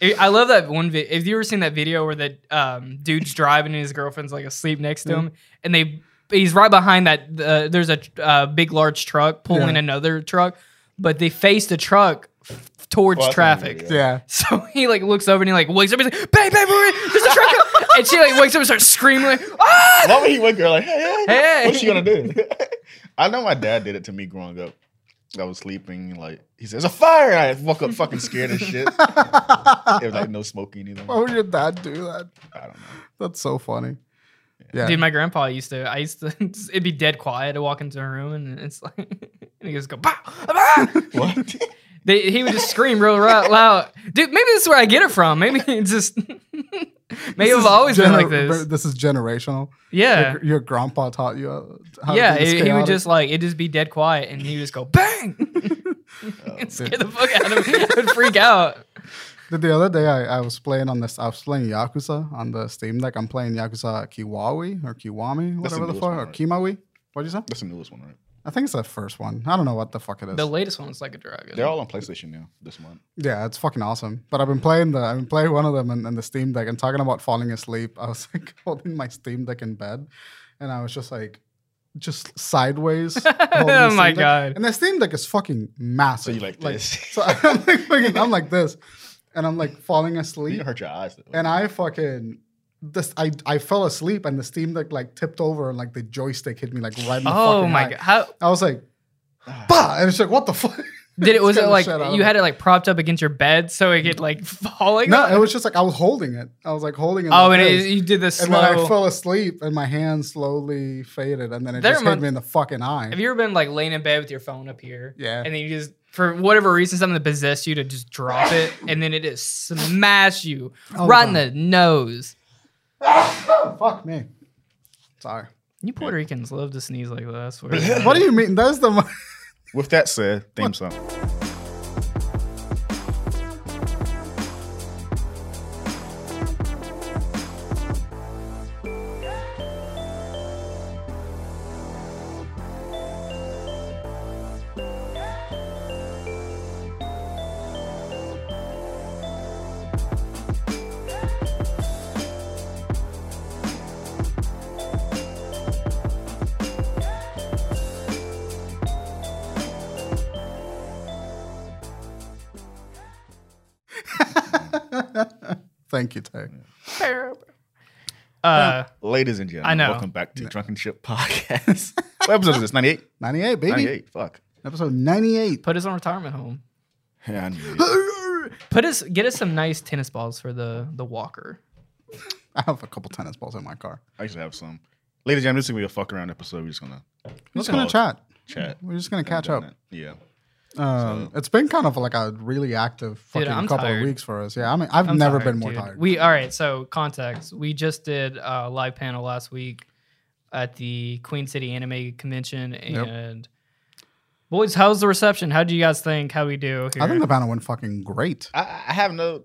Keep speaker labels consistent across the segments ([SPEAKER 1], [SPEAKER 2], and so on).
[SPEAKER 1] If- I love that one. Vi- if you ever seen that video where the um, dude's driving and his girlfriend's like asleep next
[SPEAKER 2] Mm-hmm.
[SPEAKER 1] to him, and they he's right behind that. Uh, there's a uh, big large truck pulling
[SPEAKER 2] Yeah.
[SPEAKER 1] another truck, but they face the truck f- towards
[SPEAKER 3] Well, that's not a
[SPEAKER 1] traffic.
[SPEAKER 3] video.
[SPEAKER 2] Yeah.
[SPEAKER 1] So he like looks over and he like wakes up. He's like, "Babe, babe, hurry, there's a truck!" coming." and she like wakes up and starts screaming, like, "Ah!"
[SPEAKER 3] Why would he wake her like, hey, hey,
[SPEAKER 1] Hey.
[SPEAKER 3] what's she gonna do? I know my dad did it to me growing up. I was sleeping, like he says, "A fire!" And I woke up fucking scared as shit. It was like no smoking either.
[SPEAKER 2] Why would your dad do that?
[SPEAKER 3] I don't know.
[SPEAKER 2] That's so funny. Yeah.
[SPEAKER 1] Dude, my grandpa used to. I used to. It'd be dead quiet. I walk into a room and it's like, and he just go, "Bah, bah."
[SPEAKER 3] What? Uh,
[SPEAKER 1] They, he would just scream real ra- loud. Dude, maybe this is where I get it from. Maybe it's just. maybe
[SPEAKER 2] This
[SPEAKER 1] I've
[SPEAKER 2] is
[SPEAKER 1] always been
[SPEAKER 2] gener-
[SPEAKER 1] like this.
[SPEAKER 2] but This is generational.
[SPEAKER 1] Yeah.
[SPEAKER 2] Your, your grandpa taught you uh, how
[SPEAKER 1] Yeah,
[SPEAKER 2] to do this
[SPEAKER 1] he, he would
[SPEAKER 2] chaotic-
[SPEAKER 1] just like it'd just be dead quiet, and he would just go bang, and scare the fuck out of me. I'd freak out.
[SPEAKER 2] The, the other day, I, I was playing on this. I was playing Yakuza on the Steam Deck. I'm playing Yakuza Kiwami or Kiwami,
[SPEAKER 3] That's the
[SPEAKER 2] whatever the
[SPEAKER 3] newest
[SPEAKER 2] fuck,
[SPEAKER 3] one,
[SPEAKER 2] or
[SPEAKER 3] right?
[SPEAKER 2] Kimawi. What'd you say?
[SPEAKER 3] That's the newest one, right?
[SPEAKER 2] I think it's the first one. I don't know what the fuck it is.
[SPEAKER 1] The latest one's like a drug.
[SPEAKER 3] They're all on PlayStation now this month.
[SPEAKER 2] yeah, it's fucking awesome. But I've been playing the. I've been playing one of them in, in the Steam Deck and talking about falling asleep. I was like holding my Steam Deck in bed, and I was just like, just sideways. holding the
[SPEAKER 1] Oh my
[SPEAKER 2] Steam Deck.
[SPEAKER 1] God.
[SPEAKER 2] And the Steam Deck is fucking
[SPEAKER 3] So
[SPEAKER 2] massive.
[SPEAKER 3] you like, this?
[SPEAKER 2] So I'm like, fucking- I'm like this, and I'm like falling asleep.
[SPEAKER 3] you hurt your eyes. Though.
[SPEAKER 2] and I fucking this I I fell asleep and the Steam Deck like tipped over and like the joystick hit me like right in the
[SPEAKER 1] Oh
[SPEAKER 2] fucking
[SPEAKER 1] my
[SPEAKER 2] eye.
[SPEAKER 1] god! How
[SPEAKER 2] I was like,
[SPEAKER 3] Ah.
[SPEAKER 2] bah, and it's like what the fuck?
[SPEAKER 1] did it? Was it
[SPEAKER 2] Scared the
[SPEAKER 1] like
[SPEAKER 2] shit out of
[SPEAKER 1] you
[SPEAKER 2] me.
[SPEAKER 1] had it like propped up against your bed so it could like falling?
[SPEAKER 2] No, it was just like I was holding it. I was like holding it.
[SPEAKER 1] Oh,
[SPEAKER 2] like
[SPEAKER 1] and
[SPEAKER 2] this.
[SPEAKER 1] it, you did the
[SPEAKER 2] and then I
[SPEAKER 1] slow.
[SPEAKER 2] fell asleep and my hand slowly faded and then it
[SPEAKER 1] That
[SPEAKER 2] just hit
[SPEAKER 1] remind-
[SPEAKER 2] me in the fucking eye.
[SPEAKER 1] Have you ever been like laying in bed with your phone up here?
[SPEAKER 2] Yeah.
[SPEAKER 1] And then you just, for whatever reason, something that possessed you to just drop it, and then it just smash you
[SPEAKER 2] All the
[SPEAKER 1] right in the nose.
[SPEAKER 2] fuck me. Sorry.
[SPEAKER 1] You Puerto Ricans love to sneeze like that. I swear.
[SPEAKER 2] What do you mean? That's the mo-
[SPEAKER 3] With that said, theme song.
[SPEAKER 2] Thank you, Tay.
[SPEAKER 1] Uh,
[SPEAKER 3] Ladies and gentlemen,
[SPEAKER 1] I know.
[SPEAKER 3] welcome back to Drunken Ship Podcast. what episode is this? 98?
[SPEAKER 2] 98, baby.
[SPEAKER 3] 98. Fuck.
[SPEAKER 2] Episode 98.
[SPEAKER 1] put us on retirement home.
[SPEAKER 3] Yeah, I knew it.
[SPEAKER 1] Put us, get us some nice tennis balls for the the walker.
[SPEAKER 2] I have a couple tennis balls in my car.
[SPEAKER 3] I used to have some. Ladies and gentlemen, this is going to be a fuck around episode. We're just going to
[SPEAKER 2] We're just gonna
[SPEAKER 3] Pause.
[SPEAKER 2] chat.
[SPEAKER 3] chat.
[SPEAKER 2] We're just gonna catch up.
[SPEAKER 3] Yeah.
[SPEAKER 2] Um, It's been kind of like a really active fucking
[SPEAKER 1] Dude, I'm
[SPEAKER 2] couple
[SPEAKER 1] tired.
[SPEAKER 2] of weeks for us. Yeah, I mean, I've
[SPEAKER 1] I'm
[SPEAKER 2] never
[SPEAKER 1] tired,
[SPEAKER 2] been more
[SPEAKER 1] dude.
[SPEAKER 2] tired.
[SPEAKER 1] We all right. So context: we just did a live panel last week at the Queen City Anime Convention,
[SPEAKER 2] Yep.
[SPEAKER 1] and boys, how's the reception? How do you guys think? How we do? Here?
[SPEAKER 2] I think the panel went fucking great.
[SPEAKER 3] I, I have no.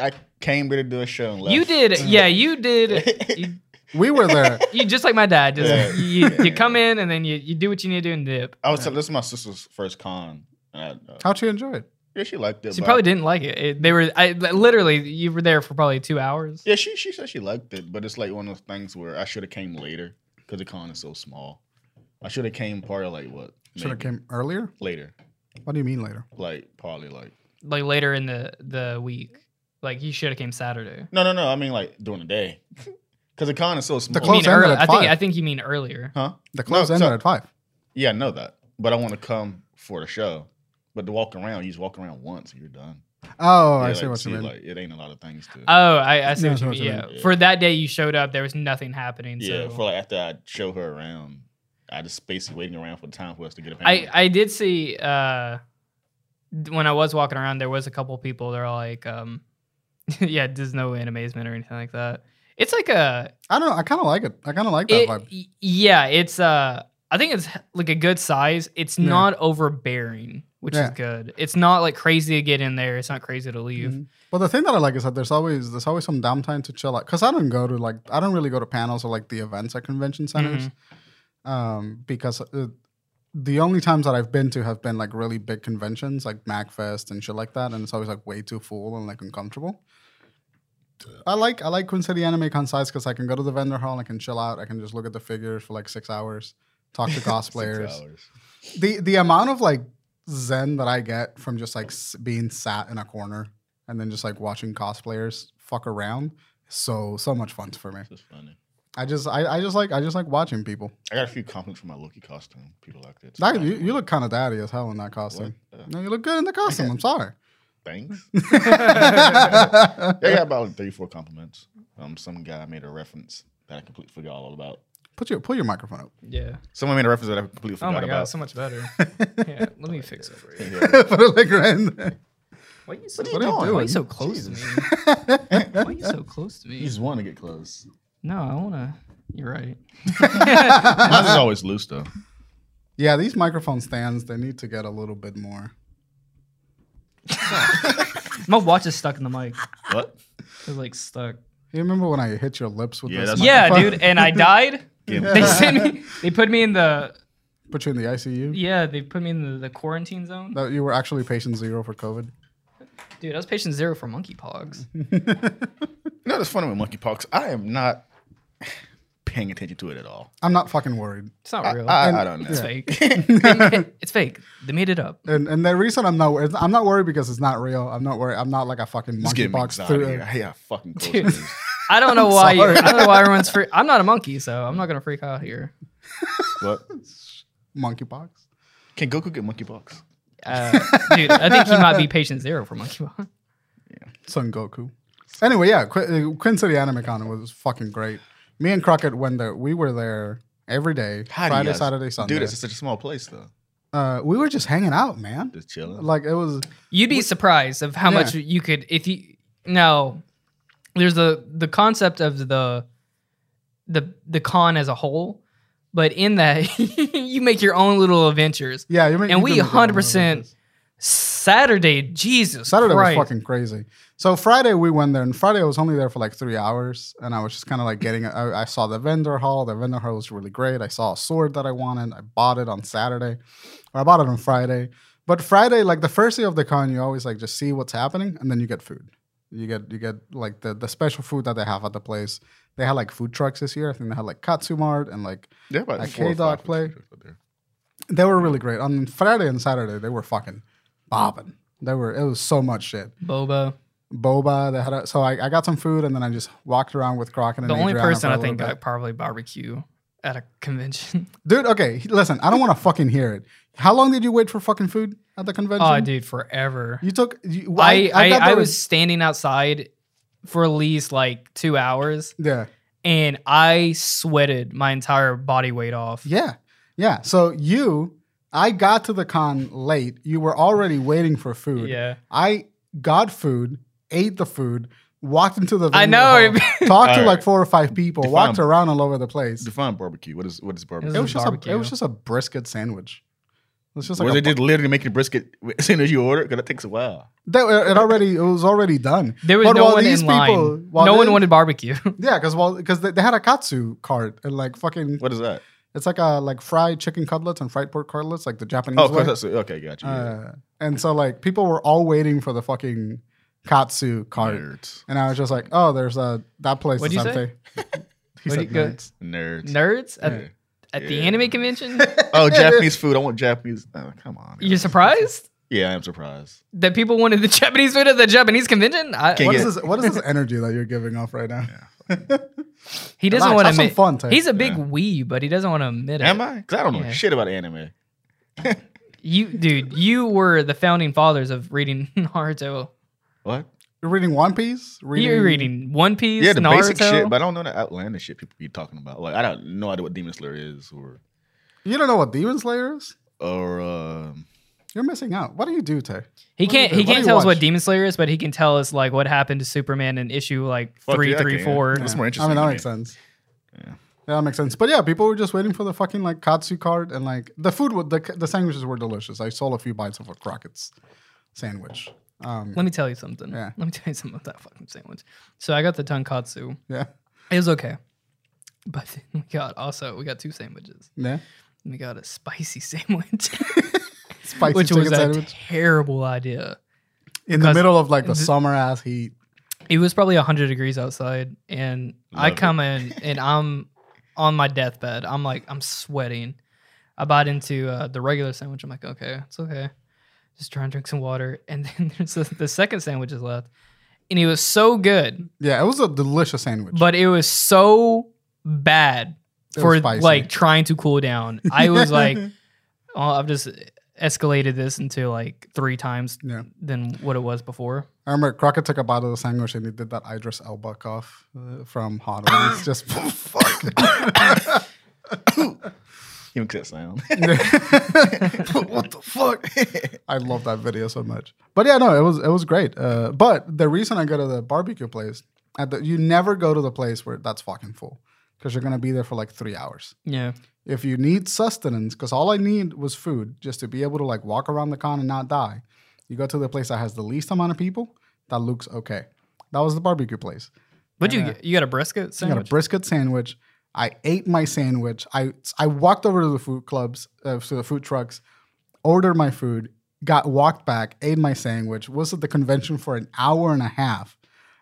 [SPEAKER 3] I came here to do a show and left.
[SPEAKER 1] you did. Yeah, you did. You,
[SPEAKER 2] We were there.
[SPEAKER 1] you just like my dad. Just
[SPEAKER 3] Yeah.
[SPEAKER 1] you, you come in and then you, you do what you need to do and dip.
[SPEAKER 3] I was telling this is my sister's first con. And I, uh,
[SPEAKER 2] How'd you enjoy it?
[SPEAKER 3] yeah, she liked it.
[SPEAKER 1] She
[SPEAKER 3] but-
[SPEAKER 1] probably didn't like it. It- They were I literally you were there for probably two hours.
[SPEAKER 3] Yeah, she she said she liked it, but it's like one of those things where I should have came later because the con is so small. I should have came part of like what
[SPEAKER 2] Should have
[SPEAKER 3] maybe
[SPEAKER 2] came earlier.
[SPEAKER 3] later,
[SPEAKER 2] What do you mean later?
[SPEAKER 3] like probably like
[SPEAKER 1] Like later in the the week. Like you should have came Saturday.
[SPEAKER 3] no no no. I mean like during the day because the con is so small.
[SPEAKER 2] The
[SPEAKER 1] You mean
[SPEAKER 2] Close ended
[SPEAKER 1] early-
[SPEAKER 2] at
[SPEAKER 1] I think
[SPEAKER 2] five.
[SPEAKER 1] I think you mean earlier.
[SPEAKER 3] huh?
[SPEAKER 2] The close
[SPEAKER 3] No,
[SPEAKER 2] ended
[SPEAKER 3] so-
[SPEAKER 2] at five.
[SPEAKER 3] Yeah, I know that, but I want to come for the show. But to walk around, you just walk around once and you're done.
[SPEAKER 2] Oh,
[SPEAKER 3] Yeah,
[SPEAKER 2] I
[SPEAKER 3] like,
[SPEAKER 2] see what you mean.
[SPEAKER 3] Like it ain't a lot of things to.
[SPEAKER 1] Oh, I, I see
[SPEAKER 2] Yeah,
[SPEAKER 1] what you
[SPEAKER 2] I see
[SPEAKER 1] mean.
[SPEAKER 2] what you
[SPEAKER 1] Yeah.
[SPEAKER 3] mean.
[SPEAKER 1] For that day you showed up, there was nothing happening.
[SPEAKER 3] Yeah,
[SPEAKER 1] so
[SPEAKER 3] for like after I show her around, I just basically waiting around for the time for us to get a
[SPEAKER 1] I,
[SPEAKER 3] panel.
[SPEAKER 1] I did see uh d- when I was walking around there was a couple people they're like um yeah, there's no amazement or anything like that. It's like a
[SPEAKER 2] I don't know. I kind of like it. I kind of like that
[SPEAKER 1] it-
[SPEAKER 2] vibe.
[SPEAKER 1] y- yeah, it's uh I think it's like a good size. It's
[SPEAKER 2] Yeah.
[SPEAKER 1] not overbearing, which
[SPEAKER 2] Yeah.
[SPEAKER 1] is good. It's not like crazy to get in there. It's not crazy to leave.
[SPEAKER 2] Mhm. But the thing that I like is that there's always there's always some downtime to chill out. Cause I don't go to like Mm-hmm. I don't really go to panels or like the events at convention centers, um, because uh the only times that I've been to have been like really big conventions, like MacFest and shit like that, and it's always like way too full and like uncomfortable. I like I like Queen City Anime Con size because I can go to the vendor hall and I can chill out. I can just look at the figures for like six hours, talk to
[SPEAKER 3] Six
[SPEAKER 2] cosplayers.
[SPEAKER 3] hours.
[SPEAKER 2] the the amount of like zen that I get from just like s- being sat in a corner and then just like watching cosplayers fuck around, is so so much fun for me.
[SPEAKER 3] This is funny.
[SPEAKER 2] I just I, I just like I just like watching people.
[SPEAKER 3] I got a few compliments for my Loki costume. People liked it.
[SPEAKER 2] That, you, you look kind of daddy as hell in that
[SPEAKER 3] What?
[SPEAKER 2] costume.
[SPEAKER 3] Uh,
[SPEAKER 2] No, you look good in the costume. I'm sorry.
[SPEAKER 3] thanks. I
[SPEAKER 2] put
[SPEAKER 3] got about like three, four compliments. Um, some guy made a reference that I completely forgot all about.
[SPEAKER 2] your pull your microphone up.
[SPEAKER 1] Yeah.
[SPEAKER 3] Someone made a reference that I completely
[SPEAKER 1] Oh
[SPEAKER 3] forgot
[SPEAKER 1] my god,
[SPEAKER 3] about.
[SPEAKER 1] so much better. yeah, let me fix it. for you.
[SPEAKER 3] Yeah.
[SPEAKER 2] put it like right in there.
[SPEAKER 1] Why are you so,
[SPEAKER 3] What are you
[SPEAKER 1] what are you
[SPEAKER 3] doing?
[SPEAKER 1] Why are you so close
[SPEAKER 3] Jesus.
[SPEAKER 1] to me? Why are you so close to
[SPEAKER 3] You
[SPEAKER 1] me?
[SPEAKER 3] just want to get close.
[SPEAKER 1] No, I wanna. You're right.
[SPEAKER 3] Mine is always loose though.
[SPEAKER 2] Yeah, these microphone stands they need to get a little bit more.
[SPEAKER 1] My watch is stuck in the mic.
[SPEAKER 3] What?
[SPEAKER 1] It's like stuck.
[SPEAKER 2] You remember when I hit your lips with
[SPEAKER 3] Yeah,
[SPEAKER 2] this?
[SPEAKER 3] that's-
[SPEAKER 1] Yeah,
[SPEAKER 2] microphone?
[SPEAKER 1] dude, and I died.
[SPEAKER 3] Game
[SPEAKER 1] They sent me. They put me in the.
[SPEAKER 2] Put you in the ICU.
[SPEAKER 1] Yeah, they put me in the, the quarantine zone.
[SPEAKER 2] That you were actually patient zero for COVID.
[SPEAKER 1] Dude, I was patient zero for monkeypox.
[SPEAKER 3] You know what's funny with monkeypox? I am not paying attention to it at all.
[SPEAKER 2] I'm not fucking worried.
[SPEAKER 1] It's not
[SPEAKER 3] I,
[SPEAKER 1] real.
[SPEAKER 3] I, I don't know.
[SPEAKER 1] it's fake. it's fake. They made it up.
[SPEAKER 2] And and the reason I'm not worried, I'm not worried because it's not real. I'm not worried. I'm not like a fucking
[SPEAKER 3] It's getting me
[SPEAKER 2] monkeypox.
[SPEAKER 3] anxiety here.
[SPEAKER 2] through-
[SPEAKER 3] I yeah, fucking close.
[SPEAKER 1] Dude.
[SPEAKER 3] it is.
[SPEAKER 1] I don't know why. You,
[SPEAKER 2] sorry.
[SPEAKER 1] I don't know why everyone's freak. I'm not a monkey, so I'm not gonna freak out here.
[SPEAKER 3] What?
[SPEAKER 2] Monkeypox.
[SPEAKER 3] Can Goku get monkeypox?
[SPEAKER 1] Uh, dude, I think he might be patient zero for monkeypox.
[SPEAKER 2] Son Goku. Anyway, yeah, Qu- uh, Quin City Anime Con was fucking great. Me and Crockett went there. We were there every day,
[SPEAKER 3] How do you
[SPEAKER 2] Friday,
[SPEAKER 3] guys
[SPEAKER 2] Saturday, Sunday.
[SPEAKER 3] Dude, it's such a small place though.
[SPEAKER 2] uh, we were just hanging out, man.
[SPEAKER 3] Just chilling.
[SPEAKER 2] Like it was.
[SPEAKER 1] You'd be surprised of how
[SPEAKER 2] Yeah.
[SPEAKER 1] much you could if you now. There's the the concept of the the the con as a whole, but in that you make your own little adventures.
[SPEAKER 2] Yeah, you mean,
[SPEAKER 1] And
[SPEAKER 2] you
[SPEAKER 1] we
[SPEAKER 2] couldn't get
[SPEAKER 1] 100%
[SPEAKER 2] on with this.
[SPEAKER 1] Saturday, Jesus
[SPEAKER 2] Saturday
[SPEAKER 1] Christ.
[SPEAKER 2] was fucking crazy. So Friday we went there, and Friday I was only there for like three hours, and I was just kind of like getting. I, I saw the vendor hall. The vendor hall was really great. I saw a sword that I wanted. I bought it on Saturday, or I bought it on Friday. But Friday, like the first day of the con, you always like just see what's happening, and then you get food. You get you get like the the special food that they have at the place. They had like food trucks this year. I think they had like Katsumart and like
[SPEAKER 3] They have about
[SPEAKER 2] Like
[SPEAKER 3] four or
[SPEAKER 2] K-Dog
[SPEAKER 3] five
[SPEAKER 2] play.
[SPEAKER 3] pictures out there.
[SPEAKER 2] they were really great. On Friday and Saturday, they were fucking bobbing. They were it was so much shit
[SPEAKER 1] Boba.
[SPEAKER 2] boba. They had a, so I, I got some food and then I just walked around with Crockett and
[SPEAKER 1] The only
[SPEAKER 2] Adriana
[SPEAKER 1] person
[SPEAKER 2] for a
[SPEAKER 1] I
[SPEAKER 2] little
[SPEAKER 1] think
[SPEAKER 2] bit.
[SPEAKER 1] got probably barbecue at a convention.
[SPEAKER 2] dude. Okay, he- listen, I don't want to fucking hear it. How long did you wait for fucking food at the convention?
[SPEAKER 1] oh, dude, forever.
[SPEAKER 2] You took. You,
[SPEAKER 1] I I,
[SPEAKER 2] got
[SPEAKER 1] I,
[SPEAKER 2] there-
[SPEAKER 1] was standing outside for at least like two hours,
[SPEAKER 2] Yeah,
[SPEAKER 1] and I sweated my entire body weight off.
[SPEAKER 2] yeah, yeah. So you, I got to the con late. You were already waiting for food.
[SPEAKER 1] Yeah.
[SPEAKER 2] I got food, ate the food, walked into the.
[SPEAKER 1] I
[SPEAKER 2] vendor
[SPEAKER 1] know, it'd
[SPEAKER 2] hall, talked to
[SPEAKER 3] All
[SPEAKER 2] like
[SPEAKER 3] right.
[SPEAKER 2] four or five people,
[SPEAKER 3] Define-
[SPEAKER 2] walked around all over the place.
[SPEAKER 3] Define barbecue. What is what is barbecue?
[SPEAKER 2] It was just a. It
[SPEAKER 1] Barbecue.
[SPEAKER 2] was just a brisket sandwich. It's just
[SPEAKER 3] Or
[SPEAKER 2] like a
[SPEAKER 3] they did literally make your brisket as soon as you order because it takes a while.
[SPEAKER 2] That it already it was already done.
[SPEAKER 1] There was
[SPEAKER 2] But
[SPEAKER 1] no
[SPEAKER 2] while
[SPEAKER 1] one
[SPEAKER 2] these
[SPEAKER 1] in line.
[SPEAKER 2] people-
[SPEAKER 1] no
[SPEAKER 2] while they-
[SPEAKER 1] one wanted barbecue.
[SPEAKER 2] Yeah, because well, because they, they had a katsu cart and like fucking,
[SPEAKER 3] What is that? Oh,
[SPEAKER 2] it's like a like fried chicken cutlets and fried pork cutlets, like the Japanese
[SPEAKER 3] Oh,
[SPEAKER 2] way.
[SPEAKER 3] cause that's okay. Got you. Yeah.
[SPEAKER 2] Uh, and so like people were all waiting for the fucking katsu cart,
[SPEAKER 3] Nerds.
[SPEAKER 2] and I was just like, oh, there's a that place
[SPEAKER 1] What'd
[SPEAKER 2] is
[SPEAKER 1] you say?
[SPEAKER 2] empty. He
[SPEAKER 1] What'd
[SPEAKER 2] said
[SPEAKER 1] you go-
[SPEAKER 2] nerds.
[SPEAKER 3] Nerds.
[SPEAKER 1] Nerds at,
[SPEAKER 3] Yeah.
[SPEAKER 1] at the
[SPEAKER 3] Yeah.
[SPEAKER 1] anime convention.
[SPEAKER 3] Oh, Japanese food. I want Japanese. Oh, come on.
[SPEAKER 1] You're surprised
[SPEAKER 3] Yeah, I am surprised.
[SPEAKER 1] that people wanted the Japanese food at the Japanese convention? I,
[SPEAKER 3] Can't
[SPEAKER 2] What
[SPEAKER 3] get-
[SPEAKER 2] is this? What is this energy that you're giving off right now?
[SPEAKER 1] he doesn't
[SPEAKER 2] Relax,
[SPEAKER 1] want to
[SPEAKER 2] have some
[SPEAKER 1] admit.
[SPEAKER 2] fun, Tay.
[SPEAKER 1] He's a big
[SPEAKER 3] Yeah.
[SPEAKER 1] wee, but he doesn't want to admit it.
[SPEAKER 3] Am I? Because I don't know
[SPEAKER 1] Yeah.
[SPEAKER 3] shit about anime.
[SPEAKER 1] You, dude, you were the founding fathers of reading Naruto.
[SPEAKER 3] What?
[SPEAKER 2] You're reading One Piece.
[SPEAKER 1] You're reading One Piece,
[SPEAKER 3] Yeah, the
[SPEAKER 1] Naruto.
[SPEAKER 3] basic shit, but I don't know the outlandish shit people be talking about. Like, I don't no idea what Demon Slayer is or
[SPEAKER 2] You don't know what Demon Slayer is.
[SPEAKER 3] or um,
[SPEAKER 2] You're missing out. What do you do, Tay?
[SPEAKER 1] He
[SPEAKER 2] What do you
[SPEAKER 1] can't.
[SPEAKER 2] do?
[SPEAKER 1] He
[SPEAKER 2] What do
[SPEAKER 1] can't
[SPEAKER 2] you
[SPEAKER 1] tell us
[SPEAKER 2] watch?
[SPEAKER 1] what Demon Slayer is, but he can tell us like what happened to Superman in issue like
[SPEAKER 3] Fuck
[SPEAKER 1] three,
[SPEAKER 3] yeah, I
[SPEAKER 1] three,
[SPEAKER 3] can.
[SPEAKER 1] four.
[SPEAKER 3] That's
[SPEAKER 2] Yeah. I
[SPEAKER 3] more interesting
[SPEAKER 2] mean, that
[SPEAKER 3] to
[SPEAKER 2] makes
[SPEAKER 3] me.
[SPEAKER 2] sense.
[SPEAKER 3] Yeah.
[SPEAKER 2] Yeah. that makes sense. But yeah, people were just waiting for the fucking like katsu cart and like the food. wa- The the sandwiches were delicious. I sold a few bites of a Crockett's sandwich. Um,
[SPEAKER 1] Let me tell you something.
[SPEAKER 2] Yeah.
[SPEAKER 1] Let me tell you something about that fucking sandwich. So I got the tonkatsu.
[SPEAKER 2] yeah,
[SPEAKER 1] It was okay, but then we got also we got two sandwiches.
[SPEAKER 2] yeah.
[SPEAKER 1] we got a spicy sandwich,
[SPEAKER 2] Spicy
[SPEAKER 1] which was
[SPEAKER 2] chicken
[SPEAKER 1] a
[SPEAKER 2] sandwich
[SPEAKER 1] terrible idea.
[SPEAKER 2] in the
[SPEAKER 1] because-
[SPEAKER 2] middle of like the
[SPEAKER 1] th-
[SPEAKER 2] summer ass heat.
[SPEAKER 1] It was probably 100 degrees outside, and I
[SPEAKER 3] Love it.
[SPEAKER 1] come in and I'm on my deathbed. I'm like, I'm sweating. I bite into uh, the regular sandwich. I'm like, okay, it's okay. Just try and drink some water. And then there's the, the second sandwich is left. And it was so good,
[SPEAKER 2] Yeah, it was a delicious sandwich.
[SPEAKER 1] but it was so bad
[SPEAKER 2] It
[SPEAKER 1] for
[SPEAKER 2] was spicy.
[SPEAKER 1] like trying to cool down. I was like, oh, I've just escalated this into like three times
[SPEAKER 2] Yeah.
[SPEAKER 1] than what it was before.
[SPEAKER 2] I remember Crockett took a bite of the sandwich and he did that Idris Elba cough uh, from Hot Ones. Just fuck.
[SPEAKER 3] Even cut sound.
[SPEAKER 2] what the fuck? I love that video so much. But yeah, no, it was it was great. Uh, but the reason I go to the barbecue place, at the, you never go to the place where that's fucking full because you're gonna be there for like three hours.
[SPEAKER 1] Yeah.
[SPEAKER 2] If you need sustenance, because all I need was food just to be able to like walk around the con and not die, you go to the place that has the least amount of people that looks okay. That was the barbecue place.
[SPEAKER 1] What'd you
[SPEAKER 2] Yeah.
[SPEAKER 1] get? You got a brisket
[SPEAKER 2] I uh, got
[SPEAKER 1] sandwich?
[SPEAKER 2] a brisket sandwich. I ate my sandwich. I I walked over to the food clubs, uh, to the food trucks, ordered my food, got walked back, ate my sandwich. Was at the convention for an hour and a half,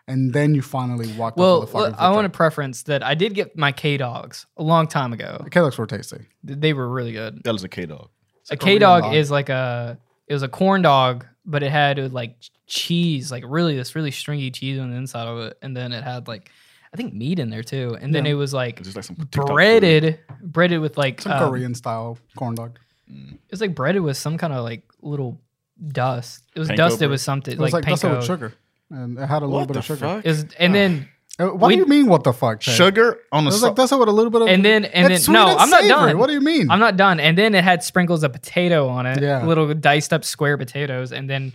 [SPEAKER 2] and then you finally walked.
[SPEAKER 1] Well,
[SPEAKER 2] up to the
[SPEAKER 1] well, I want to preference that I did get my K dogs a long time ago.
[SPEAKER 2] to. Kellogg's were tasty.
[SPEAKER 1] Th- They were really good.
[SPEAKER 3] That was a K dog.
[SPEAKER 1] A
[SPEAKER 2] like a real
[SPEAKER 1] K dog
[SPEAKER 2] dog.
[SPEAKER 1] is like a it was a corn dog, but it had uh, like ch- cheese, like really this really stringy cheese on the inside of it, and then it had like I think meat in there too, and then
[SPEAKER 2] Yeah.
[SPEAKER 1] it was like
[SPEAKER 3] It's just like some TikTok food.
[SPEAKER 1] breaded, breaded with like
[SPEAKER 2] Some
[SPEAKER 1] um,
[SPEAKER 2] Korean style corn dog.
[SPEAKER 3] Mm.
[SPEAKER 1] It was like breaded with some kind of like little dust. It was
[SPEAKER 3] Panko
[SPEAKER 1] dusted
[SPEAKER 3] bread?
[SPEAKER 1] with something
[SPEAKER 2] It was like,
[SPEAKER 1] like,
[SPEAKER 2] dusted
[SPEAKER 1] panko.
[SPEAKER 2] with sugar, and it had a little
[SPEAKER 3] What
[SPEAKER 2] bit
[SPEAKER 3] the
[SPEAKER 2] of sugar.
[SPEAKER 3] fuck?
[SPEAKER 1] It was- and then
[SPEAKER 2] Uh, What
[SPEAKER 1] We-
[SPEAKER 2] do you mean? What the fuck? Tay?
[SPEAKER 3] Sugar
[SPEAKER 2] It
[SPEAKER 3] on the
[SPEAKER 2] was
[SPEAKER 3] side.
[SPEAKER 2] like dusted with a little bit of.
[SPEAKER 1] and then and
[SPEAKER 2] It's
[SPEAKER 1] then
[SPEAKER 2] sweet
[SPEAKER 1] no, I'm not
[SPEAKER 2] savory.
[SPEAKER 1] done.
[SPEAKER 2] What do you mean?
[SPEAKER 1] I'm not done. And then it had sprinkles of potato on it,
[SPEAKER 2] Ah. Yeah.
[SPEAKER 1] little diced up square potatoes, and then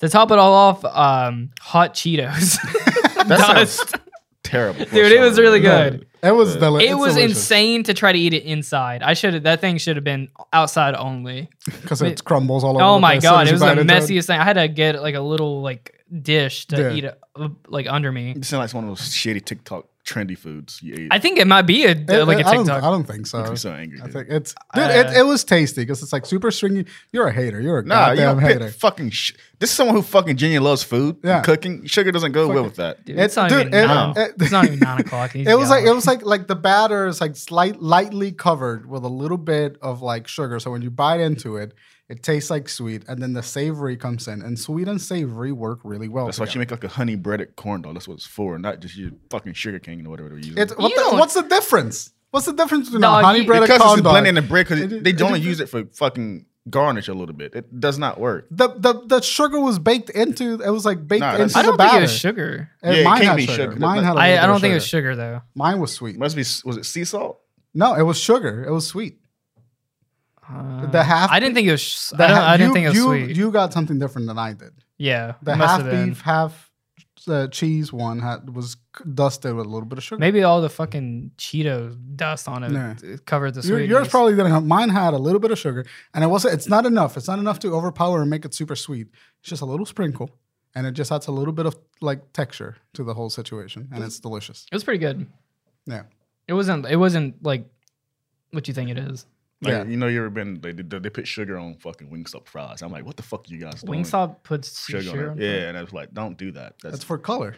[SPEAKER 1] to top it all off, um, hot Cheetos. dust.
[SPEAKER 3] Terrible. for
[SPEAKER 1] Dude, it was
[SPEAKER 3] summer.
[SPEAKER 1] really
[SPEAKER 2] No,
[SPEAKER 1] good.
[SPEAKER 2] It was
[SPEAKER 3] Uh,
[SPEAKER 2] deli-
[SPEAKER 1] It was
[SPEAKER 2] insane.
[SPEAKER 1] insane to try to eat it inside. I should have that thing should have been outside only.
[SPEAKER 2] because it crumbles all over.
[SPEAKER 1] Oh
[SPEAKER 2] the
[SPEAKER 1] my
[SPEAKER 2] place as soon
[SPEAKER 1] god, it
[SPEAKER 2] as you
[SPEAKER 1] was the
[SPEAKER 2] bite into
[SPEAKER 1] messiest thing. I had to get like a little like dish to
[SPEAKER 2] Yeah.
[SPEAKER 1] eat uh, like under me.
[SPEAKER 3] It sounded like one of those shitty TikTok trendy foods you ate.
[SPEAKER 1] I think it might be a
[SPEAKER 2] It-
[SPEAKER 1] like a
[SPEAKER 2] it- I don't- I
[SPEAKER 1] TikTok.
[SPEAKER 2] don't think so.
[SPEAKER 3] Makes me so angry.
[SPEAKER 2] I
[SPEAKER 3] dude.
[SPEAKER 2] think it's dude. it,
[SPEAKER 1] Uh,
[SPEAKER 2] it was tasty because it's like super stringy. You're a hater. You're a
[SPEAKER 3] Nah, you
[SPEAKER 2] goddamn
[SPEAKER 3] don't
[SPEAKER 2] hater.
[SPEAKER 3] pick fucking. Sh- this is someone who fucking genuinely loves food, and
[SPEAKER 2] Yeah.
[SPEAKER 3] cooking. Sugar doesn't go well with that.
[SPEAKER 1] Dude,
[SPEAKER 2] It-
[SPEAKER 1] it's not
[SPEAKER 2] dude,
[SPEAKER 1] even
[SPEAKER 2] it-
[SPEAKER 1] nine.
[SPEAKER 2] it-
[SPEAKER 1] it's not even nine o'clock.
[SPEAKER 2] It was like it was like like the batter is like slight lightly covered with a little bit of like sugar. So when you bite into it, it tastes like sweet, and then the savory comes in, and sweet and savory work really well.
[SPEAKER 3] That's why you
[SPEAKER 2] together.
[SPEAKER 3] make like a honey breaded corn dog. That's what it's for, not just your fucking sugar cane or whatever they're using.
[SPEAKER 2] It's, what
[SPEAKER 1] You
[SPEAKER 2] the,
[SPEAKER 1] don't-
[SPEAKER 2] what's the difference? What's the difference between
[SPEAKER 1] No,
[SPEAKER 2] a honey
[SPEAKER 1] you-
[SPEAKER 2] bread and a
[SPEAKER 3] because
[SPEAKER 2] corn
[SPEAKER 3] it's
[SPEAKER 2] dog?
[SPEAKER 3] blending the bread. Because
[SPEAKER 2] It-
[SPEAKER 3] they
[SPEAKER 2] it-
[SPEAKER 3] don't
[SPEAKER 2] it-
[SPEAKER 3] use it for fucking garnish a little bit. It does not work.
[SPEAKER 2] The, the the sugar was baked into. It was like baked
[SPEAKER 3] Nah, that's-
[SPEAKER 2] into
[SPEAKER 1] I
[SPEAKER 2] the
[SPEAKER 1] don't think
[SPEAKER 2] batter.
[SPEAKER 1] it was sugar.
[SPEAKER 2] And
[SPEAKER 3] Yeah, it
[SPEAKER 2] mine
[SPEAKER 3] can't
[SPEAKER 2] had
[SPEAKER 3] be
[SPEAKER 2] sugar.
[SPEAKER 3] sugar.
[SPEAKER 2] Mine had a
[SPEAKER 1] I,
[SPEAKER 2] little
[SPEAKER 1] I
[SPEAKER 2] bit
[SPEAKER 1] don't
[SPEAKER 2] of
[SPEAKER 1] think it was
[SPEAKER 2] sugar.
[SPEAKER 1] sugar though.
[SPEAKER 2] Mine was sweet.
[SPEAKER 3] Must be was it sea salt?
[SPEAKER 2] No, it was sugar. It was sweet.
[SPEAKER 1] Uh,
[SPEAKER 2] The half-
[SPEAKER 1] I didn't think it was. sh-
[SPEAKER 2] The
[SPEAKER 1] I, don't-
[SPEAKER 2] ha-
[SPEAKER 1] I didn't
[SPEAKER 2] you-
[SPEAKER 1] think it was
[SPEAKER 2] you,
[SPEAKER 1] sweet.
[SPEAKER 2] You got something different than I did.
[SPEAKER 1] yeah,
[SPEAKER 2] The
[SPEAKER 1] must
[SPEAKER 2] half
[SPEAKER 1] have been.
[SPEAKER 2] beef, half uh, cheese one had was c- dusted with a little bit of sugar.
[SPEAKER 1] Maybe all the fucking Cheetos dust on it
[SPEAKER 2] Nah.
[SPEAKER 1] it covered the
[SPEAKER 2] Your-
[SPEAKER 1] sweetness.
[SPEAKER 2] yours probably didn't. Have, mine had a little bit of sugar, and it wasn't. It's not enough. It's not enough to overpower and make it super sweet. It's just a little sprinkle, and it just adds a little bit of like texture to the whole situation, and it's delicious.
[SPEAKER 1] It was pretty good.
[SPEAKER 2] Yeah.
[SPEAKER 1] It wasn't. It wasn't like what you think it is.
[SPEAKER 3] Like,
[SPEAKER 2] Yeah.
[SPEAKER 3] You know, you ever been? They, they, they put sugar on fucking Wingstop fries. I'm like, what the fuck you guys doing?
[SPEAKER 1] Wingstop puts
[SPEAKER 3] sugar,
[SPEAKER 1] sugar,
[SPEAKER 3] on
[SPEAKER 1] on
[SPEAKER 3] it.
[SPEAKER 1] it.
[SPEAKER 3] Yeah, and I was like, don't do that. That's,
[SPEAKER 2] That's for color.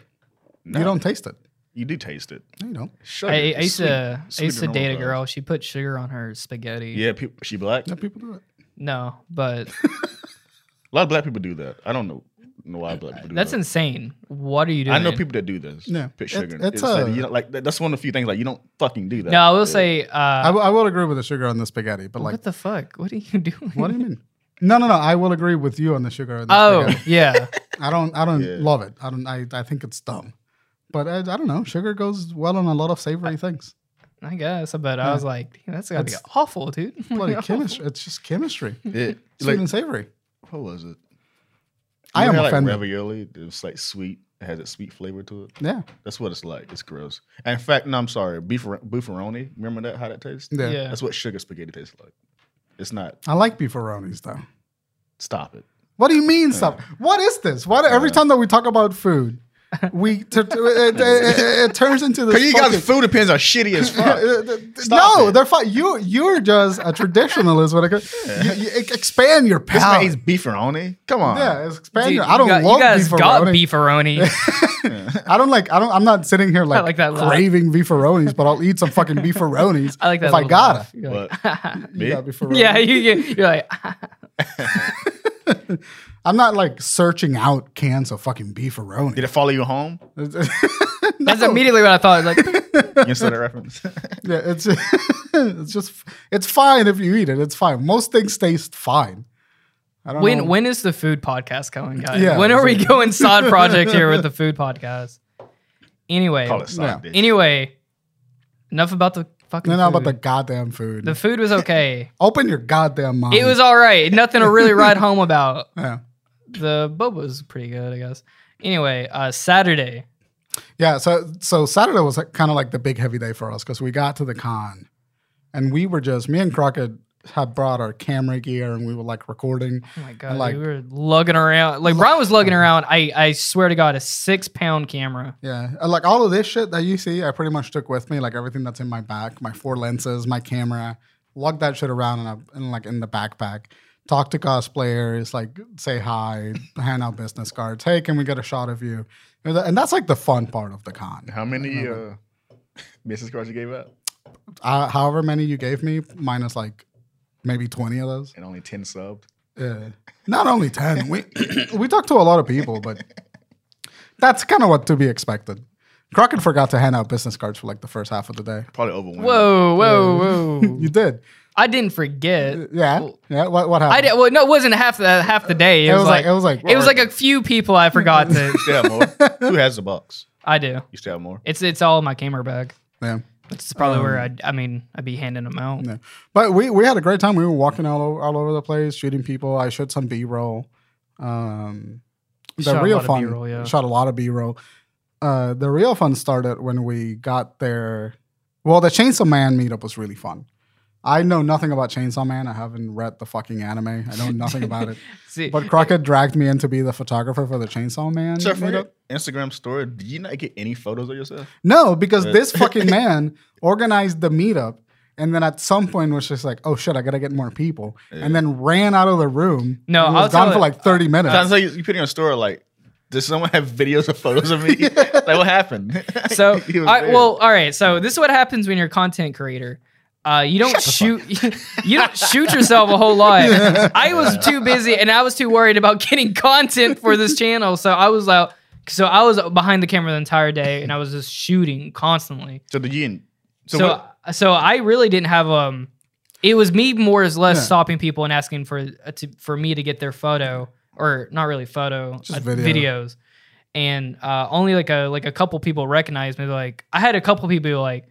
[SPEAKER 3] no.
[SPEAKER 2] You don't taste it.
[SPEAKER 3] You do taste it.
[SPEAKER 2] No, you don't.
[SPEAKER 3] Sugar.
[SPEAKER 1] I, I
[SPEAKER 3] it's
[SPEAKER 1] used
[SPEAKER 3] sweet.
[SPEAKER 1] to. I
[SPEAKER 3] Sweeter
[SPEAKER 1] used to
[SPEAKER 3] than
[SPEAKER 1] date a
[SPEAKER 3] normal
[SPEAKER 1] girl. She put sugar on her spaghetti.
[SPEAKER 3] Yeah, people, she black.
[SPEAKER 2] Yeah, people do it.
[SPEAKER 1] No, but
[SPEAKER 3] A lot of black people do that. I don't know, know why black people do
[SPEAKER 1] that's
[SPEAKER 3] that.
[SPEAKER 1] insane. What are you doing?
[SPEAKER 3] I know people that do this.
[SPEAKER 2] Yeah.
[SPEAKER 3] put
[SPEAKER 2] It's-
[SPEAKER 3] sugar. in it.
[SPEAKER 2] it's uh,
[SPEAKER 3] It's like,
[SPEAKER 2] a-
[SPEAKER 3] you know, like that- that's one of the few things like you don't fucking do that.
[SPEAKER 1] No, I will
[SPEAKER 3] Yeah.
[SPEAKER 1] say. Uh,
[SPEAKER 2] I, w- I will agree with the sugar on the spaghetti, but like,
[SPEAKER 1] what the fuck? What are you doing?
[SPEAKER 2] what do you mean? No, no, no. I will agree with you on the sugar. On the
[SPEAKER 1] Oh
[SPEAKER 2] spaghetti.
[SPEAKER 1] yeah.
[SPEAKER 2] I don't I don't
[SPEAKER 3] Yeah.
[SPEAKER 2] love it. I don't I, I think it's dumb. But uh, I, I don't know. Sugar goes well on a lot of savory things.
[SPEAKER 1] I guess, but I
[SPEAKER 2] Yeah.
[SPEAKER 1] was like, "Damn, that's gotta
[SPEAKER 2] That's-
[SPEAKER 1] be awful, dude.
[SPEAKER 2] Bloody
[SPEAKER 1] Awful.
[SPEAKER 2] chemistry. It's just chemistry.
[SPEAKER 3] Yeah.
[SPEAKER 2] Sweet
[SPEAKER 3] Like,
[SPEAKER 2] and savory.
[SPEAKER 3] what was it?
[SPEAKER 2] I
[SPEAKER 3] You
[SPEAKER 2] am
[SPEAKER 3] had, like
[SPEAKER 2] offended.
[SPEAKER 3] ravioli. It's like sweet. It has a sweet flavor to it.
[SPEAKER 2] Yeah.
[SPEAKER 3] That's what it's like. It's gross. And in fact, no, I'm sorry. Beef buffaroni. Remember that? How that tastes?
[SPEAKER 2] Yeah.
[SPEAKER 1] Yeah.
[SPEAKER 3] That's what sugar spaghetti tastes like. It's not.
[SPEAKER 2] I like beefaronis though.
[SPEAKER 3] Stop it.
[SPEAKER 2] What do you mean stop? What is this? Why do- every
[SPEAKER 3] Yeah.
[SPEAKER 2] time that we talk about food, we t- t- it, it, it- it turns into this.
[SPEAKER 3] Cause you guys'
[SPEAKER 2] fucking-
[SPEAKER 3] food depends are shitty as fuck.
[SPEAKER 2] Uh, th- th-
[SPEAKER 3] Stop
[SPEAKER 2] no,
[SPEAKER 3] it.
[SPEAKER 2] they're fine. You you're just a traditionalist when it comes. You, you ex- expand your
[SPEAKER 3] this man
[SPEAKER 2] palate.
[SPEAKER 3] eats beefaroni. Come on.
[SPEAKER 2] Yeah, it's expand.
[SPEAKER 1] Dude,
[SPEAKER 2] your, I don't
[SPEAKER 1] you got,
[SPEAKER 2] love
[SPEAKER 1] you guys
[SPEAKER 2] beefaroni.
[SPEAKER 1] got beefaroni.
[SPEAKER 2] I don't like. I don't. I'm not sitting here like,
[SPEAKER 1] like that laugh.
[SPEAKER 2] craving beefaronis, but I'll eat some fucking beefaronis
[SPEAKER 1] I like that.
[SPEAKER 2] if I
[SPEAKER 1] little
[SPEAKER 2] gotta.
[SPEAKER 1] laugh. You're like,
[SPEAKER 2] You
[SPEAKER 3] Me?
[SPEAKER 2] got beefaroni.
[SPEAKER 1] yeah, you, you- you're like, "Ah."
[SPEAKER 2] I'm not like searching out cans of fucking beefaroni.
[SPEAKER 3] Did it follow you home?
[SPEAKER 1] that's
[SPEAKER 2] No.
[SPEAKER 1] immediately what I thought. Like,
[SPEAKER 3] You said that reference.
[SPEAKER 2] Yeah, it's it's just it's fine if you eat it. It's fine. Most things taste fine. I don't know.
[SPEAKER 1] when when is the food podcast coming, guys?
[SPEAKER 2] Yeah,
[SPEAKER 1] when are we
[SPEAKER 2] exactly.
[SPEAKER 1] going side project here with the food podcast? Anyway,
[SPEAKER 3] Call it
[SPEAKER 2] No.
[SPEAKER 3] side dish.
[SPEAKER 1] anyway, enough about the fucking.
[SPEAKER 2] no, no, about the
[SPEAKER 1] food.
[SPEAKER 2] goddamn food.
[SPEAKER 1] the food was okay.
[SPEAKER 2] Open your goddamn mind.
[SPEAKER 1] it was all right. Nothing to really write home about.
[SPEAKER 2] yeah.
[SPEAKER 1] The boba was pretty good, I guess. Anyway, uh, Saturday.
[SPEAKER 2] yeah. So so Saturday was kind of like the big heavy day for us because we got to the con, and we were just me and Crockett had brought our camera gear and we were like recording.
[SPEAKER 1] Oh my god,
[SPEAKER 2] Like- Oh.
[SPEAKER 1] we were lugging around. Like Brian was lugging around. I I swear to God, a six pound camera.
[SPEAKER 2] Yeah, uh, like all of this shit that you see, I pretty much took with me, like everything that's in my back, my four lenses, my camera, lug that shit around and in like in the backpack. Talk to cosplayers, like say hi, hand out business cards. Hey, can we get a shot of you? And tha- and that's like the fun part of the con.
[SPEAKER 3] How many uh, business cards you gave out?
[SPEAKER 2] Uh, however many you gave me, minus like maybe twenty of those.
[SPEAKER 3] And only ten subbed.
[SPEAKER 2] Yeah. Not only ten. We we talked to a lot of people, but that's kind of what to be expected. Crockett forgot to hand out business cards for like the first half of the day.
[SPEAKER 3] Probably overwhelmed.
[SPEAKER 1] Whoa, whoa,
[SPEAKER 2] You
[SPEAKER 1] whoa!
[SPEAKER 2] did.
[SPEAKER 1] I didn't forget.
[SPEAKER 2] Yeah.
[SPEAKER 1] Well,
[SPEAKER 2] yeah. What, what happened?
[SPEAKER 1] I did, well, no, it wasn't half the half the day. It,
[SPEAKER 2] It
[SPEAKER 1] was, like,
[SPEAKER 2] it was like
[SPEAKER 1] it was like a few people I forgot
[SPEAKER 3] You
[SPEAKER 1] that
[SPEAKER 3] still have more. Who has the box?
[SPEAKER 1] I do.
[SPEAKER 3] You still have more.
[SPEAKER 1] It's it's all in my camera bag.
[SPEAKER 2] yeah.
[SPEAKER 1] It's
[SPEAKER 2] Um,
[SPEAKER 1] probably where I I mean I'd be handing them out.
[SPEAKER 2] yeah. But we we had a great time. We were walking all over, all over the place, shooting people. I shot some B roll. Um, the
[SPEAKER 1] Shot a
[SPEAKER 2] real
[SPEAKER 1] lot of
[SPEAKER 2] fun
[SPEAKER 1] B-roll, yeah.
[SPEAKER 2] shot a lot of B roll. Uh, the real fun started when we got there. Well, the Chainsaw Man meetup was really fun. I know nothing about Chainsaw Man. I haven't read the fucking anime. I know nothing about it.
[SPEAKER 1] See,
[SPEAKER 2] But Crockett dragged me in to be the photographer for the Chainsaw Man.
[SPEAKER 3] Sir, for
[SPEAKER 2] meetup.
[SPEAKER 3] your Instagram story, did you not get any photos of yourself?
[SPEAKER 2] No, because
[SPEAKER 3] Uh,
[SPEAKER 2] this fucking man organized the meetup and then at some point was just like, oh shit, I gotta get more people. And then ran out of the room.
[SPEAKER 1] No,
[SPEAKER 2] and was
[SPEAKER 1] I'll
[SPEAKER 2] gone
[SPEAKER 1] tell
[SPEAKER 2] for
[SPEAKER 1] it-
[SPEAKER 2] like 30 minutes.
[SPEAKER 3] Sometimes like, you, you put in your story like, does someone have videos of photos of me? like what happened?
[SPEAKER 1] so
[SPEAKER 3] He was
[SPEAKER 1] I,
[SPEAKER 3] there.
[SPEAKER 1] well, all right. So this is what happens when you're a content creator. Uh, you don't shoot you don't shoot yourself a whole lot. I was too busy and I was too worried about getting content for this channel, so I was out. So I was behind the camera the entire day and I was just shooting constantly.
[SPEAKER 3] so did you? So,
[SPEAKER 1] So
[SPEAKER 3] what-
[SPEAKER 1] so, I really didn't have um. It was me more or less
[SPEAKER 2] Yeah.
[SPEAKER 1] stopping people and asking for uh, to, for me to get their photo or not really photo
[SPEAKER 2] Just
[SPEAKER 1] uh,
[SPEAKER 2] video.
[SPEAKER 1] videos, and uh, only like a like a couple people recognized me. Like I had a couple people who were like,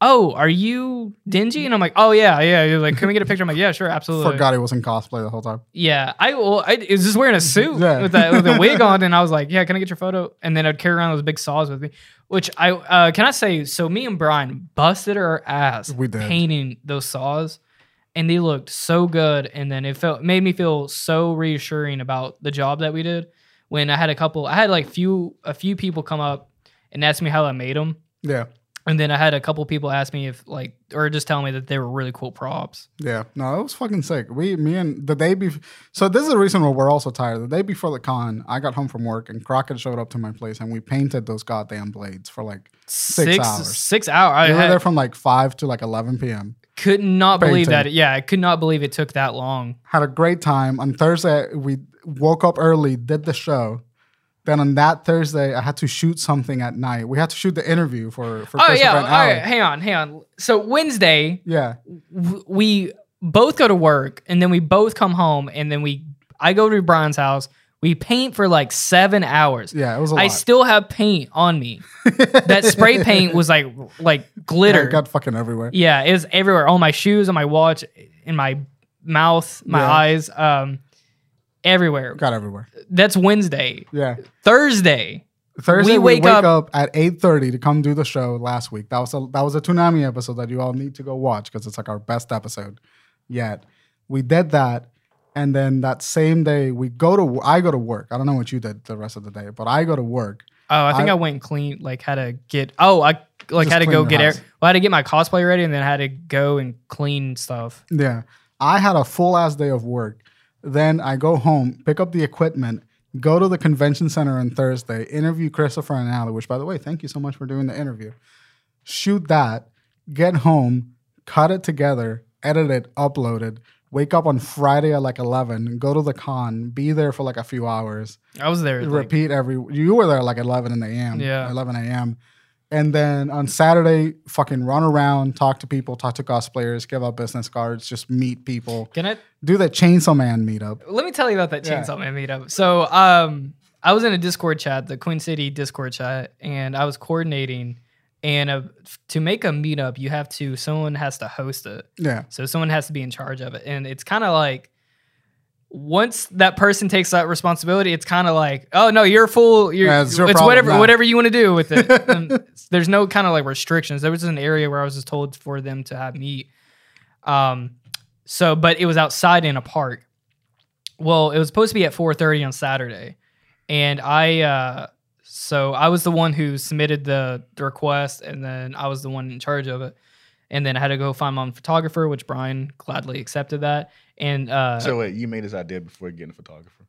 [SPEAKER 1] "Oh, are you dingy?" And I'm like, "Oh yeah, yeah." They're like, "Can we get a picture?" I'm like, "Yeah, sure, absolutely."
[SPEAKER 2] Forgot he was in cosplay the whole time.
[SPEAKER 1] Yeah, I well, I was just wearing a suit
[SPEAKER 2] Yeah.
[SPEAKER 1] with that with a wig on, and I was like, "Yeah, can I get your photo?" And then I'd carry around those big saws with me, which I uh, can I say. So me and Brian busted our ass
[SPEAKER 2] We did.
[SPEAKER 1] painting those saws, and they looked so good. And then it felt made me feel so reassuring about the job that we did. When I had a couple, I had like few a few people come up and ask me how I made them,
[SPEAKER 2] Yeah.
[SPEAKER 1] and then I had a couple people ask me if like or just tell me that they were really cool props.
[SPEAKER 2] Yeah. No, it was fucking sick. We me and the day before so this is the reason why we're also tired. The day before the con, I got home from work and Crockett showed up to my place and we painted those goddamn blades for like Six hours.
[SPEAKER 1] six hours. I
[SPEAKER 2] we were
[SPEAKER 1] had-
[SPEAKER 2] there from like five to like eleven PM.
[SPEAKER 1] could not believe
[SPEAKER 2] Painting.
[SPEAKER 1] that. Yeah, I could not believe it took that long.
[SPEAKER 2] had a great time. On Thursday, we woke up early, did the show. Then on that Thursday, I had to shoot something at night. We had to shoot the interview for for
[SPEAKER 1] Oh
[SPEAKER 2] Christopher
[SPEAKER 1] yeah, all
[SPEAKER 2] and Allie.
[SPEAKER 1] right. Hang on, hang on. So Wednesday,
[SPEAKER 2] Yeah,
[SPEAKER 1] w- we both go to work, and then we both come home, and then we I go to Brian's house. We paint for like seven hours.
[SPEAKER 2] yeah, it was a lot.
[SPEAKER 1] I still have paint on me. that spray paint was like like
[SPEAKER 2] Yeah,
[SPEAKER 1] glitter.
[SPEAKER 2] it got fucking everywhere.
[SPEAKER 1] Yeah, it was everywhere on my shoes, on my watch, in my mouth, my
[SPEAKER 2] Yeah.
[SPEAKER 1] eyes, um, everywhere.
[SPEAKER 2] Got everywhere.
[SPEAKER 1] That's Wednesday.
[SPEAKER 2] Yeah.
[SPEAKER 1] Thursday.
[SPEAKER 2] Thursday we wake,
[SPEAKER 1] wake
[SPEAKER 2] up,
[SPEAKER 1] up-
[SPEAKER 2] at eight thirty to come do the show last week. That was a that was a tsunami episode that you all need to go watch because it's like our best episode yet. We did that, and then that same day we go to I go to work. I don't know what you did the rest of the day, but I go to work.
[SPEAKER 1] Oh, I think
[SPEAKER 2] I-
[SPEAKER 1] I, went clean. Like had to get. Oh, I like
[SPEAKER 2] Just
[SPEAKER 1] had to
[SPEAKER 2] clean
[SPEAKER 1] go
[SPEAKER 2] your
[SPEAKER 1] get. Air,
[SPEAKER 2] house.
[SPEAKER 1] well, I had to get my cosplay ready, and then I had to go and clean stuff.
[SPEAKER 2] Yeah. I had a full ass day of work. Then I go home, pick up the equipment, go to the convention center on Thursday, interview Christopher and Allie, which, by the way, thank you so much for doing the interview. Shoot that, get home, cut it together, edit it, upload it, wake up on Friday at like 11, go to the con, be there for like a few hours,
[SPEAKER 1] I was there. Like,
[SPEAKER 2] repeat every. You were there at like 11 a.m.
[SPEAKER 1] Yeah.
[SPEAKER 2] 11 a.m. And then on Saturday, fucking run around, talk to people, talk to cosplayers, give out business cards, just meet people
[SPEAKER 1] can I?
[SPEAKER 2] do that chainsaw man meetup.
[SPEAKER 1] Let me tell you about that
[SPEAKER 2] Yeah.
[SPEAKER 1] Chainsaw Man meetup. So, um, I was in a Discord chat, the Queen City Discord chat, and I was coordinating. And uh to make a meetup, you have to. Someone has to host it.
[SPEAKER 2] Yeah.
[SPEAKER 1] So someone has to be in charge of it. And it's kind of like once that person takes that responsibility, it's kind of like, oh no, you're full. You're,
[SPEAKER 2] Yeah, it's
[SPEAKER 1] it's
[SPEAKER 2] your problem
[SPEAKER 1] whatever
[SPEAKER 2] now.
[SPEAKER 1] whatever you want to do with it. And there's no kind of like restrictions. There was an area where I was just told for them to have meat. Um, so but it was outside in a park. Well, it was supposed to be at 4:30 on Saturday, and I uh, so I was the one who submitted the, the request, and then I was the one in charge of it. And then I had to go find my own photographer, which Brian gladly accepted that. And uh,
[SPEAKER 3] So wait, you made this idea before getting a photographer.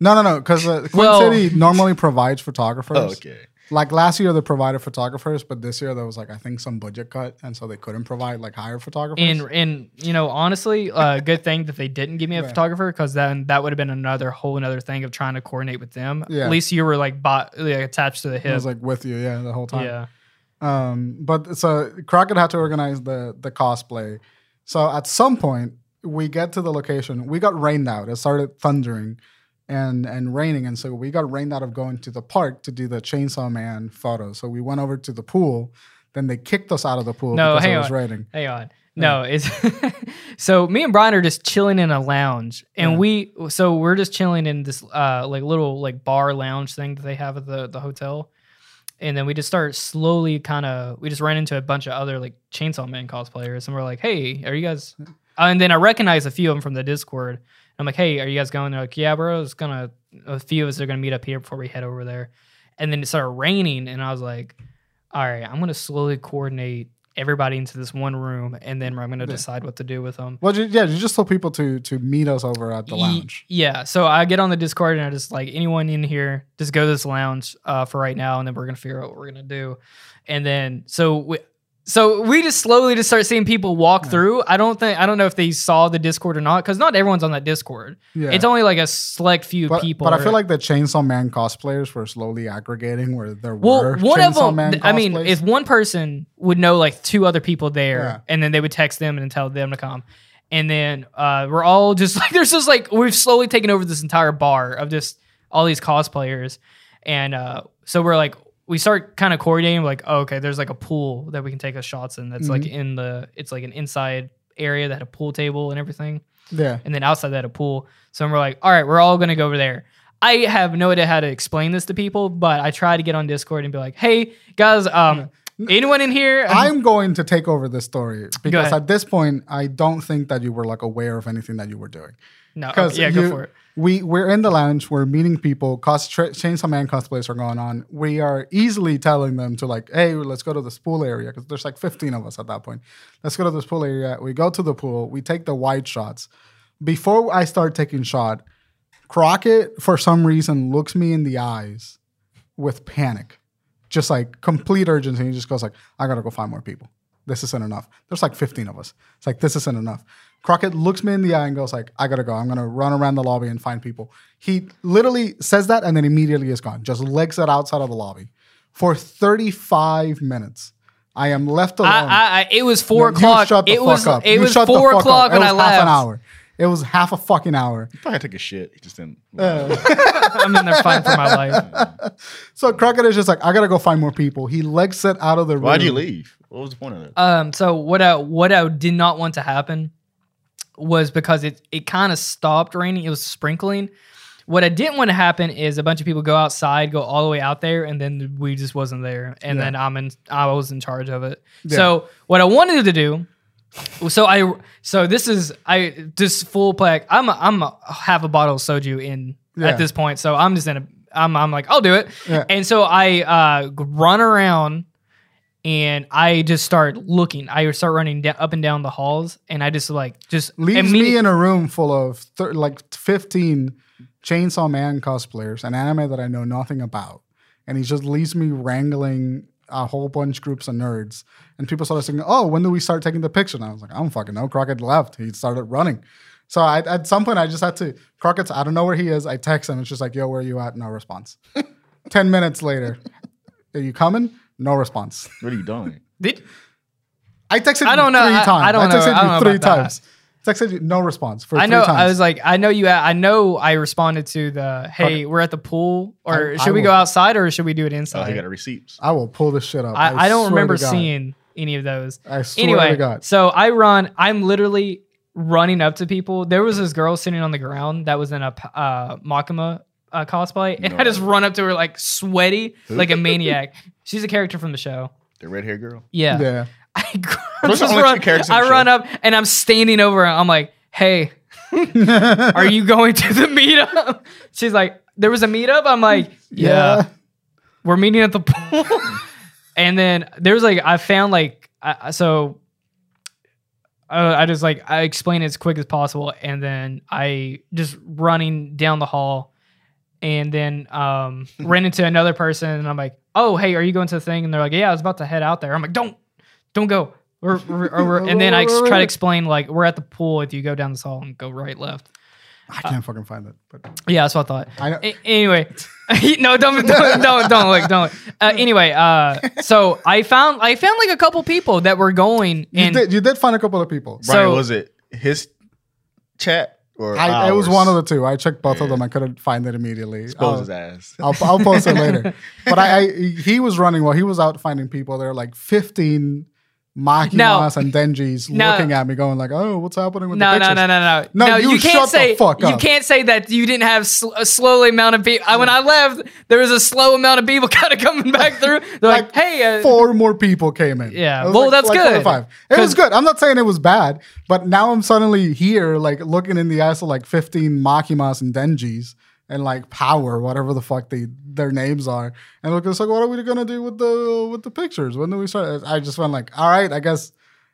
[SPEAKER 2] No, no, no. Because uh, Queen
[SPEAKER 1] Well-
[SPEAKER 2] City normally provides photographers.
[SPEAKER 3] Oh, okay.
[SPEAKER 2] Like last year, they provided photographers, but this year there was like I think some budget cut, and so they couldn't provide like hire photographers.
[SPEAKER 1] and and you know honestly, uh, good thing that they didn't give me a
[SPEAKER 2] Right.
[SPEAKER 1] photographer because then that would have been another whole another thing of trying to coordinate with them.
[SPEAKER 2] Yeah.
[SPEAKER 1] At least you were like, bot, like attached to the
[SPEAKER 2] I
[SPEAKER 1] hip.
[SPEAKER 2] was like with you, yeah, the whole time.
[SPEAKER 1] yeah,
[SPEAKER 2] Um, but so Crockett had to organize the the cosplay. So at some point we get to the location. We got rained out. It started thundering and and raining, and so we got rained out of going to the park to do the Chainsaw Man photo. So we went over to the pool. Then they kicked us out of the pool
[SPEAKER 1] No,
[SPEAKER 2] because
[SPEAKER 1] hang
[SPEAKER 2] it was
[SPEAKER 1] on.
[SPEAKER 2] raining.
[SPEAKER 1] hang on. No, it's so me and Brian are just chilling in a lounge, and
[SPEAKER 2] Yeah.
[SPEAKER 1] we so we're just chilling in this uh like little like bar lounge thing that they have at the the hotel, and then we just start slowly kind of we just ran into a bunch of other like Chainsaw Man cosplayers, and we're like, hey, are you guys? Uh, and then I recognize a few of them from the Discord. I'm like, hey, are you guys going? They're like, yeah, bro. It's gonna a few of us are gonna meet up here before we head over there, and then it started raining, and I was like, all right, I'm gonna slowly coordinate everybody into this one room, and then I'm gonna
[SPEAKER 2] Yeah.
[SPEAKER 1] decide what to do with them.
[SPEAKER 2] Well, ju- yeah, you just told people to to meet us over at the
[SPEAKER 1] Ye-
[SPEAKER 2] lounge.
[SPEAKER 1] yeah. So I get on the Discord and I just like anyone in here, just go to this lounge uh, for right now, and then we're gonna figure out what we're gonna do. And then so we, so we just slowly just start seeing people walk
[SPEAKER 2] Yeah.
[SPEAKER 1] through. I don't think I don't know if they saw the Discord or not, because not everyone's on that Discord.
[SPEAKER 2] Yeah.
[SPEAKER 1] It's only like a select few
[SPEAKER 2] but,
[SPEAKER 1] people.
[SPEAKER 2] but I
[SPEAKER 1] are-
[SPEAKER 2] feel like the Chainsaw Man cosplayers were slowly aggregating where there
[SPEAKER 1] well,
[SPEAKER 2] were
[SPEAKER 1] one
[SPEAKER 2] Chainsaw
[SPEAKER 1] of them.
[SPEAKER 2] Man
[SPEAKER 1] th- I mean,
[SPEAKER 2] cosplays.
[SPEAKER 1] if one person would know like two other people there,
[SPEAKER 2] Yeah.
[SPEAKER 1] and then they would text them and tell them to come, and then uh, we're all just like, there's just like we've slowly taken over this entire bar of just all these cosplayers, and uh, so we're like we start kind of coordinating like oh, okay, there's like a pool that we can take us shots in. That's like
[SPEAKER 2] Mm-hmm.
[SPEAKER 1] in the it's like an inside area that had a pool table and everything
[SPEAKER 2] yeah,
[SPEAKER 1] and then outside that a pool. So we're like, all right, we're all gonna go over there. I have no idea how to explain this to people, but I try to get on Discord and be like, hey guys, um,
[SPEAKER 2] Mm.
[SPEAKER 1] anyone in here? Um,
[SPEAKER 2] I'm going to take over this story because
[SPEAKER 1] ahead.
[SPEAKER 2] at this point, I don't think that you were like aware of anything that you were doing.
[SPEAKER 1] no, okay,
[SPEAKER 2] Because
[SPEAKER 1] Oh, yeah,
[SPEAKER 2] you-
[SPEAKER 1] go for it.
[SPEAKER 2] We we're in the lounge, we're meeting people. Cos tra- Chainsaw Man cosplays are going on. We are easily telling them to like, hey, let's go to this pool area because there's like 15 of us at that point. Let's go to this pool area. We go to the pool. We take the wide shots. Before I start taking shot, Crockett for some reason looks me in the eyes with panic, just like complete urgency. He just goes like, "I gotta go find more people. This isn't enough." There's like 15 of us. It's like this isn't enough. Crockett looks me in the eye and goes like, "I gotta go. I'm gonna run around the lobby and find people." He literally says that and then immediately is gone. Just legs it outside of the lobby for 35 minutes. I am left alone.
[SPEAKER 1] I, I, I, it was four
[SPEAKER 2] You
[SPEAKER 1] o'clock.
[SPEAKER 2] shut the
[SPEAKER 1] it
[SPEAKER 2] fuck
[SPEAKER 1] was
[SPEAKER 2] up.
[SPEAKER 1] it
[SPEAKER 2] You
[SPEAKER 1] was
[SPEAKER 2] shut the
[SPEAKER 1] four
[SPEAKER 2] fuck up.
[SPEAKER 1] o'clock when
[SPEAKER 2] it was
[SPEAKER 1] I
[SPEAKER 2] half
[SPEAKER 1] left.
[SPEAKER 2] an hour. It was half a fucking hour.
[SPEAKER 3] Probably had to take a shit. He just didn't.
[SPEAKER 2] Uh,
[SPEAKER 1] I'm in there fighting for my life.
[SPEAKER 2] So Crockett is just like, I gotta go find more people. He legs it out of the room.
[SPEAKER 3] Why'd you leave? What was the point of that?
[SPEAKER 1] Um, so what I what I did not want to happen was because it it kind of stopped raining. It was sprinkling. What I didn't want to happen is a bunch of people go outside, go all the way out there, and then we just wasn't there. And
[SPEAKER 2] Yeah.
[SPEAKER 1] then I'm in, I was in charge of it.
[SPEAKER 2] Yeah.
[SPEAKER 1] So what I wanted to do, so I, so this is I just full plaque. I'm a, I'm a, half a bottle of soju in
[SPEAKER 2] Yeah.
[SPEAKER 1] at this point, so I'm just in a I'm, I'm like, I'll do it.
[SPEAKER 2] Yeah.
[SPEAKER 1] And so I uh, g- run around and I just start looking. I start running da- up and down the halls and I just like, just
[SPEAKER 2] Leaves
[SPEAKER 1] immediate-
[SPEAKER 2] me in a room full of thir- like 15 Chainsaw Man cosplayers, an anime that I know nothing about. And he just leaves me wrangling a whole bunch groups of nerds. And people started saying, Oh, when do we start taking the picture? And I was like, I don't fucking know. Crockett left. He started running. So I, at some point, I just had to, Crockett's, I don't know where he is. I text him. It's just like, Yo, where you at? No response. 10 minutes later, Are you coming? No response.
[SPEAKER 3] What are you doing?
[SPEAKER 1] Did-
[SPEAKER 2] I texted
[SPEAKER 1] I don't
[SPEAKER 2] you
[SPEAKER 1] know.
[SPEAKER 2] three
[SPEAKER 1] I- I
[SPEAKER 2] times.
[SPEAKER 1] don't know.
[SPEAKER 2] texted
[SPEAKER 1] I
[SPEAKER 2] you
[SPEAKER 1] don't know
[SPEAKER 2] three
[SPEAKER 1] about that.
[SPEAKER 2] times. Texted you, no response for
[SPEAKER 1] I
[SPEAKER 2] three
[SPEAKER 1] know.
[SPEAKER 2] times.
[SPEAKER 1] I was like, I know you. I know. I responded to the, "Hey, we're at the pool, or
[SPEAKER 2] I-
[SPEAKER 1] should
[SPEAKER 2] I
[SPEAKER 1] we
[SPEAKER 2] will-
[SPEAKER 1] go outside, or should we do it
[SPEAKER 2] Uh,
[SPEAKER 3] Oh, he
[SPEAKER 1] inside?"
[SPEAKER 3] got a receipts.
[SPEAKER 2] I will pull this shit up.
[SPEAKER 1] I, I don't
[SPEAKER 2] swear
[SPEAKER 1] remember
[SPEAKER 2] to God.
[SPEAKER 1] seeing any of those.
[SPEAKER 2] I swear
[SPEAKER 1] Anyway,
[SPEAKER 2] to God.
[SPEAKER 1] so I run. I'm literally running up to people. There was this girl sitting on the ground that was in a p- uh, Makima uh, cosplay, and I
[SPEAKER 3] No.
[SPEAKER 1] just run up to her like sweaty,
[SPEAKER 3] Who?
[SPEAKER 1] like a maniac. She's a character from the show.
[SPEAKER 3] The red hair girl.
[SPEAKER 1] Yeah.
[SPEAKER 2] Yeah.
[SPEAKER 1] I,
[SPEAKER 3] Those are
[SPEAKER 1] just
[SPEAKER 3] only two
[SPEAKER 1] run,
[SPEAKER 3] characters in the
[SPEAKER 1] I
[SPEAKER 3] show.
[SPEAKER 1] run up and I'm standing over her. I'm like, hey, are you going to the meetup? She's like, there was a meetup. I'm like, yeah, we're meeting at the pool. and then there's like, I found like, I, I- so uh, I just like, I explain it as quick as possible. And then I just running down the hall and then um, ran into another person. And I'm like, oh, hey, are you going to the thing? And they're like, yeah, I was about to head out there. I'm like, don't, don't go. We're, we're, we're- and then I ex- try to explain like we're at the pool. If you go down this hall and go right, left.
[SPEAKER 2] I can't fucking find it. But
[SPEAKER 1] Yeah, that's what I thought.
[SPEAKER 2] I know.
[SPEAKER 1] A- anyway, no, don't, don't, don't, don't look, don't look. Uh, anyway, uh, so I found, I found like a couple people that were going,
[SPEAKER 2] you,
[SPEAKER 1] and
[SPEAKER 2] did, you did find a couple of people.
[SPEAKER 1] So-
[SPEAKER 3] Brian, was it his chat or
[SPEAKER 2] I, it was
[SPEAKER 3] ours?
[SPEAKER 2] one of the uh, two. I checked both of
[SPEAKER 3] Yeah.
[SPEAKER 2] them. I couldn't find it immediately.
[SPEAKER 3] Expose
[SPEAKER 2] I'll-
[SPEAKER 3] his ass.
[SPEAKER 2] I'll, I'll post it later. But I, I he was running while he was out finding people. There were like 15 Makimas
[SPEAKER 1] No.
[SPEAKER 2] and Denjis
[SPEAKER 1] No.
[SPEAKER 2] looking at me going like, oh, what's happening with
[SPEAKER 1] No,
[SPEAKER 2] the
[SPEAKER 1] no,
[SPEAKER 2] pictures?
[SPEAKER 1] no, no, no,
[SPEAKER 2] No,
[SPEAKER 1] No,
[SPEAKER 2] you
[SPEAKER 1] can't
[SPEAKER 2] shut the
[SPEAKER 1] say
[SPEAKER 2] fuck
[SPEAKER 1] you
[SPEAKER 2] up.
[SPEAKER 1] can't say that you didn't have sl- a slowly amount of people. When I left, there was a slow amount of people kind of coming back through. They're like,
[SPEAKER 2] Like,
[SPEAKER 1] "Hey, uh,
[SPEAKER 2] four more people came in.
[SPEAKER 1] Yeah,
[SPEAKER 2] It was
[SPEAKER 1] well, that's
[SPEAKER 2] four or
[SPEAKER 1] good.
[SPEAKER 2] Five. It
[SPEAKER 1] 'Cause-
[SPEAKER 2] was good. I'm not saying it was bad, but now I'm suddenly here, like looking in the eyes of like 15 Makimas and Denjis and like Power, whatever the fuck they their names are, and look, it's like, what are we gonna do with the with the pictures? When do we start? I just went like, all right, I guess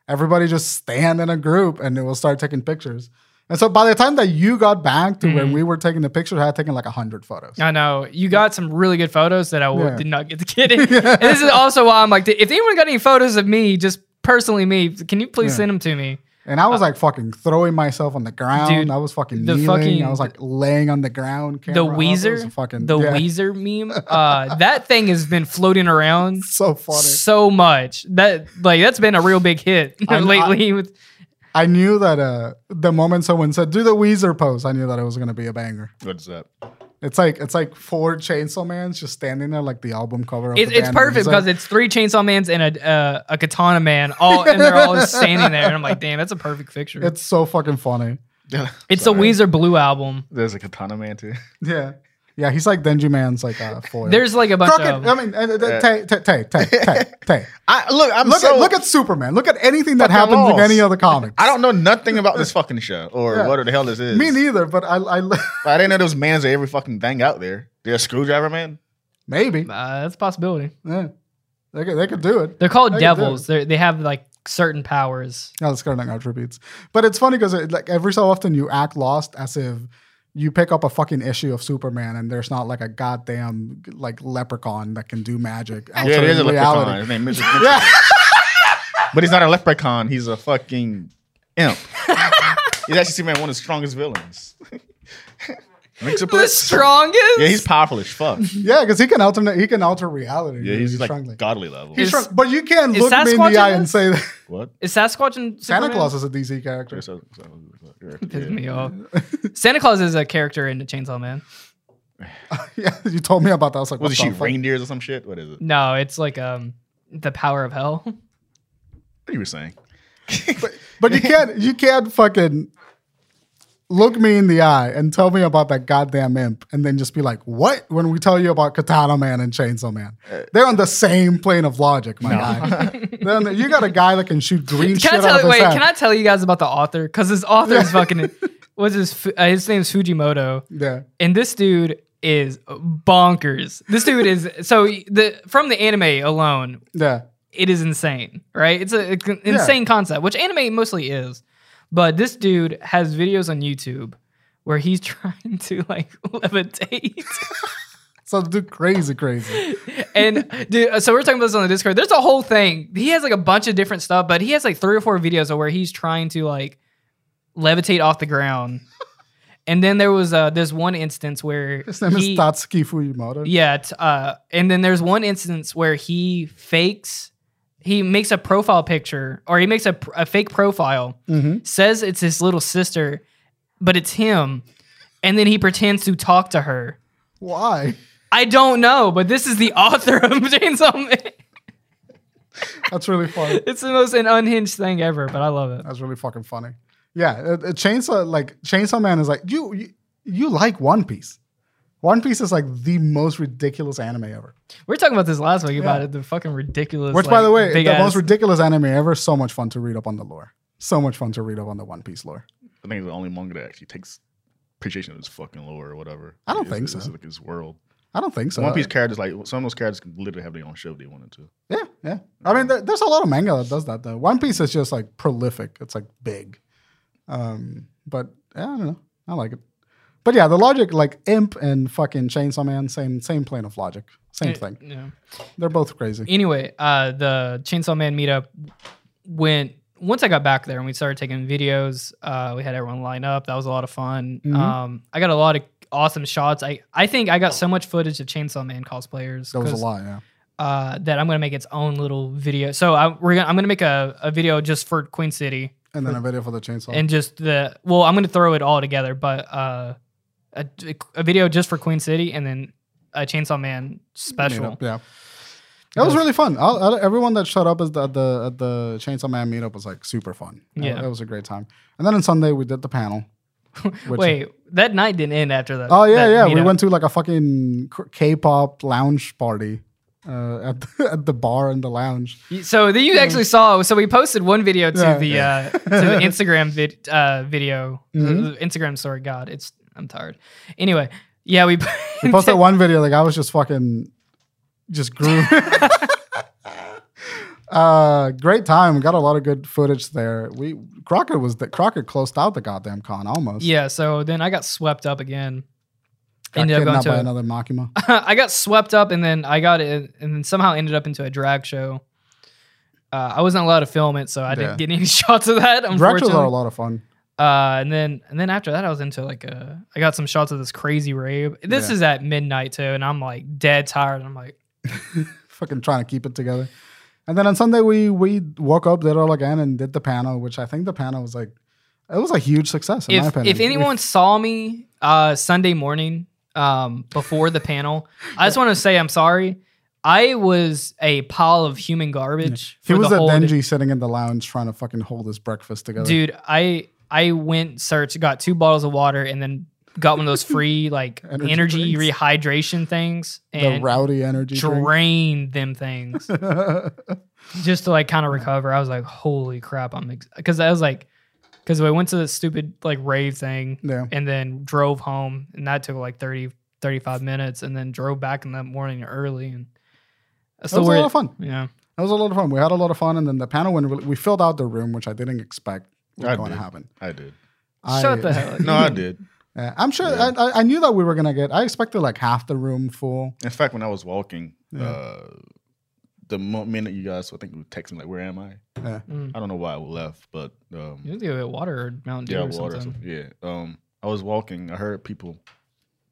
[SPEAKER 2] everybody just stand in a group and then we'll start taking pictures. And so by the time that you got back to
[SPEAKER 1] Mm.
[SPEAKER 2] when we were taking the pictures, I had taken like hundred photos.
[SPEAKER 1] I know you got some really good photos that I w-
[SPEAKER 2] Yeah.
[SPEAKER 1] did not get to get in." And this is also why I'm like, if anyone got any photos of me, just personally me, can you please
[SPEAKER 2] Yeah.
[SPEAKER 1] send them to me?
[SPEAKER 2] And I was like fucking throwing myself on the ground.
[SPEAKER 1] Uh, Dude,
[SPEAKER 2] I was fucking
[SPEAKER 1] the
[SPEAKER 2] kneeling.
[SPEAKER 1] fucking-
[SPEAKER 2] I was like laying on the ground. Camera
[SPEAKER 1] The
[SPEAKER 2] up. It was
[SPEAKER 1] Weezer,
[SPEAKER 2] fucking
[SPEAKER 1] the
[SPEAKER 2] yeah,
[SPEAKER 1] Weezer meme, uh, that thing has been floating around
[SPEAKER 2] So funny.
[SPEAKER 1] so much that like that's been a real big hit
[SPEAKER 2] I'm-
[SPEAKER 1] lately. with
[SPEAKER 2] I knew that uh, the moment someone said do the Weezer pose, I knew that it was gonna be a banger.
[SPEAKER 3] What's up?
[SPEAKER 2] It's like it's like four chainsaw mans just standing there like the album cover. Of
[SPEAKER 1] It's,
[SPEAKER 2] the
[SPEAKER 1] it's
[SPEAKER 2] band
[SPEAKER 1] perfect
[SPEAKER 2] Weezer.
[SPEAKER 1] because it's three chainsaw mans and a uh, a katana man all and they're all just standing there and I'm like, damn, that's a perfect picture. It's,
[SPEAKER 2] it's so fucking funny.
[SPEAKER 1] the Weezer Blue album.
[SPEAKER 3] There's a katana man too.
[SPEAKER 2] Yeah, yeah. He's like Denji Man's like uh, foil.
[SPEAKER 1] There's like a bunch
[SPEAKER 2] Crockett.
[SPEAKER 1] of
[SPEAKER 2] I mean, uh, uh, Tay, Tay, Tay, Tay, Tay, Tay.
[SPEAKER 3] I look. I'm
[SPEAKER 2] Look
[SPEAKER 3] so.
[SPEAKER 2] at look at Superman. Look at anything that
[SPEAKER 3] Fucking
[SPEAKER 2] happens in
[SPEAKER 3] lost.
[SPEAKER 2] any other comic.
[SPEAKER 3] I don't know nothing about this fucking show or
[SPEAKER 2] Yeah.
[SPEAKER 3] what the hell this is.
[SPEAKER 2] Me neither, but I, I
[SPEAKER 3] I didn't know those mans are every fucking thing out there. They're a screwdriver man.
[SPEAKER 2] maybe.
[SPEAKER 1] uh, that's a possibility.
[SPEAKER 2] Yeah. They could, they could do it.
[SPEAKER 1] They're called
[SPEAKER 2] I can do
[SPEAKER 1] devils. They they have like certain powers.
[SPEAKER 2] Now let's go to attributes. But it's funny because like every so often you act lost as if you pick up a fucking issue of Superman and there's not like a goddamn like leprechaun that can do magic.
[SPEAKER 3] yeah,
[SPEAKER 2] outside
[SPEAKER 3] there's a
[SPEAKER 2] of
[SPEAKER 3] leprechaun. His name is.
[SPEAKER 2] Yeah.
[SPEAKER 3] But he's not a leprechaun. He's a fucking imp. he's actually Superman, one of the strongest villains. Mix a
[SPEAKER 1] The
[SPEAKER 3] blitz.
[SPEAKER 1] strongest.
[SPEAKER 3] Yeah, he's powerful as fuck.
[SPEAKER 2] Yeah, because he can alternate he can alter reality.
[SPEAKER 3] Yeah, he's like
[SPEAKER 2] strongly.
[SPEAKER 3] godly level.
[SPEAKER 1] Is-
[SPEAKER 2] He's strong, but you can't
[SPEAKER 1] is
[SPEAKER 2] look me in
[SPEAKER 1] Sasquatch in
[SPEAKER 2] the eye and
[SPEAKER 1] this?
[SPEAKER 2] say that
[SPEAKER 3] What?
[SPEAKER 1] is Sasquatch and
[SPEAKER 2] Santa
[SPEAKER 1] Superman?
[SPEAKER 2] Claus is a DC character.
[SPEAKER 3] So- so-
[SPEAKER 1] Piss
[SPEAKER 3] yeah.
[SPEAKER 1] me off. Santa Claus is a character in the Chainsaw Man.
[SPEAKER 2] yeah, you told me about that. I was like,
[SPEAKER 3] Was
[SPEAKER 2] what
[SPEAKER 3] it she
[SPEAKER 2] the fuck?
[SPEAKER 3] reindeers or some shit? What is it?
[SPEAKER 1] No, it's like um the power of hell.
[SPEAKER 3] What you were saying?
[SPEAKER 2] But you can't you can't fucking look me in the eye and tell me about that goddamn imp and then just be like, what? When we tell you about Katana Man and Chainsaw Man. They're on the same plane of logic, my guy. They're on the- you got a guy that can shoot green shit
[SPEAKER 1] Can I
[SPEAKER 2] out of
[SPEAKER 1] tell?
[SPEAKER 2] his
[SPEAKER 1] Wait,
[SPEAKER 2] hand.
[SPEAKER 1] can I tell you guys about the author? Because this author is fucking. What's his? Fu- Uh, his name's Fujimoto.
[SPEAKER 2] yeah.
[SPEAKER 1] And this dude, is bonkers. This dude is so the from the anime alone,
[SPEAKER 2] Yeah.
[SPEAKER 1] it is insane, right? It's a it's an insane concept, which anime mostly is. But this dude has videos on YouTube where he's trying to like levitate.
[SPEAKER 2] So dude, crazy, crazy.
[SPEAKER 1] and dude, uh, so we're talking about this on the Discord. There's a whole thing. He has like a bunch of different stuff, but he has like three or four videos of where he's trying to like levitate off the ground. And then there was uh, this one instance where
[SPEAKER 2] His name
[SPEAKER 1] he-
[SPEAKER 2] is Tatsuki Fujimoto.
[SPEAKER 1] yeah, t- uh, and then there's one instance where he fakes, he makes a profile picture or he makes a, pr- a fake profile,
[SPEAKER 2] hmm
[SPEAKER 1] says it's his little sister, but it's him, and then he pretends to talk to her.
[SPEAKER 2] Why?
[SPEAKER 1] I don't know, but this is the author of Chainsaw Man.
[SPEAKER 2] That's really funny.
[SPEAKER 1] It's the most an unhinged thing ever, but I love it.
[SPEAKER 2] That's really fucking funny. Yeah, uh, uh, Chainsaw like Chainsaw Man is like you, you you like One Piece. One Piece is like the most ridiculous anime ever.
[SPEAKER 1] We are talking about this last week about
[SPEAKER 2] Yeah.
[SPEAKER 1] it, the fucking ridiculous.
[SPEAKER 2] Which, by
[SPEAKER 1] like,
[SPEAKER 2] the way,
[SPEAKER 1] big
[SPEAKER 2] the most
[SPEAKER 1] ass-
[SPEAKER 2] ridiculous anime ever. So much fun to read up on the lore. So much fun to read up on the One Piece lore.
[SPEAKER 3] I think it's the only manga that actually takes appreciation of his fucking lore or whatever.
[SPEAKER 2] I don't
[SPEAKER 3] It's-
[SPEAKER 2] think
[SPEAKER 3] it's
[SPEAKER 2] so.
[SPEAKER 3] like his world.
[SPEAKER 2] I don't think so.
[SPEAKER 3] One Piece characters, like some of those characters, can literally have their own show if they wanted to.
[SPEAKER 2] Yeah, yeah. I mean, there, there's a lot of manga that does that though. One Piece is just like prolific. It's like big. Um, but yeah, I don't know. I like it. But yeah, the logic like Imp and fucking Chainsaw Man, same same plane of logic, same thing.
[SPEAKER 1] Yeah.
[SPEAKER 2] They're both crazy.
[SPEAKER 1] anyway, uh, the Chainsaw Man meetup went once I got back there and we started taking videos. Uh, we had everyone line up. That was a lot of fun.
[SPEAKER 2] Mhm.
[SPEAKER 1] Um, I got a lot of awesome shots. I I think I got so much footage of Chainsaw Man cosplayers.
[SPEAKER 2] That was a
[SPEAKER 1] 'cause,
[SPEAKER 2] lot. Yeah.
[SPEAKER 1] Uh, that I'm gonna make its own little video. So I, we're gonna, I'm gonna make a, a video just for Queen City
[SPEAKER 2] And then a video for the chainsaw.
[SPEAKER 1] and just the well, I'm gonna throw it all together, but uh, a, a video just for Queen City and then a Chainsaw Man special.
[SPEAKER 2] Meetup, Yeah. That was really fun. I'll, I'll- everyone that showed up at the, at the at the Chainsaw Man meetup was like super fun.
[SPEAKER 1] Yeah.
[SPEAKER 2] it was a great time. And then on Sunday we did the panel. which-
[SPEAKER 1] Wait, that night didn't end after that.
[SPEAKER 2] Oh yeah,
[SPEAKER 1] that
[SPEAKER 2] yeah. We
[SPEAKER 1] meetup.
[SPEAKER 2] went to like a fucking k- K-pop lounge party uh, at the, at the bar in the lounge.
[SPEAKER 1] So that you actually saw. So we posted one video to
[SPEAKER 2] Yeah.
[SPEAKER 1] the uh, to the Instagram vid, uh, video, the-
[SPEAKER 2] Mhm.
[SPEAKER 1] the Instagram story. God, it's I'm tired. Anyway, yeah, we,
[SPEAKER 2] We posted one video. Like I was just fucking, just grew. uh, great time. Got a lot of good footage there. We Crockett was the Crockett closed out the goddamn con almost.
[SPEAKER 1] Yeah, so then I got swept up again.
[SPEAKER 2] Got
[SPEAKER 1] ended up going
[SPEAKER 2] kidnapped by
[SPEAKER 1] to.
[SPEAKER 2] another Makima.
[SPEAKER 1] I got swept up, and then I got it, and then somehow ended up into a drag show. Uh, I wasn't allowed to film it, so I didn't
[SPEAKER 2] Yeah.
[SPEAKER 1] get any shots of that.
[SPEAKER 2] Directors
[SPEAKER 1] Unfortunately,
[SPEAKER 2] are a lot of fun.
[SPEAKER 1] Uh, and then and then after that, I was into like a. I got some shots of this crazy rave. This
[SPEAKER 2] Yeah.
[SPEAKER 1] is at midnight too, and I'm like dead tired. And I'm like,
[SPEAKER 2] fucking trying to keep it together. And then on Sunday we we woke up, did it all again, and did the panel, which I think the panel was like it was a huge success in my
[SPEAKER 1] if
[SPEAKER 2] opinion.
[SPEAKER 1] if anyone saw me uh Sunday morning um before the panel, I just want to say I'm sorry. I was a pile of human garbage.
[SPEAKER 2] he
[SPEAKER 1] for
[SPEAKER 2] was
[SPEAKER 1] the
[SPEAKER 2] a
[SPEAKER 1] whole day.
[SPEAKER 2] Denji sitting in the lounge trying to fucking hold his breakfast together.
[SPEAKER 1] dude. I I went searched, got two bottles of water, and then got one of those free like
[SPEAKER 2] Energy
[SPEAKER 1] energy,
[SPEAKER 2] drinks.
[SPEAKER 1] rehydration things
[SPEAKER 2] the
[SPEAKER 1] and
[SPEAKER 2] rowdy energy. drink.
[SPEAKER 1] drained them things. just to like kind of recover. I was like, holy crap, I'm because I was like, because we went to the stupid like rave thing
[SPEAKER 2] yeah.
[SPEAKER 1] and then drove home, and that took like 30, 35 minutes, and then drove back in the morning early, and that's
[SPEAKER 2] That
[SPEAKER 1] the
[SPEAKER 2] was a lot
[SPEAKER 1] way.
[SPEAKER 2] of fun.
[SPEAKER 1] Yeah,
[SPEAKER 2] That was a lot of fun. We had a lot of fun, and then the panel went. really- We filled out the room, which I didn't expect
[SPEAKER 3] I
[SPEAKER 2] was going to
[SPEAKER 3] did.
[SPEAKER 2] happen.
[SPEAKER 3] I did.
[SPEAKER 1] shut
[SPEAKER 2] I-
[SPEAKER 1] the hell up.
[SPEAKER 3] No, I did.
[SPEAKER 2] Yeah, I'm sure.
[SPEAKER 3] Yeah.
[SPEAKER 2] I, I- I knew that we were gonna get. I expected like half the room full.
[SPEAKER 3] In fact, when I was walking,
[SPEAKER 2] Yeah.
[SPEAKER 3] uh, the mo- minute you guys, I think you were texting, like, where am I?
[SPEAKER 1] Mm.
[SPEAKER 3] I don't know why I left, but um,
[SPEAKER 1] You need to go get water or Mountain Dew
[SPEAKER 3] yeah,
[SPEAKER 1] or
[SPEAKER 3] water. or
[SPEAKER 1] something.
[SPEAKER 3] something. Yeah. Um, I was walking. I heard people.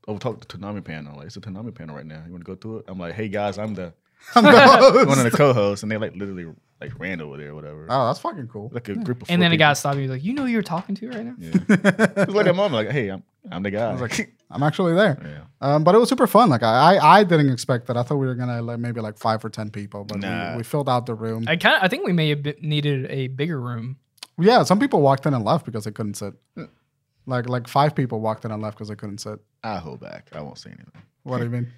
[SPEAKER 3] I was talking to Tanami panel. Like, it's a Tanami panel right now. You want to go through it? I'm like, hey guys, I'm the
[SPEAKER 2] I'm the host.
[SPEAKER 3] one of the co-hosts, and they like literally like ran over there, or whatever.
[SPEAKER 2] oh, that's fucking cool.
[SPEAKER 3] like a group of.
[SPEAKER 1] Uh, And
[SPEAKER 3] four
[SPEAKER 1] then a
[SPEAKER 3] people.
[SPEAKER 1] guy stopped me. He was like, "You know who you're talking to right now."
[SPEAKER 3] Yeah. It was like that moment, like, hey, I'm I'm the guy.
[SPEAKER 2] I was like, I'm actually there.
[SPEAKER 3] yeah.
[SPEAKER 2] Um, but it was super fun. Like I, I, I didn't expect that. I thought we were gonna like maybe like five or ten people, but
[SPEAKER 3] Nah.
[SPEAKER 2] we, we filled out the room.
[SPEAKER 1] I kind of I think we may have been- needed a bigger room.
[SPEAKER 2] yeah, some people walked in and left because they couldn't sit. Like like five people walked in and left because they couldn't sit.
[SPEAKER 3] I hold back. I won't say anything.
[SPEAKER 2] What do you mean?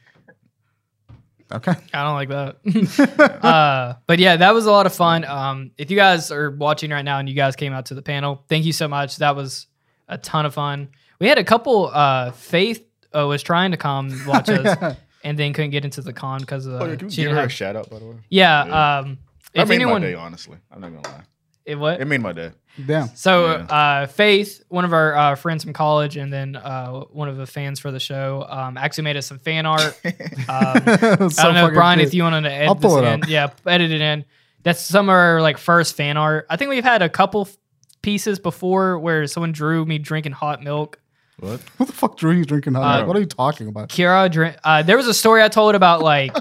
[SPEAKER 2] Okay.
[SPEAKER 1] I don't like that. uh, but yeah, that was a lot of fun. Um, if you guys are watching right now and you guys came out to the panel, thank you so much. That was a ton of fun. We had a couple uh, faith uh, was trying to come watch us and then couldn't get into the con because of
[SPEAKER 3] Oh, yeah,
[SPEAKER 1] uh,
[SPEAKER 3] can we
[SPEAKER 1] she
[SPEAKER 3] give
[SPEAKER 1] didn't
[SPEAKER 3] her a
[SPEAKER 1] have.
[SPEAKER 3] shout out by the way?
[SPEAKER 1] Yeah.
[SPEAKER 3] Yeah.
[SPEAKER 1] Um,
[SPEAKER 3] That
[SPEAKER 1] if
[SPEAKER 3] made
[SPEAKER 1] anyone,
[SPEAKER 3] my day, honestly. I'm not gonna lie.
[SPEAKER 1] it what?
[SPEAKER 3] It made my day.
[SPEAKER 2] Damn.
[SPEAKER 1] So
[SPEAKER 3] Yeah.
[SPEAKER 1] uh, Faith, one of our uh, friends from college, and then uh, one of the fans for the show, um, actually made us some fan art. Um, I don't know, Brian, if you wanted to edit
[SPEAKER 2] I'll pull
[SPEAKER 1] this
[SPEAKER 2] it
[SPEAKER 1] in,
[SPEAKER 2] up.
[SPEAKER 1] yeah, edit it in. That's some of our like first fan art. I think we've had a couple f- pieces before where someone drew me drinking hot milk.
[SPEAKER 3] what?
[SPEAKER 2] What the fuck drew you drinking hot
[SPEAKER 1] Uh,
[SPEAKER 2] milk? What are you talking about?
[SPEAKER 1] Kira, drink, uh, there was a story I told about like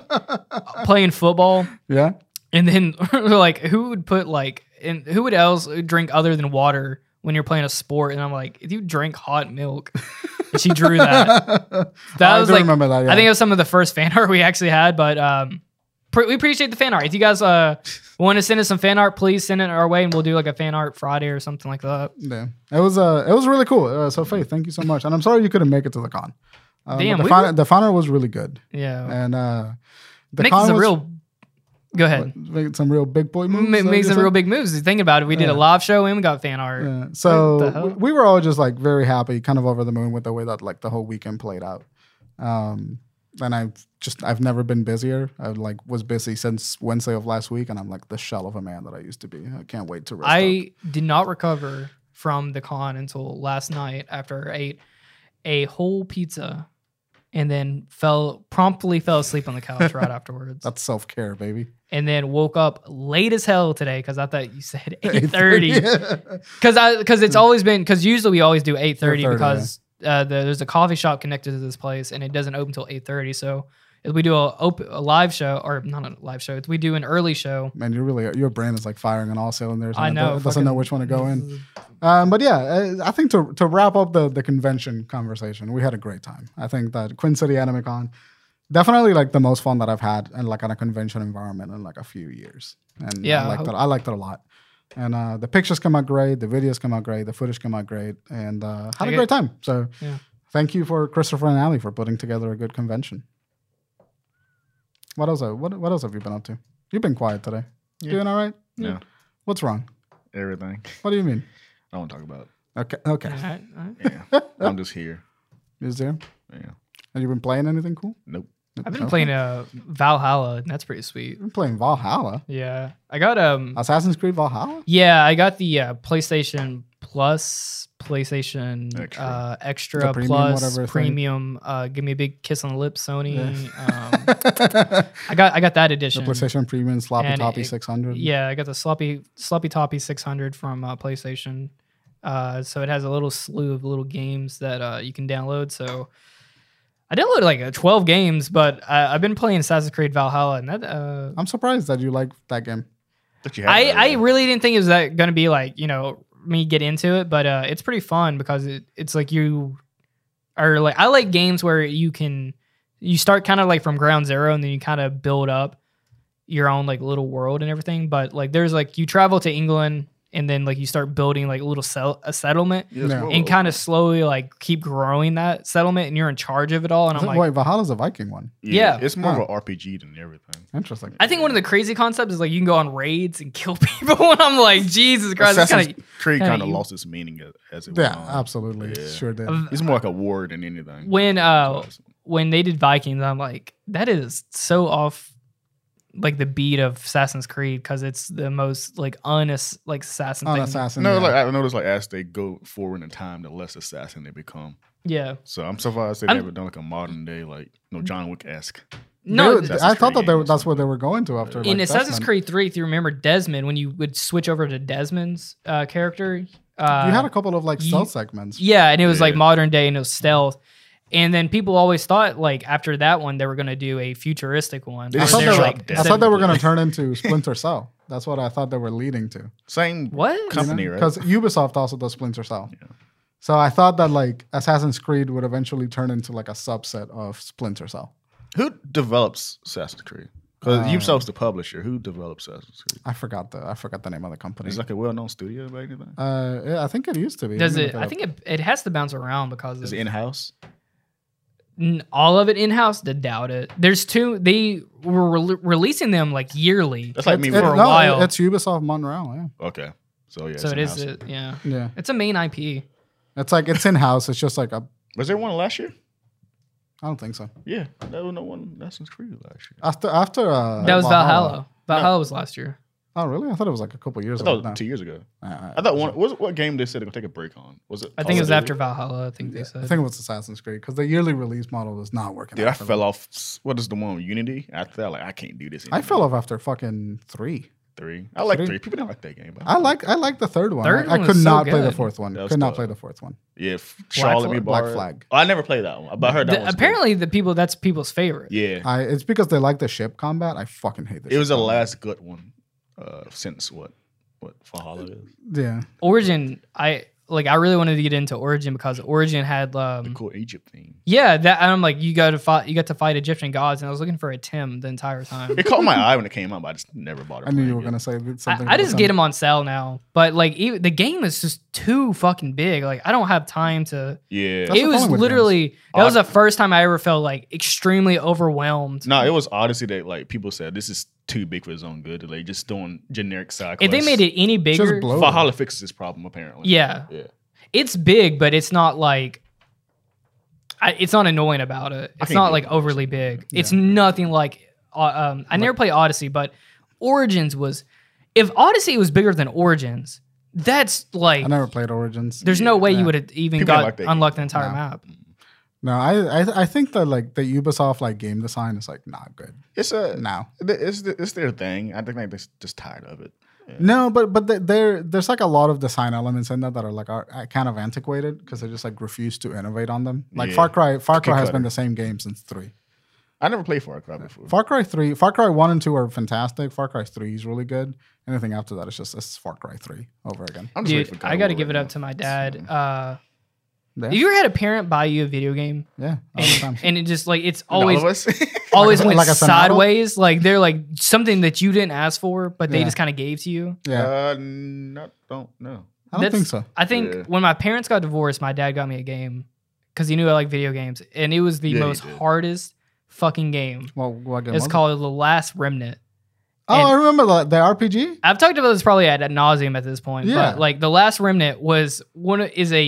[SPEAKER 1] playing football,
[SPEAKER 2] Yeah?
[SPEAKER 1] and then like who would put like and who would else drink other than water when you're playing a sport? And I'm like, if you drink hot milk, and she drew that. That
[SPEAKER 2] I
[SPEAKER 1] was
[SPEAKER 2] do
[SPEAKER 1] like,
[SPEAKER 2] remember that, yeah.
[SPEAKER 1] I think it was some of the first fan art we actually had, but um, pr- we appreciate the fan art. If you guys uh want to send us some fan art, please send it our way, and we'll do like a fan art Friday or something like that.
[SPEAKER 2] Yeah, it was uh, it was really cool. Uh, so Faith, thank you so much, and I'm sorry you couldn't make it to the con. Uh, but
[SPEAKER 1] Damn,
[SPEAKER 2] the,
[SPEAKER 1] we
[SPEAKER 2] final
[SPEAKER 1] were-
[SPEAKER 2] the final was really good,
[SPEAKER 1] Yeah,
[SPEAKER 2] and uh, the
[SPEAKER 1] Nick is a
[SPEAKER 2] was-
[SPEAKER 1] real. Go ahead.
[SPEAKER 2] what, making some real big boy moves.
[SPEAKER 1] Ma-
[SPEAKER 2] is that
[SPEAKER 1] Make
[SPEAKER 2] what
[SPEAKER 1] some
[SPEAKER 2] you
[SPEAKER 1] real big moves. Thinking about it, we did a
[SPEAKER 2] Yeah.
[SPEAKER 1] live show and we got fan art.
[SPEAKER 2] said? Yeah.
[SPEAKER 1] the
[SPEAKER 2] So
[SPEAKER 1] hell?
[SPEAKER 2] we, we were all just like very happy, kind of over the moon with the way that like the whole weekend played out. Um, and I just I've never been busier. I like was busy since Wednesday of last week, and I'm like the shell of a man that I used to be. I can't wait to rest. up.
[SPEAKER 1] I did not recover from the con until last night after I ate a whole pizza and then fell promptly fell asleep on the couch right afterwards.
[SPEAKER 2] that's self care, baby.
[SPEAKER 1] and then woke up late as hell today because I thought you said eight thirty.
[SPEAKER 2] 8:30.
[SPEAKER 1] Because I because it's always been because usually we always do eight thirty
[SPEAKER 2] 8:30,
[SPEAKER 1] because uh, the, there's a coffee shop connected to this place and it doesn't open till eight thirty. So if we do a open a live show or not a live show, if we do an early show.
[SPEAKER 2] Man, you really your brain is like firing on all cylinders. and
[SPEAKER 1] I
[SPEAKER 2] it
[SPEAKER 1] know.
[SPEAKER 2] do- doesn't know
[SPEAKER 1] fucking-
[SPEAKER 2] which one to go in. Um, but yeah, uh, I think to to wrap up the the convention conversation, we had a great time. I think that Queen City Anime Con definitely like the most fun that I've had in like on a convention environment in like a few years. And
[SPEAKER 1] Yeah,
[SPEAKER 2] I
[SPEAKER 1] I
[SPEAKER 2] liked
[SPEAKER 1] hope-
[SPEAKER 2] it. I liked it a lot. And uh, the pictures come out great, the videos come out great, the footage come out great, and uh, had a
[SPEAKER 1] Okay.
[SPEAKER 2] great time. So
[SPEAKER 1] Yeah.
[SPEAKER 2] thank you for Christopher and Ali for putting together a good convention. What else? uh, What what else have you been up to? You've been quiet today. You
[SPEAKER 3] Yeah.
[SPEAKER 2] Doing all right?
[SPEAKER 3] Yeah.
[SPEAKER 2] What's wrong?
[SPEAKER 3] Everything.
[SPEAKER 2] What do you mean?
[SPEAKER 3] I don't talk about.
[SPEAKER 2] Okay, okay.
[SPEAKER 1] All right, all right.
[SPEAKER 3] It. Yeah. I'm just here.
[SPEAKER 2] Is there?
[SPEAKER 3] Yeah.
[SPEAKER 2] Have you been playing anything cool?
[SPEAKER 3] Nope.
[SPEAKER 1] I've been
[SPEAKER 2] Okay.
[SPEAKER 1] playing uh, Valhalla, and that's pretty sweet.
[SPEAKER 2] You've been playing Valhalla,
[SPEAKER 1] Yeah, I got um.
[SPEAKER 2] Assassin's Creed Valhalla.
[SPEAKER 1] Yeah, I got the uh, PlayStation Plus, PlayStation
[SPEAKER 3] Extra.
[SPEAKER 1] Extra, uh, extra
[SPEAKER 2] The premium
[SPEAKER 1] Plus,
[SPEAKER 2] whatever thing.
[SPEAKER 1] Premium. Uh, give me a big kiss on the lips, Sony. Um,
[SPEAKER 2] the
[SPEAKER 1] I got I got that edition.
[SPEAKER 2] PlayStation Premium Sloppy
[SPEAKER 1] And
[SPEAKER 2] Toppy
[SPEAKER 1] it-
[SPEAKER 2] 600.
[SPEAKER 1] Yeah, I got the sloppy sloppy toppy 600 from uh, PlayStation. Uh, so it has a little slew of little games that uh, you can download. So I downloaded like uh, 12 games, but I, I've been playing Assassin's Creed Valhalla, and that uh,
[SPEAKER 2] I'm surprised that you like that game.
[SPEAKER 3] But you
[SPEAKER 1] I,
[SPEAKER 3] have
[SPEAKER 1] I
[SPEAKER 3] everything.
[SPEAKER 1] really didn't think it was that gonna be like you know me get into it, but uh, it's pretty fun because it, it's like you are like I like games where you can you start kind of like from ground zero and then you kind of build up your own like little world and everything. But like there's like you travel to England and then like you start building like a little sell a settlement
[SPEAKER 3] Yeah, it's
[SPEAKER 2] No.
[SPEAKER 3] cool.
[SPEAKER 1] and kind of slowly like keep growing that settlement and you're in charge of it all. And
[SPEAKER 2] Is
[SPEAKER 1] I'm
[SPEAKER 2] it-
[SPEAKER 1] like,
[SPEAKER 2] Wait, Valhalla's a Viking one.
[SPEAKER 1] yeah.
[SPEAKER 3] It's more
[SPEAKER 2] Huh.
[SPEAKER 3] of an RPG than everything.
[SPEAKER 2] Interesting.
[SPEAKER 1] I think one of the crazy concepts is like you can go on raids and kill people, and I'm like, Jesus Christ, that's
[SPEAKER 3] Assassin's
[SPEAKER 1] kind of
[SPEAKER 3] Creed
[SPEAKER 1] kinda
[SPEAKER 3] kind of
[SPEAKER 1] you-
[SPEAKER 3] lost its meaning as, as it
[SPEAKER 2] yeah,
[SPEAKER 3] went on.
[SPEAKER 2] absolutely.
[SPEAKER 3] Yeah.
[SPEAKER 2] Sure did.
[SPEAKER 1] Of-
[SPEAKER 3] It's more like a war than anything.
[SPEAKER 1] when uh
[SPEAKER 3] So
[SPEAKER 1] when they did Vikings, I'm like, that is so off like the beat of Assassin's Creed because it's the most like unass like assassin
[SPEAKER 2] On
[SPEAKER 1] thing.
[SPEAKER 3] it's-
[SPEAKER 2] Assassin.
[SPEAKER 3] no,
[SPEAKER 2] yeah.
[SPEAKER 3] like I noticed, like as they go forward in time, the less assassin they become.
[SPEAKER 1] Yeah.
[SPEAKER 3] So I'm so far as they
[SPEAKER 1] I'm-
[SPEAKER 3] never done like a modern day, like no John Wick esque.
[SPEAKER 1] No,
[SPEAKER 2] Dude,
[SPEAKER 1] th-
[SPEAKER 2] I
[SPEAKER 3] Assassin's
[SPEAKER 2] thought that
[SPEAKER 3] Creed
[SPEAKER 2] they,
[SPEAKER 3] game or
[SPEAKER 2] that's what they
[SPEAKER 3] something.
[SPEAKER 2] were going to after.
[SPEAKER 1] in
[SPEAKER 2] like,
[SPEAKER 1] Assassin's
[SPEAKER 2] Desmond.
[SPEAKER 1] Creed 3, if you remember Desmond, when you would switch over to Desmond's uh, character, uh,
[SPEAKER 2] you had a couple of like
[SPEAKER 1] you-
[SPEAKER 2] stealth segments.
[SPEAKER 1] yeah, and it was like
[SPEAKER 3] Yeah.
[SPEAKER 1] modern day and it was stealth. And then people always thought like after that one they were gonna do a futuristic one.
[SPEAKER 3] They
[SPEAKER 1] where
[SPEAKER 2] I
[SPEAKER 3] just
[SPEAKER 2] thought,
[SPEAKER 1] they're,
[SPEAKER 2] they were,
[SPEAKER 3] dropped
[SPEAKER 1] like,
[SPEAKER 2] I thought
[SPEAKER 1] said-
[SPEAKER 2] they were
[SPEAKER 3] Desmond.
[SPEAKER 2] going to turn into Splinter Cell. That's what I thought they were leading to.
[SPEAKER 3] Same
[SPEAKER 1] what?
[SPEAKER 3] company, right?
[SPEAKER 2] Because Ubisoft also does Splinter Cell.
[SPEAKER 3] Yeah.
[SPEAKER 2] So I thought that like Assassin's Creed would eventually turn into like a subset of Splinter Cell.
[SPEAKER 3] Who develops Assassin's Creed? Because
[SPEAKER 2] Uh,
[SPEAKER 3] Ubisoft's the publisher. Who develops Assassin's Creed?
[SPEAKER 2] I forgot the I forgot the name of the company.
[SPEAKER 3] Is it like a well known studio or anything?
[SPEAKER 2] uh, yeah, I think it used to be.
[SPEAKER 1] Does
[SPEAKER 2] Let me
[SPEAKER 1] it?
[SPEAKER 2] look
[SPEAKER 1] I
[SPEAKER 2] up.
[SPEAKER 1] think it, it has to bounce around because
[SPEAKER 3] Is
[SPEAKER 1] of,
[SPEAKER 3] it in house?
[SPEAKER 1] n- all of it in house. To doubt it. There's two. They were rel releasing them like yearly,
[SPEAKER 3] That's like me.
[SPEAKER 2] It's-
[SPEAKER 1] for
[SPEAKER 2] it-
[SPEAKER 1] a
[SPEAKER 2] no,
[SPEAKER 1] while.
[SPEAKER 2] It's Ubisoft Montreal.
[SPEAKER 3] okay. So yeah.
[SPEAKER 1] so
[SPEAKER 3] it's
[SPEAKER 1] it is.
[SPEAKER 3] in-house.
[SPEAKER 1] It, yeah,
[SPEAKER 2] Yeah, yeah.
[SPEAKER 1] it's a main IP.
[SPEAKER 2] It's like it's in house. It's just like a
[SPEAKER 3] Was there one last year?
[SPEAKER 2] I don't think so.
[SPEAKER 3] Yeah, that was no one. Assassin's Creed last year.
[SPEAKER 2] After after uh,
[SPEAKER 1] That was Valhalla. Valhalla was last year.
[SPEAKER 2] Oh really? I thought it was like a couple years
[SPEAKER 3] I
[SPEAKER 2] ago.
[SPEAKER 3] thought it was two years ago.
[SPEAKER 2] No. All right, all right.
[SPEAKER 3] I thought one. What, what game they said they could take a break on? Was it?
[SPEAKER 1] I think it was
[SPEAKER 3] Call of
[SPEAKER 1] after
[SPEAKER 3] Duty?
[SPEAKER 1] Valhalla. I think they said.
[SPEAKER 2] I think it was Assassin's Creed because the yearly release model is not working.
[SPEAKER 3] Dude,
[SPEAKER 2] out
[SPEAKER 3] I
[SPEAKER 2] for
[SPEAKER 3] fell
[SPEAKER 2] them.
[SPEAKER 3] off. What is the one with Unity? After that, like I can't do this.
[SPEAKER 2] I
[SPEAKER 3] anymore.
[SPEAKER 2] fell off after fucking three.
[SPEAKER 3] three. I like
[SPEAKER 2] Three.
[SPEAKER 3] three. People didn't like that game. But
[SPEAKER 2] I like I like the third one.
[SPEAKER 1] Third
[SPEAKER 2] I- I,
[SPEAKER 1] one was
[SPEAKER 2] could
[SPEAKER 1] so
[SPEAKER 2] not play the
[SPEAKER 1] good.
[SPEAKER 2] fourth one.
[SPEAKER 3] That was
[SPEAKER 2] Could not
[SPEAKER 3] tough.
[SPEAKER 2] play the fourth one.
[SPEAKER 3] Yeah, f- Charlotte
[SPEAKER 1] Flag?
[SPEAKER 3] me
[SPEAKER 2] Black
[SPEAKER 3] borrowed-
[SPEAKER 2] Flag.
[SPEAKER 3] I never played that one, but I heard that.
[SPEAKER 1] The-
[SPEAKER 3] one was good.
[SPEAKER 1] apparently, the people that's people's favorite.
[SPEAKER 3] yeah,
[SPEAKER 2] I it's because they like the ship combat. I fucking hate this.
[SPEAKER 3] it was the last good one uh, since what what Valhalla is.
[SPEAKER 1] Mm-hmm.
[SPEAKER 2] Yeah.
[SPEAKER 1] Origin, I like. I really wanted to get into Origin because Origin had
[SPEAKER 3] The
[SPEAKER 1] um,
[SPEAKER 3] cool Egypt thing.
[SPEAKER 1] yeah. That and I'm like, you got to fight. You got to fight Egyptian gods, and I was looking for a Tim the entire time.
[SPEAKER 3] It caught my eye when it came out, but I just never bought it.
[SPEAKER 2] I knew you were gonna say something.
[SPEAKER 1] I, I
[SPEAKER 2] about
[SPEAKER 1] just
[SPEAKER 2] them.
[SPEAKER 1] get them on sale now, but like even, the game is just too fucking big. Like I don't have time to.
[SPEAKER 3] Yeah.
[SPEAKER 2] That's
[SPEAKER 1] it
[SPEAKER 2] the
[SPEAKER 1] was
[SPEAKER 2] problem with
[SPEAKER 1] literally that
[SPEAKER 3] I-
[SPEAKER 1] was the first time I ever felt like extremely overwhelmed.
[SPEAKER 3] No, it was Odyssey that like people said this is too big for its own good. Like just doing generic side
[SPEAKER 1] if they
[SPEAKER 3] quests.
[SPEAKER 1] made it any bigger,
[SPEAKER 2] blow-
[SPEAKER 3] Valhalla fixes this problem apparently.
[SPEAKER 1] yeah,
[SPEAKER 3] Yeah.
[SPEAKER 1] it's big, but it's not like. I, it's not annoying about it. It's
[SPEAKER 3] can't
[SPEAKER 1] not
[SPEAKER 3] do
[SPEAKER 1] like
[SPEAKER 3] it.
[SPEAKER 1] overly big. It's nothing like. uh, Um, I never played Odyssey, but Origins was. If Odyssey was bigger than Origins, that's like.
[SPEAKER 2] I never played Origins.
[SPEAKER 1] There's no way
[SPEAKER 2] Yeah.
[SPEAKER 1] you would have even
[SPEAKER 3] People
[SPEAKER 1] got
[SPEAKER 3] like that game.
[SPEAKER 1] unlocked the entire
[SPEAKER 2] No.
[SPEAKER 1] map.
[SPEAKER 2] No, I I, I think that like the Ubisoft like game design is like not good
[SPEAKER 3] It's a
[SPEAKER 2] now.
[SPEAKER 3] it's it's their thing. I think like they're just tired of it.
[SPEAKER 2] No, but but th- there there's like a lot of design elements in that that are like are, are kind of antiquated because they just like refuse to innovate on them. Like
[SPEAKER 3] Yeah.
[SPEAKER 2] Far Cry, Far Cry has been
[SPEAKER 3] cutter.
[SPEAKER 2] the same game since three.
[SPEAKER 3] I never played Far Cry before.
[SPEAKER 2] Far Cry three, Far Cry one and two are fantastic. Far Cry three is really good. Anything after that is just it's Far Cry three over again.
[SPEAKER 3] I'm just waiting
[SPEAKER 1] Dude,
[SPEAKER 3] for God
[SPEAKER 1] I
[SPEAKER 3] of
[SPEAKER 1] got to
[SPEAKER 3] War
[SPEAKER 1] give it
[SPEAKER 3] right
[SPEAKER 1] up to my dad. Uh,
[SPEAKER 2] Yeah,
[SPEAKER 1] Have you ever had a parent buy you a video game?
[SPEAKER 2] yeah, all the time.
[SPEAKER 1] And, and it just like it's
[SPEAKER 3] now.
[SPEAKER 1] always
[SPEAKER 3] All of us.
[SPEAKER 1] always
[SPEAKER 2] Like a-
[SPEAKER 1] went
[SPEAKER 2] like a Sonata?
[SPEAKER 1] sideways. Like they're like something that you didn't ask for, but they
[SPEAKER 2] Yeah.
[SPEAKER 1] just kind of gave to you.
[SPEAKER 2] yeah,
[SPEAKER 3] uh, not, don't know.
[SPEAKER 2] I don't
[SPEAKER 1] that's-
[SPEAKER 2] think so.
[SPEAKER 1] I think
[SPEAKER 3] Yeah.
[SPEAKER 1] when my parents got divorced, my dad got me a game because he knew I like video games, and it was the
[SPEAKER 3] Yeah, he
[SPEAKER 1] most
[SPEAKER 3] did.
[SPEAKER 1] hardest fucking game.
[SPEAKER 2] Well, what game
[SPEAKER 1] It's
[SPEAKER 2] was it?
[SPEAKER 1] called The Last Remnant.
[SPEAKER 2] Oh, I
[SPEAKER 1] and-
[SPEAKER 2] remember the, the RPG.
[SPEAKER 1] I've talked about this probably at ad nauseum at this point,
[SPEAKER 2] Yeah.
[SPEAKER 1] but like the Last Remnant was one of- is a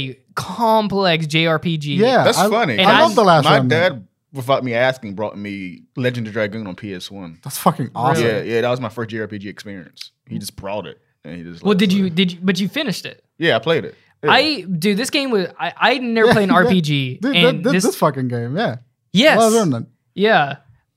[SPEAKER 1] complex JRPG.
[SPEAKER 2] Yeah,
[SPEAKER 3] That's
[SPEAKER 2] I-
[SPEAKER 3] funny.
[SPEAKER 1] And I love I-
[SPEAKER 2] the last
[SPEAKER 3] My
[SPEAKER 2] Remnant.
[SPEAKER 3] dad, without me asking, brought me Legend of Dragoon on PS One.
[SPEAKER 2] That's fucking awesome.
[SPEAKER 3] Yeah, yeah, that was my first JRPG experience. He just brought it, and he just.
[SPEAKER 1] Well,
[SPEAKER 3] let
[SPEAKER 1] did
[SPEAKER 3] us
[SPEAKER 1] you
[SPEAKER 3] play.
[SPEAKER 1] did you, but you finished it?
[SPEAKER 3] Yeah, I played it. Yeah.
[SPEAKER 1] I dude, this game was I I never
[SPEAKER 2] Yeah,
[SPEAKER 1] played an
[SPEAKER 2] yeah.
[SPEAKER 1] RPG
[SPEAKER 2] Dude, th-
[SPEAKER 1] and
[SPEAKER 2] th- this,
[SPEAKER 1] this,
[SPEAKER 2] fucking game, yeah.
[SPEAKER 1] yes
[SPEAKER 2] Last Remnant.
[SPEAKER 1] yeah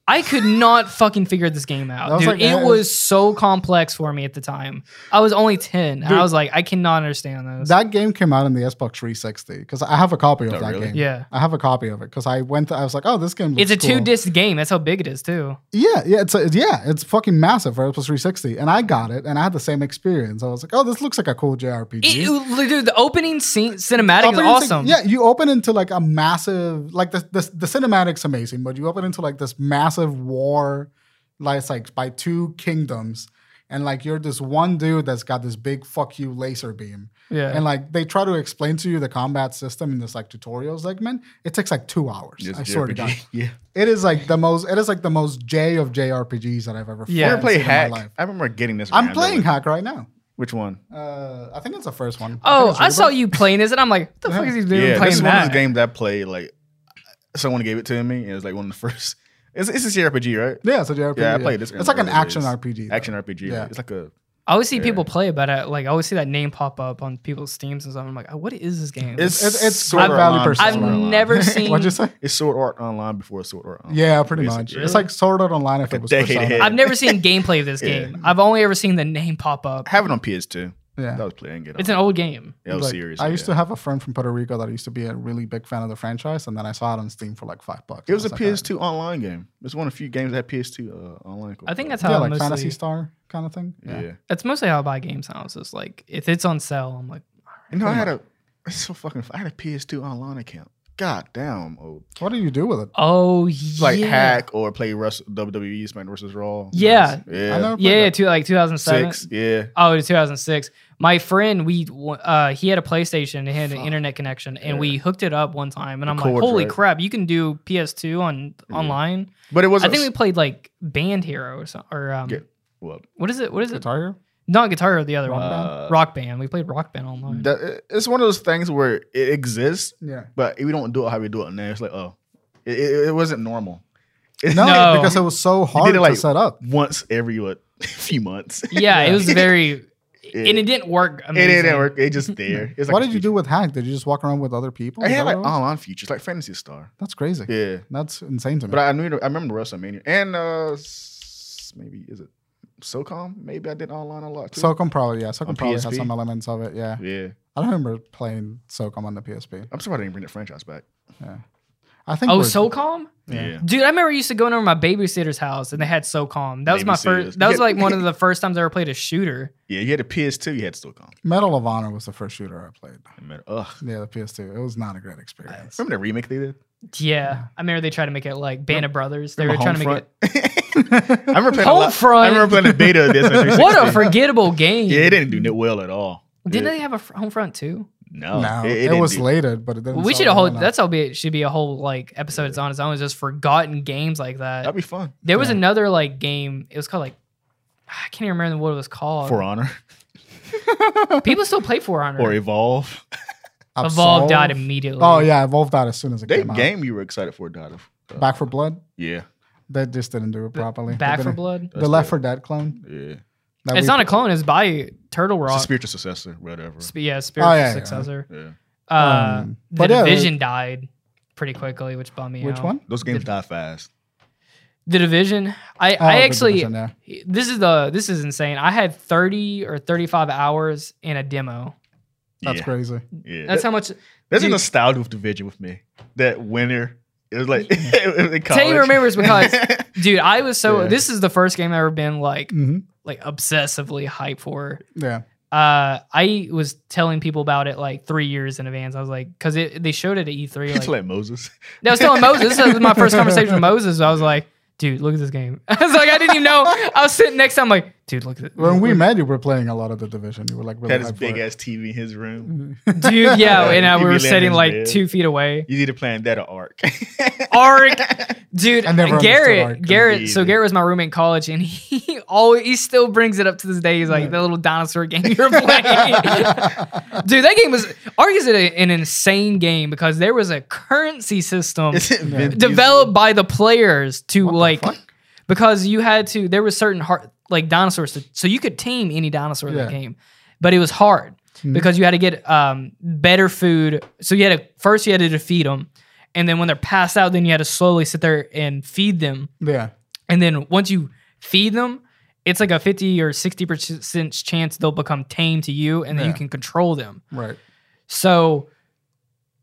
[SPEAKER 1] I could not fucking figure this game
[SPEAKER 2] That
[SPEAKER 1] out,
[SPEAKER 2] was
[SPEAKER 1] dude.
[SPEAKER 2] like-
[SPEAKER 1] it
[SPEAKER 2] that
[SPEAKER 1] was so complex for me at the time. I was only ten, and I
[SPEAKER 2] Dude.
[SPEAKER 1] was like, I cannot understand this.
[SPEAKER 2] That game came out in the Xbox 360 because I have a copy of
[SPEAKER 3] Oh,
[SPEAKER 2] that
[SPEAKER 3] really?
[SPEAKER 2] game.
[SPEAKER 1] yeah,
[SPEAKER 2] I have a copy of it because I went. I was like, "Oh, this game." Looks
[SPEAKER 1] it's a
[SPEAKER 2] cool.
[SPEAKER 1] two disc game. That's how big it is too.
[SPEAKER 2] Yeah, yeah, it's a, yeah, it's fucking massive for Xbox 360, and I got it, and I had the same experience. I was like, "Oh, this looks like a cool JRPG."
[SPEAKER 1] It, it- dude, the opening scene cinematic
[SPEAKER 2] Open
[SPEAKER 1] is
[SPEAKER 2] into-
[SPEAKER 1] awesome.
[SPEAKER 2] yeah, you open into like a massive, like the, the the cinematic's amazing, but you open into like this massive war, like it's like by two kingdoms, and like you're this one dude that's got this big fuck you laser beam,
[SPEAKER 1] yeah.
[SPEAKER 2] and like they try to explain to you the combat system in this like tutorial segment. It takes like two hours.
[SPEAKER 3] It's
[SPEAKER 2] I swear to
[SPEAKER 3] JRPG.
[SPEAKER 2] God,
[SPEAKER 3] Yeah.
[SPEAKER 2] it is like the most. It is like the most J of JRPGs that I've ever.
[SPEAKER 1] Yeah.
[SPEAKER 3] I
[SPEAKER 2] fucking
[SPEAKER 1] haven't
[SPEAKER 3] remember playing
[SPEAKER 2] seen in my
[SPEAKER 3] Hack.
[SPEAKER 2] life.
[SPEAKER 3] I remember getting this.
[SPEAKER 2] I'm
[SPEAKER 3] randomly.
[SPEAKER 2] playing hack right now.
[SPEAKER 3] Which one?
[SPEAKER 2] Uh, I think it's the first one.
[SPEAKER 1] Oh,
[SPEAKER 2] think
[SPEAKER 1] I
[SPEAKER 2] it's
[SPEAKER 1] saw
[SPEAKER 2] Rebirth.
[SPEAKER 1] you playing this, and I'm like, what the fuck
[SPEAKER 2] Yeah.
[SPEAKER 1] is he doing
[SPEAKER 3] yeah,
[SPEAKER 1] playing
[SPEAKER 3] this is one of
[SPEAKER 1] that?
[SPEAKER 3] those games that I played. Like someone gave it to me, and it was like one of the first. It's, it's a JRPG, right?
[SPEAKER 2] Yeah, it's a JRPG.
[SPEAKER 3] Yeah, I played this. in
[SPEAKER 2] It's like
[SPEAKER 3] the
[SPEAKER 2] an
[SPEAKER 3] early
[SPEAKER 2] action
[SPEAKER 3] days.
[SPEAKER 2] RPG. though.
[SPEAKER 3] Action RPG.
[SPEAKER 2] Yeah.
[SPEAKER 3] It's like a.
[SPEAKER 1] I always see
[SPEAKER 3] Yeah.
[SPEAKER 1] people play about it. Like I always see that name pop up on people's steams and stuff. I'm like, "Oh, what is this game?
[SPEAKER 3] It's
[SPEAKER 2] It's- it's
[SPEAKER 3] Sword
[SPEAKER 1] I've-
[SPEAKER 3] Art Online
[SPEAKER 2] I've
[SPEAKER 3] before
[SPEAKER 1] I've
[SPEAKER 3] Sword Art Online.
[SPEAKER 1] never seen.
[SPEAKER 2] What'd you say?
[SPEAKER 3] It's Sword Art Online before Sword Art Online.
[SPEAKER 2] Yeah, pretty
[SPEAKER 3] Basically.
[SPEAKER 2] much.
[SPEAKER 3] Yeah.
[SPEAKER 2] It's like Sword Art Online if
[SPEAKER 3] Oh. a
[SPEAKER 2] it was
[SPEAKER 3] decade
[SPEAKER 2] Persona.
[SPEAKER 3] ahead.
[SPEAKER 1] I've never seen gameplay of this
[SPEAKER 3] Yeah.
[SPEAKER 1] game. I've only ever seen the name pop up.
[SPEAKER 3] I have it on PS2. That
[SPEAKER 2] Yeah.
[SPEAKER 3] was playing it.
[SPEAKER 1] It's
[SPEAKER 3] on-
[SPEAKER 1] an old game.
[SPEAKER 3] That was
[SPEAKER 2] Like,
[SPEAKER 3] serious.
[SPEAKER 2] I used to have a friend from Puerto Rico that used to be a really big fan of the franchise, and then I saw it on Steam for like five bucks.
[SPEAKER 3] It was a
[SPEAKER 2] and I like,
[SPEAKER 3] PS2 online game. It's one of the few games that had PS2 uh, online.
[SPEAKER 1] I think that's
[SPEAKER 2] "Alright."
[SPEAKER 1] how
[SPEAKER 2] Yeah,
[SPEAKER 1] I
[SPEAKER 2] like
[SPEAKER 1] mostly.
[SPEAKER 2] Fantasy Star kind of thing.
[SPEAKER 3] Yeah.
[SPEAKER 1] That's mostly how I buy games now. It's just like if it's on sale, I'm like,
[SPEAKER 3] You know, I had a. It's so fucking. I had a PS2 online account. God damn. Oh,
[SPEAKER 2] What do you do with it?
[SPEAKER 1] oh yeah,
[SPEAKER 3] like hack or play Rus- WWE E, Smack versus Raw.
[SPEAKER 1] Yeah.
[SPEAKER 3] Nice. Yeah.
[SPEAKER 2] I never played
[SPEAKER 1] Yeah, yeah,
[SPEAKER 2] that.
[SPEAKER 1] two, like 2007.
[SPEAKER 3] Six. Yeah.
[SPEAKER 1] Oh, it was 2006. My friend, we uh, he had a PlayStation and he had an
[SPEAKER 2] Fuck.
[SPEAKER 1] internet connection, and
[SPEAKER 3] Yeah.
[SPEAKER 1] we hooked it up one time. And
[SPEAKER 3] The
[SPEAKER 1] I'm like,
[SPEAKER 3] cords,
[SPEAKER 1] holy
[SPEAKER 3] right?
[SPEAKER 1] crap, you can do PS2 on
[SPEAKER 3] Yeah.
[SPEAKER 1] online.
[SPEAKER 3] But it
[SPEAKER 1] I
[SPEAKER 3] wasn't.
[SPEAKER 1] think we played like Band Hero or something. Or um,
[SPEAKER 3] Yeah. well,
[SPEAKER 1] what is it? What is it?
[SPEAKER 2] Guitar Hero?
[SPEAKER 1] Not Guitar Hero, the other
[SPEAKER 2] Rock
[SPEAKER 1] one.
[SPEAKER 2] Band?
[SPEAKER 3] uh,
[SPEAKER 1] rock Band. We played Rock Band online.
[SPEAKER 3] that- it's one of those things where it exists,
[SPEAKER 2] Yeah.
[SPEAKER 3] but we don't do it how we do it now. It's like, oh, It, it, it wasn't normal.
[SPEAKER 2] No,
[SPEAKER 1] No.
[SPEAKER 2] because it was so hard
[SPEAKER 3] it, like,
[SPEAKER 2] to set up.
[SPEAKER 3] Once every what few months.
[SPEAKER 1] Yeah, it was very,
[SPEAKER 3] It-
[SPEAKER 1] and it didn't work.
[SPEAKER 3] It
[SPEAKER 1] Amazing.
[SPEAKER 3] didn't work. It just there. It's like
[SPEAKER 2] what
[SPEAKER 3] a
[SPEAKER 2] did you
[SPEAKER 3] feature.
[SPEAKER 2] do with Hack? Did you just walk around with other
[SPEAKER 1] Oh,
[SPEAKER 2] people?
[SPEAKER 3] I
[SPEAKER 2] Is
[SPEAKER 3] had
[SPEAKER 2] that
[SPEAKER 3] like
[SPEAKER 2] what it was?
[SPEAKER 3] online features, like Fantasy Star.
[SPEAKER 2] That's crazy.
[SPEAKER 3] Yeah,
[SPEAKER 2] That's insane to me.
[SPEAKER 3] but I knew. I remember WrestleMania and uh s- maybe is it SOCOM? Maybe I did online a lot too.
[SPEAKER 2] SOCOM probably, yeah. SOCOM
[SPEAKER 3] On
[SPEAKER 2] probably had
[SPEAKER 3] PSP?
[SPEAKER 2] some elements of it, yeah.
[SPEAKER 3] yeah,
[SPEAKER 2] I remember playing SOCOM on the PSP.
[SPEAKER 3] I'm surprised I didn't bring the franchise back.
[SPEAKER 2] I think
[SPEAKER 1] Oh,
[SPEAKER 2] we're-
[SPEAKER 1] so calm.
[SPEAKER 2] Yeah.
[SPEAKER 1] Dude, I remember I used to go over to my babysitter's house and they had SOCOM. That was my
[SPEAKER 3] Babysitters.
[SPEAKER 1] first. That was like one of the first times I ever played a shooter.
[SPEAKER 3] yeah. You had a PS2. You had SOCOM.
[SPEAKER 2] Medal of Honor was the first shooter I played.
[SPEAKER 3] I remember- Ugh.
[SPEAKER 2] Yeah, the PS2. It was not a great experience.
[SPEAKER 3] Remember the remake they did?
[SPEAKER 1] Yeah, I remember they tried to make it like Band of Brothers. They were trying
[SPEAKER 3] Remember
[SPEAKER 1] to make
[SPEAKER 3] Homefront? I remember playing a lot-
[SPEAKER 1] Homefront?
[SPEAKER 3] I remember playing the beta of this. on
[SPEAKER 1] it. What a
[SPEAKER 3] 360.
[SPEAKER 1] forgettable game!
[SPEAKER 3] Yeah, it didn't do no well at all.
[SPEAKER 1] Didn't
[SPEAKER 3] it,
[SPEAKER 1] they have a fr- home front too?
[SPEAKER 3] No,
[SPEAKER 2] no,
[SPEAKER 3] it,
[SPEAKER 2] it,
[SPEAKER 3] didn't
[SPEAKER 2] was
[SPEAKER 3] do-
[SPEAKER 2] later, but it didn't.
[SPEAKER 1] Oh. we
[SPEAKER 2] sell
[SPEAKER 1] should a
[SPEAKER 2] well
[SPEAKER 1] whole.
[SPEAKER 2] enough.
[SPEAKER 1] That's how be it should be a whole like episode. It's on its own. It's just forgotten games like that.
[SPEAKER 3] That'd be fun.
[SPEAKER 1] There was
[SPEAKER 2] Yeah.
[SPEAKER 1] another like game. It was called like I can't even remember what it was called.
[SPEAKER 3] For Honor
[SPEAKER 1] People still play For Honor.
[SPEAKER 3] or Evolve.
[SPEAKER 1] Evolve died
[SPEAKER 2] Absolve.
[SPEAKER 1] immediately.
[SPEAKER 2] Oh yeah, Evolve died as soon as it
[SPEAKER 3] That
[SPEAKER 2] came out.
[SPEAKER 3] game you were excited for died of. uh,
[SPEAKER 2] Back for Blood.
[SPEAKER 3] Yeah.
[SPEAKER 2] They just didn't do it
[SPEAKER 1] B-
[SPEAKER 2] properly. They
[SPEAKER 1] Back for
[SPEAKER 2] didn't-
[SPEAKER 1] Blood.
[SPEAKER 2] The Left for Dead clone.
[SPEAKER 3] Yeah.
[SPEAKER 2] that
[SPEAKER 1] It's
[SPEAKER 2] we-
[SPEAKER 1] not a clone. It's by Turtle
[SPEAKER 3] uh, It's a
[SPEAKER 1] Rock.
[SPEAKER 3] spiritual successor, whatever.
[SPEAKER 1] Sp- yeah, spiritual
[SPEAKER 2] Oh, yeah, yeah.
[SPEAKER 1] successor.
[SPEAKER 3] yeah.
[SPEAKER 1] Uh,
[SPEAKER 2] Um,
[SPEAKER 1] the
[SPEAKER 2] but yeah,
[SPEAKER 1] division died pretty quickly, which bummed me
[SPEAKER 2] Which
[SPEAKER 1] out.
[SPEAKER 2] one?
[SPEAKER 3] Those games die fast.
[SPEAKER 1] The division. I,
[SPEAKER 2] Oh,
[SPEAKER 1] I
[SPEAKER 2] the
[SPEAKER 1] actually
[SPEAKER 2] Division, yeah.
[SPEAKER 1] this is the this is insane. I had thirty or thirty five hours in a demo.
[SPEAKER 2] That's
[SPEAKER 3] yeah.
[SPEAKER 2] crazy.
[SPEAKER 3] Yeah.
[SPEAKER 1] That's
[SPEAKER 3] That's,
[SPEAKER 1] how much.
[SPEAKER 3] There's a
[SPEAKER 1] dude.
[SPEAKER 3] nostalgia with Division with me. That winner. It was like it was in college.
[SPEAKER 1] Taylor remembers because- Dude, I was so.
[SPEAKER 3] Yeah.
[SPEAKER 1] This is the first game I've ever been like
[SPEAKER 2] hmm
[SPEAKER 1] like obsessively hyped for.
[SPEAKER 2] Yeah,
[SPEAKER 1] Uh, I was telling people about it like three years in advance. I was like, because they showed it at E3.
[SPEAKER 3] It's
[SPEAKER 1] Like,
[SPEAKER 3] like Moses.
[SPEAKER 1] No, I was telling Moses. This was my first conversation with Moses. I was like, dude, look at this game. I was like, I didn't even know. I was sitting next to him, like, dude, look at this.
[SPEAKER 2] when we met, you were playing a lot of the division. You were like really
[SPEAKER 3] Had his
[SPEAKER 2] hyped for
[SPEAKER 3] big
[SPEAKER 2] it.
[SPEAKER 3] ass TV in his room.
[SPEAKER 1] Dude, yeah. And uh,
[SPEAKER 3] He'd
[SPEAKER 1] we
[SPEAKER 3] be
[SPEAKER 1] were
[SPEAKER 3] laying
[SPEAKER 1] sitting
[SPEAKER 3] in
[SPEAKER 1] like
[SPEAKER 3] bed.
[SPEAKER 1] two feet away.
[SPEAKER 3] He's either playing that or Ark.
[SPEAKER 1] Um, Ark, dude,
[SPEAKER 2] I never understood Ark.
[SPEAKER 1] Garrett, Garrett.
[SPEAKER 3] Easy.
[SPEAKER 1] So Garrett was my roommate in college, and he always, he still brings it up to this day. He's like the little dinosaur game you're playing. Dude, that game was Ark is a, an insane game because there was a currency system
[SPEAKER 3] Is it Vin Diesel?
[SPEAKER 1] developed by the players to
[SPEAKER 2] the
[SPEAKER 1] like
[SPEAKER 2] fuck?
[SPEAKER 1] because you had to there was certain hard like dinosaurs to, so you could tame any dinosaur in
[SPEAKER 2] Yeah. Hmm.
[SPEAKER 1] that game, but it was hard because you had to get um, better food. So you had to first you had to defeat them, and then when they're passed out, then you had to slowly sit there and feed them.
[SPEAKER 2] yeah,
[SPEAKER 1] And then once you feed them, it's like a 50 or 60% chance they'll become tame to you and then
[SPEAKER 2] Yeah.
[SPEAKER 1] you can control them.
[SPEAKER 2] right.
[SPEAKER 1] So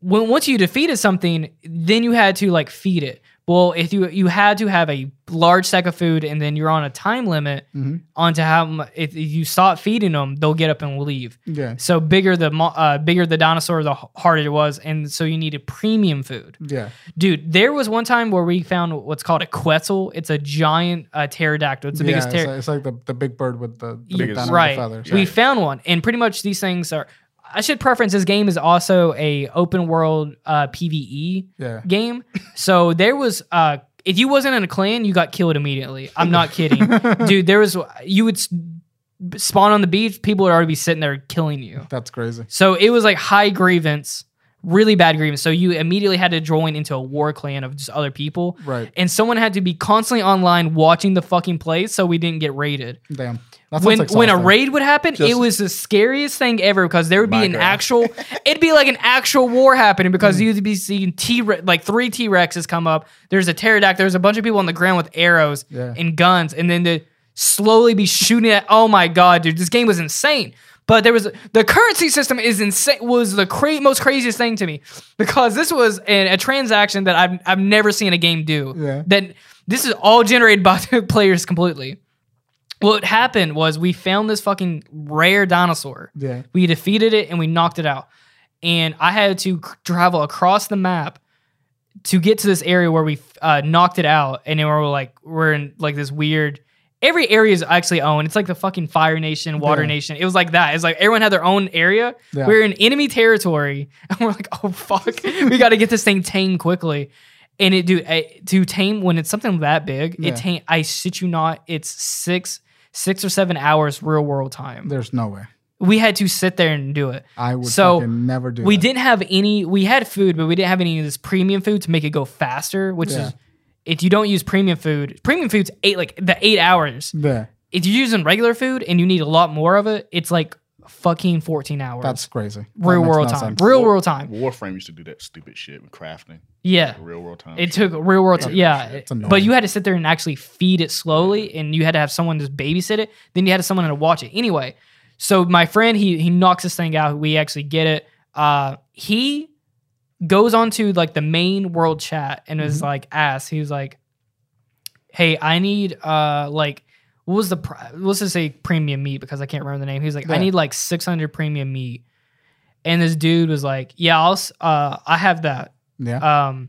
[SPEAKER 1] when once you defeated something, then you had to like feed it. Well, if you you had to have a large sack of food and then you're on a time limit
[SPEAKER 2] Mhm.
[SPEAKER 1] onto how mu- if you stop feeding them, they'll get up and leave.
[SPEAKER 2] Yeah,
[SPEAKER 1] So bigger the mo- uh, bigger the dinosaur, the h- harder it was, and so you needed premium food.
[SPEAKER 2] yeah.
[SPEAKER 1] Dude, there was one time where we found what's called a quetzal. It's a giant uh, pterodactyl. It's the biggest
[SPEAKER 2] yeah,
[SPEAKER 1] pter-
[SPEAKER 2] it's, like, it's like the, the big bird with the, the big
[SPEAKER 3] Biggest-
[SPEAKER 2] dinosaur
[SPEAKER 1] right.
[SPEAKER 2] feathers.
[SPEAKER 1] We found one, and pretty much these things are. I should preference this game is also a open world uh, PVE
[SPEAKER 2] Yeah.
[SPEAKER 1] game. So there was uh, if you wasn't in a clan, you got killed immediately. I'm not kidding, dude. There was you would s- spawn on the beach, people would already be sitting there killing you.
[SPEAKER 2] That's crazy.
[SPEAKER 1] So it was like high grievance, really bad grievance. So you immediately had to join into a war clan of just other people.
[SPEAKER 2] Right.
[SPEAKER 1] And someone had to be constantly online watching the fucking play so we didn't get raided
[SPEAKER 2] Damn. That sounds
[SPEAKER 1] when when a
[SPEAKER 2] exhausting.
[SPEAKER 1] raid would happen, it
[SPEAKER 3] Just-
[SPEAKER 1] was the scariest thing ever because there would be an
[SPEAKER 3] Minecraft.
[SPEAKER 1] actual, it'd be like an actual war happening because
[SPEAKER 2] Hmm.
[SPEAKER 1] you'd be seeing T like three T Rexes come up. There's a pterodactyl. There's a bunch of people on the ground with arrows
[SPEAKER 2] Yeah.
[SPEAKER 1] and guns, and then they slowly be shooting at. Oh my god, dude, this game was insane. But there was the currency system is insane. Was the cra- most craziest thing to me because this was an, a transaction that I've I've never seen a game do.
[SPEAKER 2] Yeah.
[SPEAKER 1] That this is all generated by the players completely what happened was we found this fucking rare dinosaur.
[SPEAKER 2] Yeah.
[SPEAKER 1] We defeated it and we knocked it out. And I had to c- travel across the map to get to this area where we uh, knocked it out. And then we're like, we're in like this weird. Every area is actually owned. It's like the fucking Fire Nation, Water
[SPEAKER 2] Yeah.
[SPEAKER 1] Nation. It was like that. It's like everyone had their own area.
[SPEAKER 2] Yeah.
[SPEAKER 1] We're in enemy territory, and we're like, oh fuck, we got to get this thing tamed quickly. And it do I- to tame when it's something that big.
[SPEAKER 2] Yeah.
[SPEAKER 1] It tame. I shit you not. It's six six or seven hours real world time.
[SPEAKER 2] There's no way.
[SPEAKER 1] We had to sit there and do it.
[SPEAKER 2] I would
[SPEAKER 1] So,
[SPEAKER 2] fucking never do
[SPEAKER 1] we
[SPEAKER 2] that.
[SPEAKER 1] didn't have any. We had food, but we didn't have any of this premium food to make it go faster. Which
[SPEAKER 2] Yeah.
[SPEAKER 1] is, if you don't use premium food, premium food's eight like the eight hours.
[SPEAKER 2] Yeah,
[SPEAKER 1] If you're using regular food and you need a lot more of it, it's like fucking fourteen hours.
[SPEAKER 2] that's crazy. That
[SPEAKER 1] real
[SPEAKER 2] makes
[SPEAKER 1] world
[SPEAKER 2] no
[SPEAKER 1] time.
[SPEAKER 2] sense.
[SPEAKER 1] Real world time.
[SPEAKER 3] Warframe used to do that stupid shit with crafting.
[SPEAKER 1] Yeah.
[SPEAKER 3] Real world
[SPEAKER 2] Oh,
[SPEAKER 3] time.
[SPEAKER 1] It
[SPEAKER 3] shit.
[SPEAKER 1] took real world time. Yeah.
[SPEAKER 2] It's annoying.
[SPEAKER 1] But you had to sit there and actually feed it slowly, and you had to have someone just babysit it. Then you had someone to watch it anyway. So my friend, he he knocks this thing out. We actually get it. Uh, he goes onto like the main world chat and
[SPEAKER 2] Mm-hmm.
[SPEAKER 1] is like, asked. He was like, "Hey, I need uh like." What was the pri- let's just say premium meat because I can't remember the name. He was like, I
[SPEAKER 2] Yeah.
[SPEAKER 1] need like 600 premium meat, and this dude was like, Yeah, I'll s- uh I have that
[SPEAKER 2] yeah.
[SPEAKER 1] um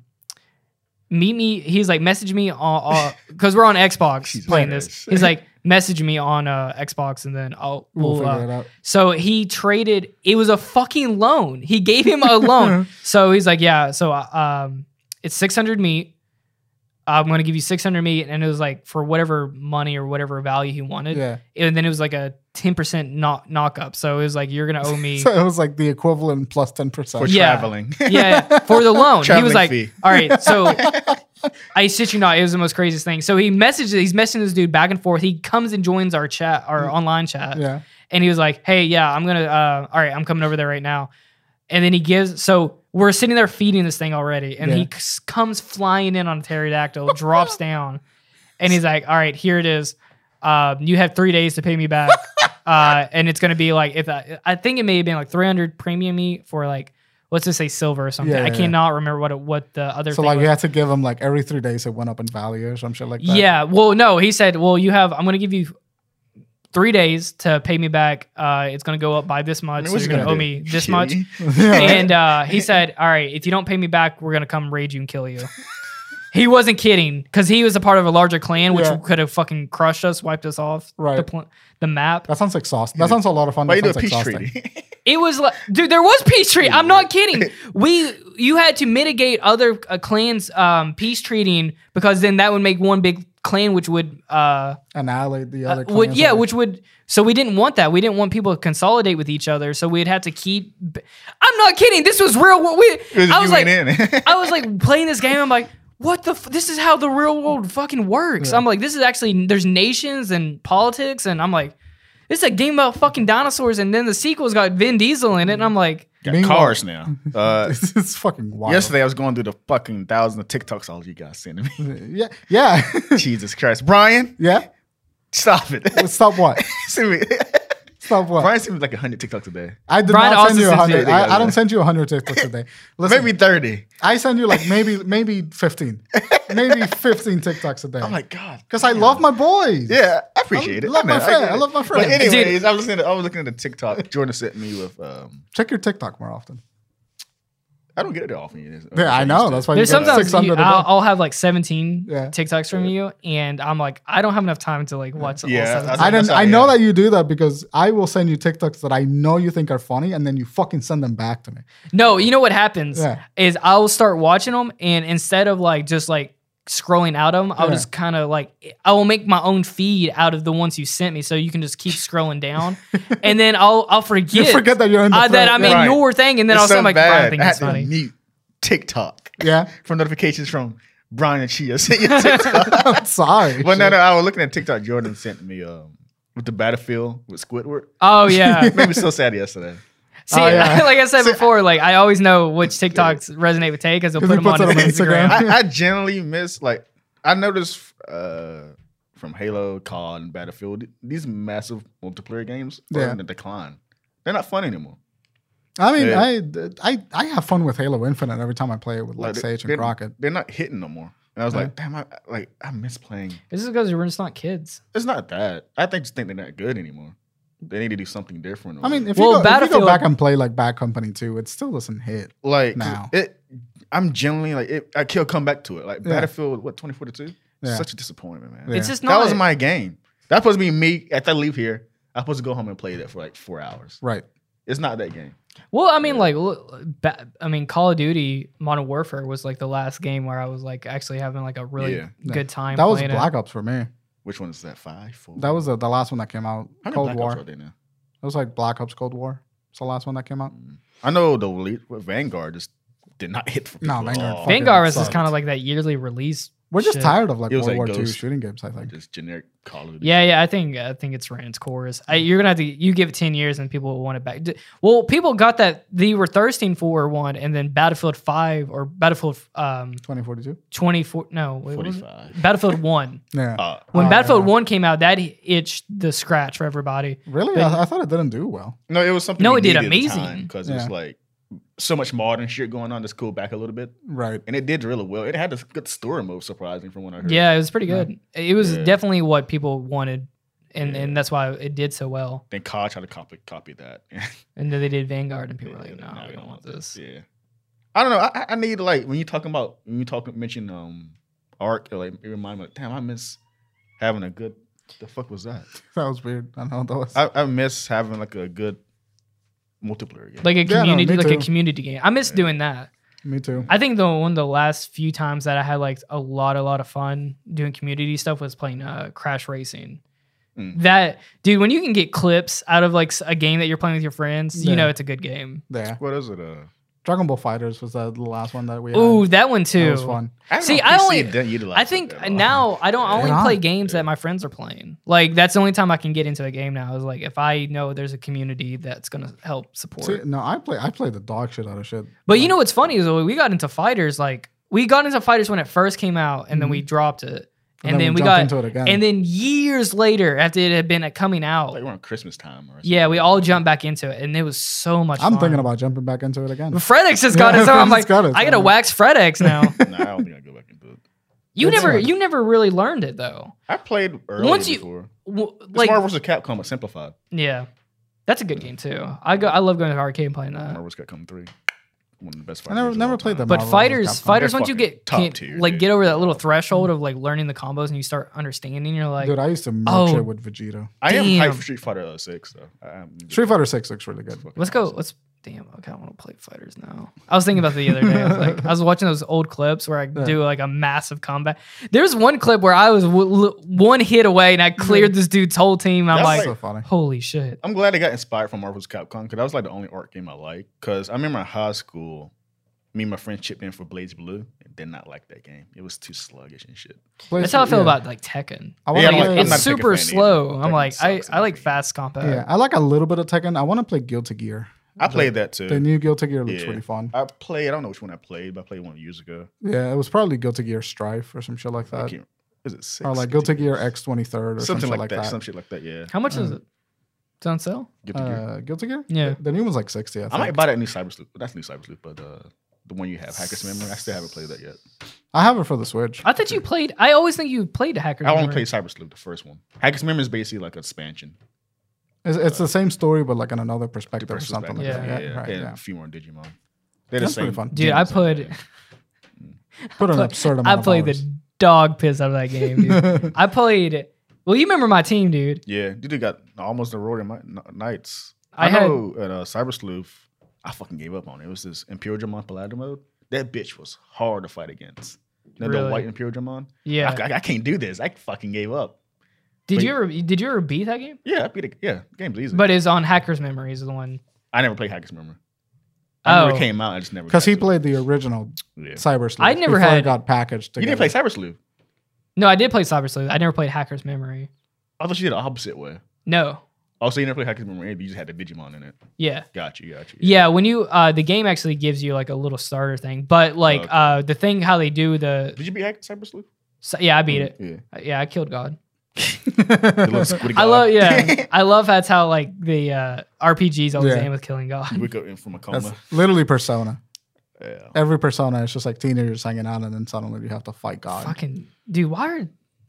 [SPEAKER 1] meet me he's like message me on because we're on xbox
[SPEAKER 3] Jesus
[SPEAKER 1] playing this
[SPEAKER 3] Christ.
[SPEAKER 1] he's like message me on uh xbox and then i'll
[SPEAKER 2] we'll,
[SPEAKER 1] we'll,
[SPEAKER 2] figure
[SPEAKER 1] uh,
[SPEAKER 2] it out.
[SPEAKER 1] so he traded it was a fucking loan he gave him a loan so he's like yeah so uh, um it's 600 meat i'm gonna give you 600 meat and it was like for whatever money or whatever value he wanted
[SPEAKER 2] Yeah.
[SPEAKER 1] and then it was like a 10% knock knock up so it was like you're gonna owe me
[SPEAKER 2] So it was like the equivalent plus ten
[SPEAKER 3] for
[SPEAKER 2] percent.
[SPEAKER 1] Yeah.
[SPEAKER 3] traveling.
[SPEAKER 1] yeah, yeah, for the loan. he was
[SPEAKER 3] Traveling
[SPEAKER 1] like,
[SPEAKER 3] fee.
[SPEAKER 1] "All right, so I shit you not, it was the most craziest thing." So he messaged, he's messaging this dude back and forth. He comes and joins our chat, our online chat,
[SPEAKER 2] Yeah.
[SPEAKER 1] and he was like, "Hey, yeah, I'm gonna, uh, all right, I'm coming over there right now." And then he gives, so we're sitting there feeding this thing already, and
[SPEAKER 2] Yeah.
[SPEAKER 1] he c- comes flying in on a pterodactyl, drops down, and he's like, "All right, here it is. Um, you have three days to pay me back, uh, and it's gonna be like if uh, I, I think it may have been like 300 premium meat for like let's just say silver or something.
[SPEAKER 2] Yeah,
[SPEAKER 1] I
[SPEAKER 2] yeah, yeah.
[SPEAKER 1] cannot remember what it, what the other
[SPEAKER 2] So
[SPEAKER 1] thing
[SPEAKER 2] like
[SPEAKER 1] was.
[SPEAKER 2] you had to give them like every three days it went up in value or some shit like that.
[SPEAKER 1] Yeah. Well, no, he said, well, you have, I'm going to give you three days to pay me back. Uh, it's going to go up by this
[SPEAKER 3] I
[SPEAKER 1] much.
[SPEAKER 3] mean,
[SPEAKER 1] so
[SPEAKER 3] what's
[SPEAKER 1] you're
[SPEAKER 3] he
[SPEAKER 1] going to
[SPEAKER 3] gonna
[SPEAKER 1] owe
[SPEAKER 3] do?
[SPEAKER 1] me this
[SPEAKER 3] Kill
[SPEAKER 1] much.
[SPEAKER 3] me?
[SPEAKER 1] And uh, he said, all right, if you don't pay me back, we're going to come raid you and kill you. He wasn't kidding because he was a part of a larger clan, which
[SPEAKER 2] Yeah.
[SPEAKER 1] could have fucking crushed us, wiped us off the,
[SPEAKER 2] Right.
[SPEAKER 1] pl- the map.
[SPEAKER 2] That sounds exhausting. That sounds a lot of fun.
[SPEAKER 3] Why you
[SPEAKER 2] That
[SPEAKER 3] do a
[SPEAKER 2] sounds
[SPEAKER 3] peace
[SPEAKER 2] exhausting.
[SPEAKER 3] treaty?
[SPEAKER 1] It was like, dude, there was peace treaty. I'm not kidding. We, you had to mitigate other uh, clans' um, peace treating because then that would make one big clan, which would uh,
[SPEAKER 2] Annihilate the
[SPEAKER 1] Uh,
[SPEAKER 2] other.
[SPEAKER 1] would,
[SPEAKER 2] clans
[SPEAKER 1] yeah,
[SPEAKER 2] over-
[SPEAKER 1] which would so we didn't want that. We didn't want people to consolidate with each other, so we'd have to keep. I'm not kidding. This was real. wo- We I was like, I was like playing this game. I'm like, what the? F- this is how the real world fucking works. I'm like, this is actually there's nations and politics, and I'm like, this is a game about fucking dinosaurs, and then the sequel's got Vin Diesel in it, and I'm like,
[SPEAKER 3] Got
[SPEAKER 2] Meanwhile-
[SPEAKER 3] cars now. Uh,
[SPEAKER 2] It's, it's fucking wild.
[SPEAKER 3] yesterday I was going through the fucking thousands of TikToks all you guys sending me.
[SPEAKER 2] Yeah. Yeah.
[SPEAKER 3] Jesus Christ, Brian,
[SPEAKER 2] yeah.
[SPEAKER 3] stop it.
[SPEAKER 2] Stop what?
[SPEAKER 3] Send me-
[SPEAKER 2] Stop what?
[SPEAKER 3] Brian sent me like hundred TikToks a day,
[SPEAKER 2] I did
[SPEAKER 1] Brian
[SPEAKER 2] not
[SPEAKER 1] also
[SPEAKER 2] send you
[SPEAKER 1] sends you-
[SPEAKER 2] hundred.
[SPEAKER 3] Yeah, yeah,
[SPEAKER 2] I, I don't
[SPEAKER 3] yeah.
[SPEAKER 2] send you hundred TikToks today. Listen,
[SPEAKER 3] maybe thirty.
[SPEAKER 2] I send you like maybe maybe fifteen, maybe fifteen TikToks a day.
[SPEAKER 3] I'm like, God,
[SPEAKER 2] because I love my boys.
[SPEAKER 3] Oh Yeah, I appreciate
[SPEAKER 2] Oh I
[SPEAKER 3] it.
[SPEAKER 2] love my
[SPEAKER 3] know,
[SPEAKER 2] friend.
[SPEAKER 3] get
[SPEAKER 2] I
[SPEAKER 3] it.
[SPEAKER 2] love my friend.
[SPEAKER 3] But anyways, I was looking. At, I was looking at the TikTok. Jordan sent me with. Um,
[SPEAKER 2] Check your TikTok more often.
[SPEAKER 3] I don't get it that often. you know, uh,
[SPEAKER 2] Yeah, I
[SPEAKER 3] used
[SPEAKER 2] know.
[SPEAKER 3] to.
[SPEAKER 2] That's why
[SPEAKER 1] there's
[SPEAKER 2] you get
[SPEAKER 1] sometimes
[SPEAKER 2] six hundred
[SPEAKER 1] you,
[SPEAKER 2] a day.
[SPEAKER 1] I'll, I'll have like 17
[SPEAKER 2] Yeah.
[SPEAKER 1] TikToks from you, and I'm like, I don't have enough time to like watch all
[SPEAKER 3] Yeah,
[SPEAKER 1] 17.
[SPEAKER 3] that's-
[SPEAKER 2] I don't.
[SPEAKER 3] how-
[SPEAKER 2] I know
[SPEAKER 3] yeah.
[SPEAKER 2] that you do that because I will send you TikToks that I know you think are funny, and then you fucking send them back to me.
[SPEAKER 1] No, you know what happens
[SPEAKER 2] Yeah.
[SPEAKER 1] is I'll start watching them, and instead of like just like scrolling out of them, I'll
[SPEAKER 2] Yeah.
[SPEAKER 1] just kind of like I will make my own feed out of the ones you sent me, so you can just keep scrolling down, and then I'll I'll forget,
[SPEAKER 2] You forget that you're in the
[SPEAKER 1] uh, that
[SPEAKER 2] thread.
[SPEAKER 1] I'm
[SPEAKER 3] Right.
[SPEAKER 1] in your thing, and then
[SPEAKER 3] It's
[SPEAKER 1] I'll
[SPEAKER 3] so
[SPEAKER 1] sound like
[SPEAKER 3] bad.
[SPEAKER 1] I think
[SPEAKER 3] I
[SPEAKER 1] it's
[SPEAKER 3] had to
[SPEAKER 1] funny.
[SPEAKER 3] mute TikTok
[SPEAKER 2] Yeah,
[SPEAKER 3] from notifications from Brian and Chia sent you TikTok.
[SPEAKER 2] I'm sorry.
[SPEAKER 3] but no, no, I was looking at TikTok. Jordan sent me um, with the battlefield with Squidward.
[SPEAKER 1] Oh yeah,
[SPEAKER 3] Made me so sad yesterday.
[SPEAKER 1] see,
[SPEAKER 2] Oh, yeah.
[SPEAKER 1] like I said before, like I always know which TikToks resonate with Tay because they'll put
[SPEAKER 2] 'Cause he
[SPEAKER 1] them on
[SPEAKER 2] puts it on
[SPEAKER 1] Instagram.
[SPEAKER 2] Instagram.
[SPEAKER 3] I, I generally miss like I noticed uh, from Halo, COD, and Battlefield these massive multiplayer games are
[SPEAKER 2] Yeah.
[SPEAKER 3] in a decline. They're not fun anymore.
[SPEAKER 2] I mean,
[SPEAKER 3] Yeah.
[SPEAKER 2] I, I I have fun with Halo Infinite every time I play it with like,
[SPEAKER 3] they-
[SPEAKER 2] Sage and
[SPEAKER 3] they're,
[SPEAKER 2] Rocket.
[SPEAKER 3] They're not hitting no more. And I was
[SPEAKER 2] Yeah.
[SPEAKER 3] like, damn, I like I miss playing.
[SPEAKER 1] This is because we're just not kids.
[SPEAKER 3] It's not that. I think just think they're not good anymore. They need to do something different.
[SPEAKER 2] I mean, if,
[SPEAKER 1] Well,
[SPEAKER 2] you, go, if you
[SPEAKER 1] Battlefield-
[SPEAKER 2] go back and play like Bad Company 2, it still doesn't hit.
[SPEAKER 3] like 'cause
[SPEAKER 2] now.
[SPEAKER 3] it. I'm generally like it, I can come back to it. Like
[SPEAKER 2] Yeah.
[SPEAKER 3] Battlefield, what 2042?
[SPEAKER 2] Yeah.
[SPEAKER 3] Such a disappointment, man.
[SPEAKER 2] Yeah.
[SPEAKER 1] It's just
[SPEAKER 3] That
[SPEAKER 1] not.
[SPEAKER 3] was my game. That's supposed to be me after I leave here. I'm supposed to go home and play that for like four hours.
[SPEAKER 2] Right.
[SPEAKER 3] It's not that game.
[SPEAKER 1] Well, I mean, like, l- ba- I mean, Call of Duty Modern Warfare was like the last game where I was like actually having like a really
[SPEAKER 3] Yeah.
[SPEAKER 1] good time.
[SPEAKER 2] that was
[SPEAKER 1] playing it.
[SPEAKER 2] Black Ops for me.
[SPEAKER 3] Which one is that? Five, four.
[SPEAKER 2] That was the, the last one that came out.
[SPEAKER 3] How many
[SPEAKER 2] Cold
[SPEAKER 3] Black Ops
[SPEAKER 2] War.
[SPEAKER 3] are there now?
[SPEAKER 2] It was like Black Ops Cold War. It's the last one that came out.
[SPEAKER 3] Mm. I know the lead, Vanguard just did not hit for
[SPEAKER 2] No,
[SPEAKER 3] people Oh. at
[SPEAKER 2] Vanguard
[SPEAKER 3] all.
[SPEAKER 2] fucking
[SPEAKER 1] Vanguard is
[SPEAKER 2] sucked.
[SPEAKER 1] kind of like that yearly release.
[SPEAKER 2] We're just
[SPEAKER 1] shit.
[SPEAKER 2] tired of like
[SPEAKER 3] It was
[SPEAKER 2] World
[SPEAKER 3] like
[SPEAKER 2] War II
[SPEAKER 3] Ghost.
[SPEAKER 2] shooting games. I think.
[SPEAKER 3] just generic Call of Duty.
[SPEAKER 1] Yeah, yeah, I think I think it's ran its course. I, you're gonna have to you give it ten years and people will want it back. D- Well, people got that they were thirsting for one, and then Battlefield Five or Battlefield um
[SPEAKER 2] 2042.
[SPEAKER 1] twenty four no wait, what was it?
[SPEAKER 3] 45.
[SPEAKER 1] Battlefield One.
[SPEAKER 2] Yeah.
[SPEAKER 3] Uh,
[SPEAKER 1] When
[SPEAKER 2] Oh,
[SPEAKER 1] Battlefield
[SPEAKER 2] yeah.
[SPEAKER 1] One came out, that itched the scratch for everybody.
[SPEAKER 2] really? I, I thought it didn't do well.
[SPEAKER 3] no, it was something.
[SPEAKER 1] No,
[SPEAKER 3] we
[SPEAKER 1] it did
[SPEAKER 3] needed at the
[SPEAKER 1] amazing.
[SPEAKER 3] time, 'cause it
[SPEAKER 2] Yeah.
[SPEAKER 3] was like so much modern shit going on. Just cool back a little bit,
[SPEAKER 2] Right.
[SPEAKER 3] and it did really well. It had a good story mode, surprising from what I heard.
[SPEAKER 1] Yeah, it was pretty good. It was
[SPEAKER 3] Yeah.
[SPEAKER 1] definitely what people wanted, and
[SPEAKER 3] Yeah.
[SPEAKER 1] and that's why it did so well.
[SPEAKER 3] Then COD tried to copy copy that.
[SPEAKER 1] And then they did Vanguard, and people were like,
[SPEAKER 3] Yeah,
[SPEAKER 1] "No,
[SPEAKER 3] nah,
[SPEAKER 1] we don't want this."
[SPEAKER 3] Yeah, I don't know. I, I- I need like when you talking about when you talking mention um arc, it, like it remind me like damn, I miss having a good. The fuck was that?
[SPEAKER 2] That was weird. I don't know what that was.
[SPEAKER 3] I, I miss having like a good multiplayer game.
[SPEAKER 1] Like a
[SPEAKER 2] no,
[SPEAKER 1] community,
[SPEAKER 2] me
[SPEAKER 1] like a
[SPEAKER 2] too.
[SPEAKER 1] community game. I miss
[SPEAKER 3] Yeah.
[SPEAKER 1] doing that.
[SPEAKER 2] Me too.
[SPEAKER 1] I think the one of the last few times that I had like a lot, a lot of fun doing community stuff was playing uh, Crash Racing.
[SPEAKER 3] Mm.
[SPEAKER 1] That dude, when you can get clips out of like s- a game that you're playing with your friends,
[SPEAKER 2] Yeah.
[SPEAKER 1] you know it's a good game.
[SPEAKER 2] Yeah.
[SPEAKER 3] what is it? Uh,
[SPEAKER 2] Dragon Ball Fighters was uh, the the last one that we. had.
[SPEAKER 1] Ooh, that one
[SPEAKER 2] That
[SPEAKER 1] too.
[SPEAKER 2] was fun.
[SPEAKER 3] I don't
[SPEAKER 1] See,
[SPEAKER 3] know,
[SPEAKER 1] I
[SPEAKER 3] PC
[SPEAKER 1] only-
[SPEAKER 3] didn't utilize
[SPEAKER 1] I
[SPEAKER 3] that
[SPEAKER 1] think
[SPEAKER 3] at all.
[SPEAKER 1] now I don't I
[SPEAKER 3] Yeah.
[SPEAKER 1] only
[SPEAKER 2] Right
[SPEAKER 1] play
[SPEAKER 2] on.
[SPEAKER 1] games
[SPEAKER 3] Yeah.
[SPEAKER 1] that my friends are playing. Like that's the only time I can get into a game now. Is like if I know there's a community that's gonna help support.
[SPEAKER 2] See, no, I play. I played the dog shit out of shit.
[SPEAKER 1] But you know what's funny is we got into fighters like we got into fighters when it first came out, and then
[SPEAKER 2] Mhm.
[SPEAKER 1] we dropped it, and, then, we
[SPEAKER 2] jumped
[SPEAKER 1] got
[SPEAKER 2] into it again.
[SPEAKER 1] and then years later after it had been uh, coming out,
[SPEAKER 3] like around Christmas time or something.
[SPEAKER 1] yeah, we all jumped back into it, and it was so much.
[SPEAKER 2] I'm
[SPEAKER 1] fun.
[SPEAKER 2] thinking about jumping back into it again.
[SPEAKER 1] Fredix has got
[SPEAKER 2] Yeah,
[SPEAKER 1] his own. I'm
[SPEAKER 2] Fred's
[SPEAKER 1] like,
[SPEAKER 2] got his
[SPEAKER 1] I gotta
[SPEAKER 2] own.
[SPEAKER 1] wax Fredix now.
[SPEAKER 3] Nah, I don't think I go back into it.
[SPEAKER 1] You
[SPEAKER 2] That's
[SPEAKER 1] never,
[SPEAKER 2] fun.
[SPEAKER 1] you never really learned it though.
[SPEAKER 3] I played early
[SPEAKER 1] Once you-
[SPEAKER 3] before.
[SPEAKER 1] W-
[SPEAKER 3] It's
[SPEAKER 1] Like,
[SPEAKER 3] Marvel vs. Capcom, but simplified.
[SPEAKER 1] yeah, that's a good game too. I go, I love going to the arcade and playing that.
[SPEAKER 3] Marvel vs. Capcom three, one of the best.
[SPEAKER 2] I never-
[SPEAKER 3] games of
[SPEAKER 2] never
[SPEAKER 3] all
[SPEAKER 2] played
[SPEAKER 3] time.
[SPEAKER 2] them.
[SPEAKER 1] But
[SPEAKER 2] Marvel vs.
[SPEAKER 1] fighters,
[SPEAKER 2] Capcom.
[SPEAKER 1] fighters,
[SPEAKER 3] They're
[SPEAKER 1] once you
[SPEAKER 3] fucking
[SPEAKER 1] get
[SPEAKER 3] top
[SPEAKER 1] can,
[SPEAKER 3] tier,
[SPEAKER 1] like
[SPEAKER 3] dude.
[SPEAKER 1] get over that little threshold of like learning the combos and you start understanding, you're like,
[SPEAKER 2] Dude, I used to murk
[SPEAKER 1] Oh.
[SPEAKER 2] shit with Vegeta.
[SPEAKER 3] I am
[SPEAKER 1] Damn.
[SPEAKER 3] hyped for Street Fighter uh, Six though. I am
[SPEAKER 2] Street Fighter Six looks really good.
[SPEAKER 3] Fucking
[SPEAKER 1] Let's go.
[SPEAKER 3] awesome.
[SPEAKER 1] Let's. Damn. Okay, I want to play fighters now. I was thinking about the other day. I was like, I was watching those old clips where I
[SPEAKER 2] Yeah.
[SPEAKER 1] do like a massive combat. There's one clip where I was w- l- one hit away and I cleared this dude's whole team. I'm
[SPEAKER 3] That's
[SPEAKER 1] like,
[SPEAKER 2] so funny.
[SPEAKER 1] holy shit.
[SPEAKER 3] I'm glad I got inspired from Marvel's Capcom because that was like the only art game I liked. Because I remember in high school, me and my friend chipped in for Blades Blue and did not like that game. It was too sluggish and shit.
[SPEAKER 1] That's how I feel
[SPEAKER 2] Yeah.
[SPEAKER 1] about like Tekken.
[SPEAKER 2] I
[SPEAKER 3] Yeah,
[SPEAKER 2] want
[SPEAKER 3] I'm
[SPEAKER 1] Like,
[SPEAKER 3] like-
[SPEAKER 2] to
[SPEAKER 3] I'm not
[SPEAKER 1] it's
[SPEAKER 3] a Tekken
[SPEAKER 1] super
[SPEAKER 3] fan either.
[SPEAKER 1] slow. I'm
[SPEAKER 3] Tekken
[SPEAKER 1] like, I,
[SPEAKER 3] sucks in
[SPEAKER 1] I
[SPEAKER 3] my
[SPEAKER 1] like
[SPEAKER 3] opinion.
[SPEAKER 1] fast combat.
[SPEAKER 2] yeah, I like a little bit of Tekken. I want to play Guilty Gear.
[SPEAKER 3] I played that too.
[SPEAKER 2] The new Guilty Gear looks
[SPEAKER 3] Yeah.
[SPEAKER 2] really fun.
[SPEAKER 3] I played. I don't know which one I played, but I played one years ago.
[SPEAKER 2] Yeah, it was probably Guilty Gear Strife or some shit like
[SPEAKER 3] I
[SPEAKER 2] that,
[SPEAKER 3] can't- is it six?
[SPEAKER 2] or Oh, like Guilty Gear X twenty third or
[SPEAKER 3] something like, that,
[SPEAKER 2] that.
[SPEAKER 3] Some shit like that. Yeah.
[SPEAKER 1] How much is
[SPEAKER 2] Mm.
[SPEAKER 1] it? It's on sale?
[SPEAKER 3] Guilty Gear.
[SPEAKER 2] Uh, Guilty Gear.
[SPEAKER 1] Yeah.
[SPEAKER 2] The- the new one's like sixty. I, think.
[SPEAKER 3] I might buy that new Cyber Sleuth. That's new Cyber Sleuth, but uh, the one you have, Hacker's Memory. I still haven't played that yet.
[SPEAKER 2] I have it for the Switch.
[SPEAKER 1] I thought you played. I always think you played Hacker.
[SPEAKER 3] I only
[SPEAKER 1] Memory.
[SPEAKER 3] played Cyber Sleuth, the first one. Hacker's Memory is basically like an expansion.
[SPEAKER 2] It's, it's the same story, but like in another perspective or
[SPEAKER 3] versus
[SPEAKER 2] something.
[SPEAKER 3] back-
[SPEAKER 2] Like
[SPEAKER 1] Yeah.
[SPEAKER 2] that.
[SPEAKER 3] yeah,
[SPEAKER 2] Right,
[SPEAKER 3] and
[SPEAKER 2] yeah.
[SPEAKER 3] a few more in Digimon. They're the
[SPEAKER 2] That's pretty
[SPEAKER 3] same.
[SPEAKER 2] fun.
[SPEAKER 1] Dude, I
[SPEAKER 3] same
[SPEAKER 1] put-
[SPEAKER 3] thing.
[SPEAKER 2] Put an
[SPEAKER 1] play-
[SPEAKER 2] absurd amount.
[SPEAKER 1] I
[SPEAKER 2] of
[SPEAKER 1] played the
[SPEAKER 2] hours.
[SPEAKER 1] dog piss out of that game, dude. I played. Well, you remember my team, dude.
[SPEAKER 3] Yeah, dude, got almost the Roaring Mi- N- Knights.
[SPEAKER 1] I
[SPEAKER 3] I,
[SPEAKER 1] had-
[SPEAKER 3] know at uh, Cyber Sleuth, I fucking gave up on it. It was this Imperial Dramon Paladin mode. That bitch was hard to fight against. You know,
[SPEAKER 1] Really?
[SPEAKER 3] The white Imperial Dramon.
[SPEAKER 1] Yeah.
[SPEAKER 3] I, I, I can't do this. I fucking gave up.
[SPEAKER 1] Did
[SPEAKER 3] But-
[SPEAKER 1] you ever did you ever beat that game?
[SPEAKER 3] Yeah, I beat it. Yeah, game's easy.
[SPEAKER 1] But it's on Hacker's Memories the one.
[SPEAKER 3] I never played Hacker's Memory. I remember
[SPEAKER 1] Oh.
[SPEAKER 3] it came out. I just never.
[SPEAKER 2] because
[SPEAKER 3] got
[SPEAKER 2] he
[SPEAKER 3] to it.
[SPEAKER 2] played the original
[SPEAKER 3] Yeah.
[SPEAKER 2] Cyber Sleuth.
[SPEAKER 1] I never
[SPEAKER 2] before
[SPEAKER 1] had-
[SPEAKER 2] it got packaged.
[SPEAKER 3] You didn't
[SPEAKER 2] together.
[SPEAKER 3] play Cyber Sleuth.
[SPEAKER 1] No, I did play Cyber Sleuth. I never played Hacker's Memory.
[SPEAKER 3] I thought you did the opposite way.
[SPEAKER 1] No.
[SPEAKER 3] Also, you never played Hacker's Memory. but You just had the Digimon in it.
[SPEAKER 1] Yeah.
[SPEAKER 3] Got you. Got you.
[SPEAKER 1] Yeah, when you uh the game actually gives you like a little starter thing, but like
[SPEAKER 3] Oh, Okay.
[SPEAKER 1] uh the thing how they do the
[SPEAKER 3] Did you beat Hack- Cyber Sleuth?
[SPEAKER 1] so- yeah, I beat it.
[SPEAKER 3] Yeah.
[SPEAKER 1] Yeah, I killed God.
[SPEAKER 3] The little squid
[SPEAKER 1] I
[SPEAKER 3] god.
[SPEAKER 1] love yeah. I love that's how like the uh RPGs always
[SPEAKER 2] Yeah.
[SPEAKER 1] end with killing God.
[SPEAKER 3] Wake up in from a
[SPEAKER 2] That's
[SPEAKER 3] coma.
[SPEAKER 2] literally Persona.
[SPEAKER 3] Yeah.
[SPEAKER 2] Every Persona is just like teenagers hanging out, and then suddenly you have to fight God.
[SPEAKER 1] Fucking dude, why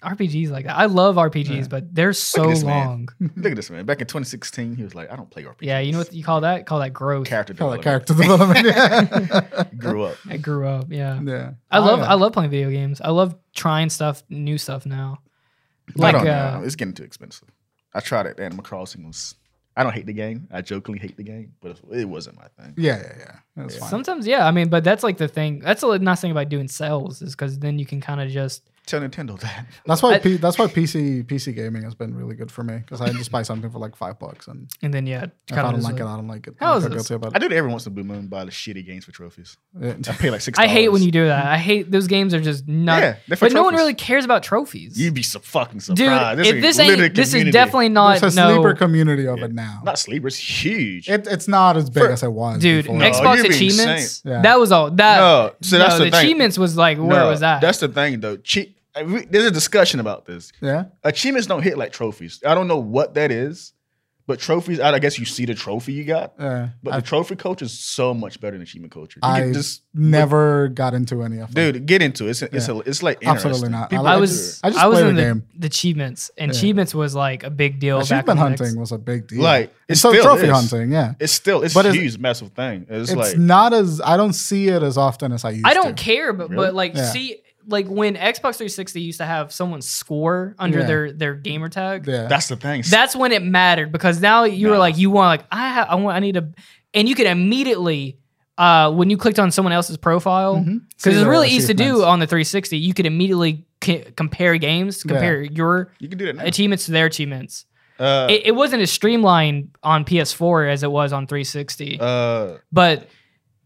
[SPEAKER 1] are RPGs like that? I love RPGs,
[SPEAKER 2] Yeah.
[SPEAKER 1] but they're so
[SPEAKER 3] this man.
[SPEAKER 1] long.
[SPEAKER 3] Look at this man. Back in 2016, he was like, I don't play RPGs.
[SPEAKER 1] Yeah, you know what you call that? Call that growth.
[SPEAKER 3] character
[SPEAKER 2] Call it
[SPEAKER 3] development.
[SPEAKER 2] character development. yeah.
[SPEAKER 3] Grew up.
[SPEAKER 1] I grew up. Yeah.
[SPEAKER 2] yeah.
[SPEAKER 1] I
[SPEAKER 2] Oh,
[SPEAKER 1] love
[SPEAKER 2] yeah.
[SPEAKER 1] I love playing video games. I love trying stuff, new stuff now.
[SPEAKER 3] Like,
[SPEAKER 1] Like uh,
[SPEAKER 3] it's getting too expensive. I tried it. Animal Crossing was. I don't hate the game. I jokingly hate the game, but it wasn't my thing.
[SPEAKER 2] Yeah, yeah, yeah. That's fine.
[SPEAKER 1] sometimes yeah, I mean, but that's like the thing. That's a nice thing about doing sales is because then you can kind of just
[SPEAKER 3] Tell Nintendo that.
[SPEAKER 2] That's why
[SPEAKER 1] I-
[SPEAKER 2] P, that's why PC PC gaming has been really good for me because I just buy something for like five bucks and
[SPEAKER 1] And then yeah,
[SPEAKER 2] if I
[SPEAKER 1] kind
[SPEAKER 2] don't
[SPEAKER 1] of
[SPEAKER 2] like
[SPEAKER 1] like,
[SPEAKER 2] it, I don't like it.
[SPEAKER 1] How
[SPEAKER 2] I
[SPEAKER 1] is
[SPEAKER 2] feel
[SPEAKER 1] this?
[SPEAKER 2] guilty about
[SPEAKER 3] I
[SPEAKER 2] it.
[SPEAKER 3] do that every once in a blue moon. Buy the shitty games for trophies. I
[SPEAKER 2] Yeah.
[SPEAKER 3] pay like six.
[SPEAKER 1] I hate when you do that. I hate those games are just not.
[SPEAKER 3] Yeah, they're
[SPEAKER 1] but
[SPEAKER 3] for
[SPEAKER 1] no one
[SPEAKER 3] trophies.
[SPEAKER 1] really cares about trophies.
[SPEAKER 3] You'd be so fucking
[SPEAKER 1] Dude,
[SPEAKER 3] surprised.
[SPEAKER 1] if
[SPEAKER 3] a
[SPEAKER 1] this
[SPEAKER 3] little
[SPEAKER 1] ain't this is
[SPEAKER 3] community.
[SPEAKER 1] definitely not
[SPEAKER 2] There's a
[SPEAKER 1] no.
[SPEAKER 2] sleeper community of
[SPEAKER 3] Yeah.
[SPEAKER 2] it now.
[SPEAKER 3] not sleepers. Huge.
[SPEAKER 2] It, it's not as big
[SPEAKER 3] For-
[SPEAKER 2] as it was.
[SPEAKER 1] Dude,
[SPEAKER 2] before. Oh,
[SPEAKER 3] No,
[SPEAKER 1] Xbox
[SPEAKER 3] you're being
[SPEAKER 1] achievements.
[SPEAKER 2] insane. Yeah.
[SPEAKER 1] That was all. That
[SPEAKER 3] no, so that's
[SPEAKER 1] no,
[SPEAKER 3] the,
[SPEAKER 1] the,
[SPEAKER 3] thing.
[SPEAKER 1] achievements was like where
[SPEAKER 3] No,
[SPEAKER 1] was that?
[SPEAKER 3] That's the thing though. Che- I- we- there's a discussion about this.
[SPEAKER 2] yeah,
[SPEAKER 3] Achievements don't hit like trophies. I don't know what that is, but trophies. I I guess you see the trophy you got.
[SPEAKER 2] yeah.
[SPEAKER 3] But
[SPEAKER 2] I
[SPEAKER 3] the trophy culture is so much better than achievement culture. You
[SPEAKER 2] Uh, I-
[SPEAKER 3] can just,
[SPEAKER 2] never got into any of them.
[SPEAKER 3] dude, get into it. It's it's, a, it's like interesting.
[SPEAKER 2] absolutely not.
[SPEAKER 3] People
[SPEAKER 2] like
[SPEAKER 1] I
[SPEAKER 2] it.
[SPEAKER 1] was
[SPEAKER 2] I
[SPEAKER 1] I,
[SPEAKER 2] just
[SPEAKER 1] was
[SPEAKER 2] play
[SPEAKER 1] in
[SPEAKER 2] the
[SPEAKER 1] the,
[SPEAKER 2] game.
[SPEAKER 1] the achievements and
[SPEAKER 2] Yeah.
[SPEAKER 1] achievements was like a big deal. back in
[SPEAKER 2] Achievement
[SPEAKER 1] the
[SPEAKER 2] hunting
[SPEAKER 1] X.
[SPEAKER 2] was a big deal.
[SPEAKER 3] Like it's
[SPEAKER 2] it's so
[SPEAKER 3] still
[SPEAKER 2] trophy
[SPEAKER 3] is.
[SPEAKER 2] hunting. Yeah,
[SPEAKER 3] It's still it's
[SPEAKER 2] But
[SPEAKER 3] a
[SPEAKER 2] it's-
[SPEAKER 3] huge massive thing. It's,
[SPEAKER 2] it's
[SPEAKER 3] like
[SPEAKER 2] not as I don't see it as often as I used.
[SPEAKER 1] I don't
[SPEAKER 2] to.
[SPEAKER 1] care, but
[SPEAKER 3] Really?
[SPEAKER 1] but like
[SPEAKER 2] Yeah.
[SPEAKER 1] see like when Xbox 360 used to have someone's score under
[SPEAKER 2] Yeah.
[SPEAKER 1] their their gamer tag.
[SPEAKER 2] Yeah,
[SPEAKER 3] that's the thing.
[SPEAKER 1] That's when it mattered because now you were
[SPEAKER 3] Nah.
[SPEAKER 1] like you want like I ha- I want I need to and you could immediately uh when you clicked on someone else's profile because
[SPEAKER 2] Mhm. See
[SPEAKER 1] it's
[SPEAKER 2] their
[SPEAKER 1] really easy to do
[SPEAKER 2] achievements.
[SPEAKER 1] on the 360 you could immediately c- compare games
[SPEAKER 2] Yeah.
[SPEAKER 1] compare your
[SPEAKER 3] you can do that. Now.
[SPEAKER 1] achievements to their achievements
[SPEAKER 3] Uh,
[SPEAKER 1] it, it wasn't as streamlined on PS4 as it was on 360.
[SPEAKER 3] uh,
[SPEAKER 1] but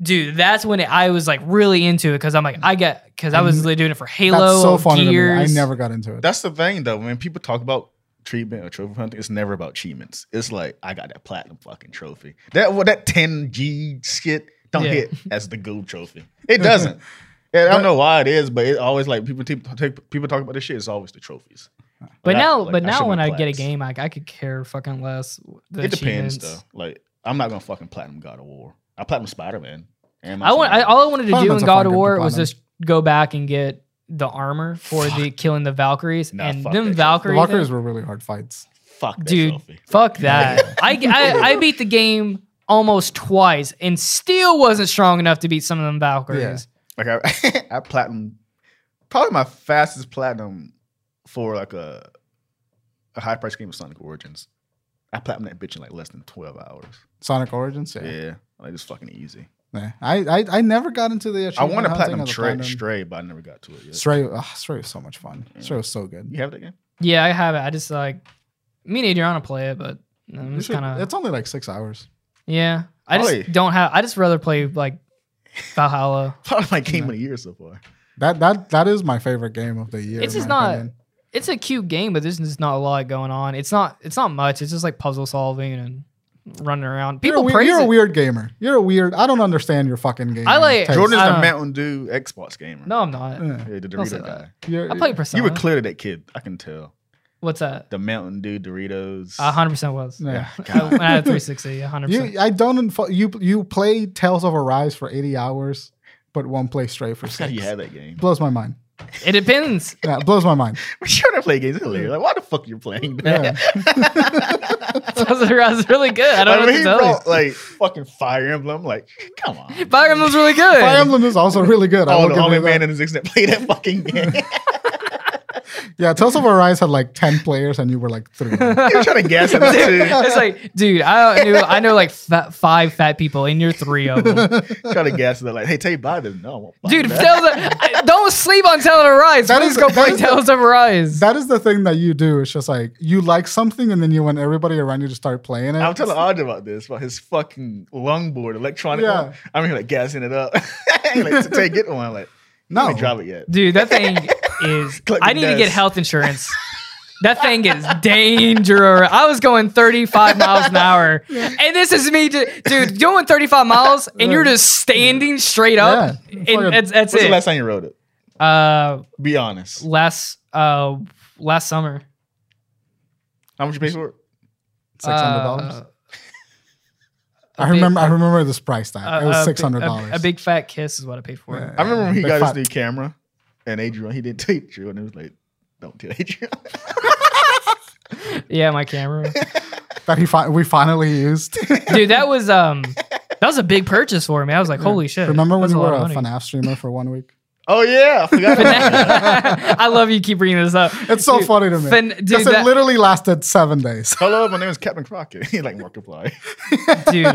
[SPEAKER 1] dude, that's when it, I was like really into it because I'm like I get because I was
[SPEAKER 2] And
[SPEAKER 1] really doing it for Halo.
[SPEAKER 2] That's so
[SPEAKER 1] or
[SPEAKER 2] funny to me. I
[SPEAKER 1] Gears.
[SPEAKER 2] never got into it.
[SPEAKER 3] that's the thing though. When people talk about treatment or trophy hunting, it's never about achievements. It's like I got that platinum fucking trophy. That what that 10G shit don't
[SPEAKER 1] Yeah.
[SPEAKER 3] hit as the gold trophy. It doesn't. And I
[SPEAKER 2] But-
[SPEAKER 3] don't know why it is, but it always like people t- take people talk about this shit. It's always the trophies.
[SPEAKER 1] But
[SPEAKER 3] Like, I-
[SPEAKER 1] now,
[SPEAKER 3] like,
[SPEAKER 1] but
[SPEAKER 3] I
[SPEAKER 1] now
[SPEAKER 3] should
[SPEAKER 1] when
[SPEAKER 3] win
[SPEAKER 1] I get a
[SPEAKER 3] plats.
[SPEAKER 1] game, like I could care fucking less. The
[SPEAKER 3] it depends though.
[SPEAKER 1] achievements.
[SPEAKER 3] Like I'm not gonna fucking platinum God of War. I platinum Spider Man.
[SPEAKER 1] I want. I, all I wanted to do
[SPEAKER 2] Platinum's
[SPEAKER 1] in
[SPEAKER 2] a
[SPEAKER 1] God
[SPEAKER 2] fun
[SPEAKER 1] of
[SPEAKER 2] game to
[SPEAKER 1] War was
[SPEAKER 2] platinum.
[SPEAKER 1] just go back and get the armor for the killing the Valkyries
[SPEAKER 3] Nah,
[SPEAKER 1] and
[SPEAKER 3] fuck
[SPEAKER 1] them
[SPEAKER 3] that.
[SPEAKER 1] Valkyrie
[SPEAKER 2] The Valkyries
[SPEAKER 1] thing-
[SPEAKER 2] were really hard fights.
[SPEAKER 3] fuck that
[SPEAKER 1] dude.
[SPEAKER 3] trophy.
[SPEAKER 1] Fuck that. I, I I beat the game almost twice and still wasn't strong enough to beat some of them Valkyries.
[SPEAKER 2] Yeah.
[SPEAKER 3] Like I, I platinum, probably my fastest platinum for like a a high price game of Sonic Origins. I platinum that bitch in like less than twelve hours.
[SPEAKER 2] Sonic Origins, yeah.
[SPEAKER 3] Yeah, like it's fucking easy.
[SPEAKER 2] Yeah. I, I I never got into the.
[SPEAKER 3] I
[SPEAKER 2] achievement
[SPEAKER 3] want to
[SPEAKER 2] hunting
[SPEAKER 3] platinum
[SPEAKER 2] as a
[SPEAKER 3] tra-
[SPEAKER 2] platinum.
[SPEAKER 3] Stray, but I never got to it yet.
[SPEAKER 2] Stray, ugh, Stray was so much fun. Stray was so good.
[SPEAKER 3] You have that game?
[SPEAKER 1] Yeah, I have it. I just like me and Adriana play it, but I'm
[SPEAKER 2] You
[SPEAKER 1] just
[SPEAKER 2] should-
[SPEAKER 1] kind of
[SPEAKER 2] it's only like six hours.
[SPEAKER 1] yeah. I just
[SPEAKER 3] Oi.
[SPEAKER 1] don't have. I just rather play like Valhalla.
[SPEAKER 3] Probably my game of the year so far.
[SPEAKER 2] That that that is my favorite game of the year.
[SPEAKER 1] It's
[SPEAKER 2] in
[SPEAKER 1] just
[SPEAKER 2] my
[SPEAKER 1] not-
[SPEAKER 2] opinion.
[SPEAKER 1] It's a cute game, but there's just not a lot going on. It's not. It's not much. It's just like puzzle solving and running around.
[SPEAKER 2] You're a
[SPEAKER 1] People
[SPEAKER 2] we-
[SPEAKER 1] praise
[SPEAKER 2] You're a
[SPEAKER 1] it.
[SPEAKER 2] weird gamer. You're a weird. I don't understand your fucking game.
[SPEAKER 1] I like-
[SPEAKER 2] taste.
[SPEAKER 3] Jordan's
[SPEAKER 1] I
[SPEAKER 3] the
[SPEAKER 1] don't-
[SPEAKER 3] Mountain Dew Xbox gamer.
[SPEAKER 1] No, I'm not.
[SPEAKER 2] Yeah.
[SPEAKER 3] Yeah, the
[SPEAKER 1] Don't say
[SPEAKER 3] Dorito
[SPEAKER 1] that.
[SPEAKER 3] guy.
[SPEAKER 2] You're-
[SPEAKER 1] I play Persona.
[SPEAKER 3] You were clearly that kid. I can tell.
[SPEAKER 1] What's that?
[SPEAKER 3] The Mountain Dew Doritos.
[SPEAKER 1] A hundred percent was.
[SPEAKER 2] Yeah.
[SPEAKER 1] I, when I had 360, a hundred percent.
[SPEAKER 2] You, I don't. Info- you you play Tales of Arise for eighty hours, but one play Stray for
[SPEAKER 3] I forgot
[SPEAKER 2] six.
[SPEAKER 3] you had that game.
[SPEAKER 2] Blows my mind.
[SPEAKER 1] It depends.
[SPEAKER 2] Yeah, blows my mind.
[SPEAKER 3] We're trying to play games. It's hilarious. Like, why the fuck you're playing that?
[SPEAKER 1] I was, I was really good. I don't know
[SPEAKER 3] like,
[SPEAKER 1] what to
[SPEAKER 3] he
[SPEAKER 1] tell
[SPEAKER 3] brought like fucking Fire Emblem. Like, come on.
[SPEAKER 1] you. Fire Emblem's really good.
[SPEAKER 2] Fire Emblem is also really good. I
[SPEAKER 3] Oh,
[SPEAKER 2] will
[SPEAKER 3] the
[SPEAKER 2] give
[SPEAKER 3] only
[SPEAKER 2] you that.
[SPEAKER 3] man in his existence that played that fucking game.
[SPEAKER 2] Yeah, Tales of Arise had like ten players, and you were like three.
[SPEAKER 3] you were trying to guess it too.
[SPEAKER 1] it's like, dude, I knew I know like fat, five fat people, and you're three of them.
[SPEAKER 3] trying to guess it. Like, hey, tell you buy this. No, I won't buy
[SPEAKER 1] Dude,
[SPEAKER 3] that.
[SPEAKER 1] Tales of, don't sleep on Tales of Arise.
[SPEAKER 2] That
[SPEAKER 1] Please
[SPEAKER 2] is-
[SPEAKER 1] go
[SPEAKER 2] that
[SPEAKER 1] play
[SPEAKER 2] is the-
[SPEAKER 1] Tales of Arise.
[SPEAKER 2] that is the thing that you do. It's just like you like something, and then you want everybody around you to start playing it.
[SPEAKER 3] I was telling Audrey about this, about his fucking longboard, electronic
[SPEAKER 2] Yeah.
[SPEAKER 3] one. I'm here like gassing it up. like, take it one. Like,
[SPEAKER 2] No.
[SPEAKER 3] no, drop it yet.
[SPEAKER 1] Dude, that thing is.
[SPEAKER 3] Click
[SPEAKER 1] I need to
[SPEAKER 3] this.
[SPEAKER 1] get health insurance. That thing is dangerous. I was going 35 miles an hour, and this is me, ju- dude, doing 35 miles, and you're just standing straight up,
[SPEAKER 2] Yeah. Fucking-
[SPEAKER 1] and that's, that's
[SPEAKER 3] When's the last
[SPEAKER 1] it.
[SPEAKER 3] time you rode it?
[SPEAKER 1] Uh,
[SPEAKER 3] Be honest.
[SPEAKER 1] last uh, last summer,
[SPEAKER 3] How much you pay for it?
[SPEAKER 2] six hundred dollars.
[SPEAKER 1] Uh,
[SPEAKER 2] I
[SPEAKER 1] big-
[SPEAKER 2] remember. I remember this price tag.
[SPEAKER 1] a-
[SPEAKER 2] it
[SPEAKER 1] uh, a
[SPEAKER 2] was
[SPEAKER 1] big-
[SPEAKER 2] six hundred
[SPEAKER 1] a-
[SPEAKER 2] dollars.
[SPEAKER 1] A, big fat kiss is what I paid for. it.
[SPEAKER 3] I remember when he
[SPEAKER 2] Big
[SPEAKER 3] got his
[SPEAKER 2] fat-
[SPEAKER 3] new camera and Adrian, he didn't tell Adrian. And it was like, don't tell Adrian.
[SPEAKER 1] Yeah, my camera,
[SPEAKER 2] that he fi- we finally used.
[SPEAKER 1] dude. That was um, that was a big purchase for me. I was like, holy shit.
[SPEAKER 2] remember when
[SPEAKER 1] that's
[SPEAKER 2] you
[SPEAKER 1] a lot
[SPEAKER 2] were a
[SPEAKER 1] of money.
[SPEAKER 2] FNAF streamer for one week?
[SPEAKER 3] Oh yeah, I forgot. about that.
[SPEAKER 1] I love you. Keep bringing this up.
[SPEAKER 2] It's so
[SPEAKER 1] Dude,
[SPEAKER 2] funny to me.
[SPEAKER 1] fin-
[SPEAKER 2] Because
[SPEAKER 1] dude,
[SPEAKER 2] it
[SPEAKER 1] that-
[SPEAKER 2] literally lasted seven days.
[SPEAKER 3] Hello, my name is Captain Crockett. He like Markiplier.
[SPEAKER 1] dude.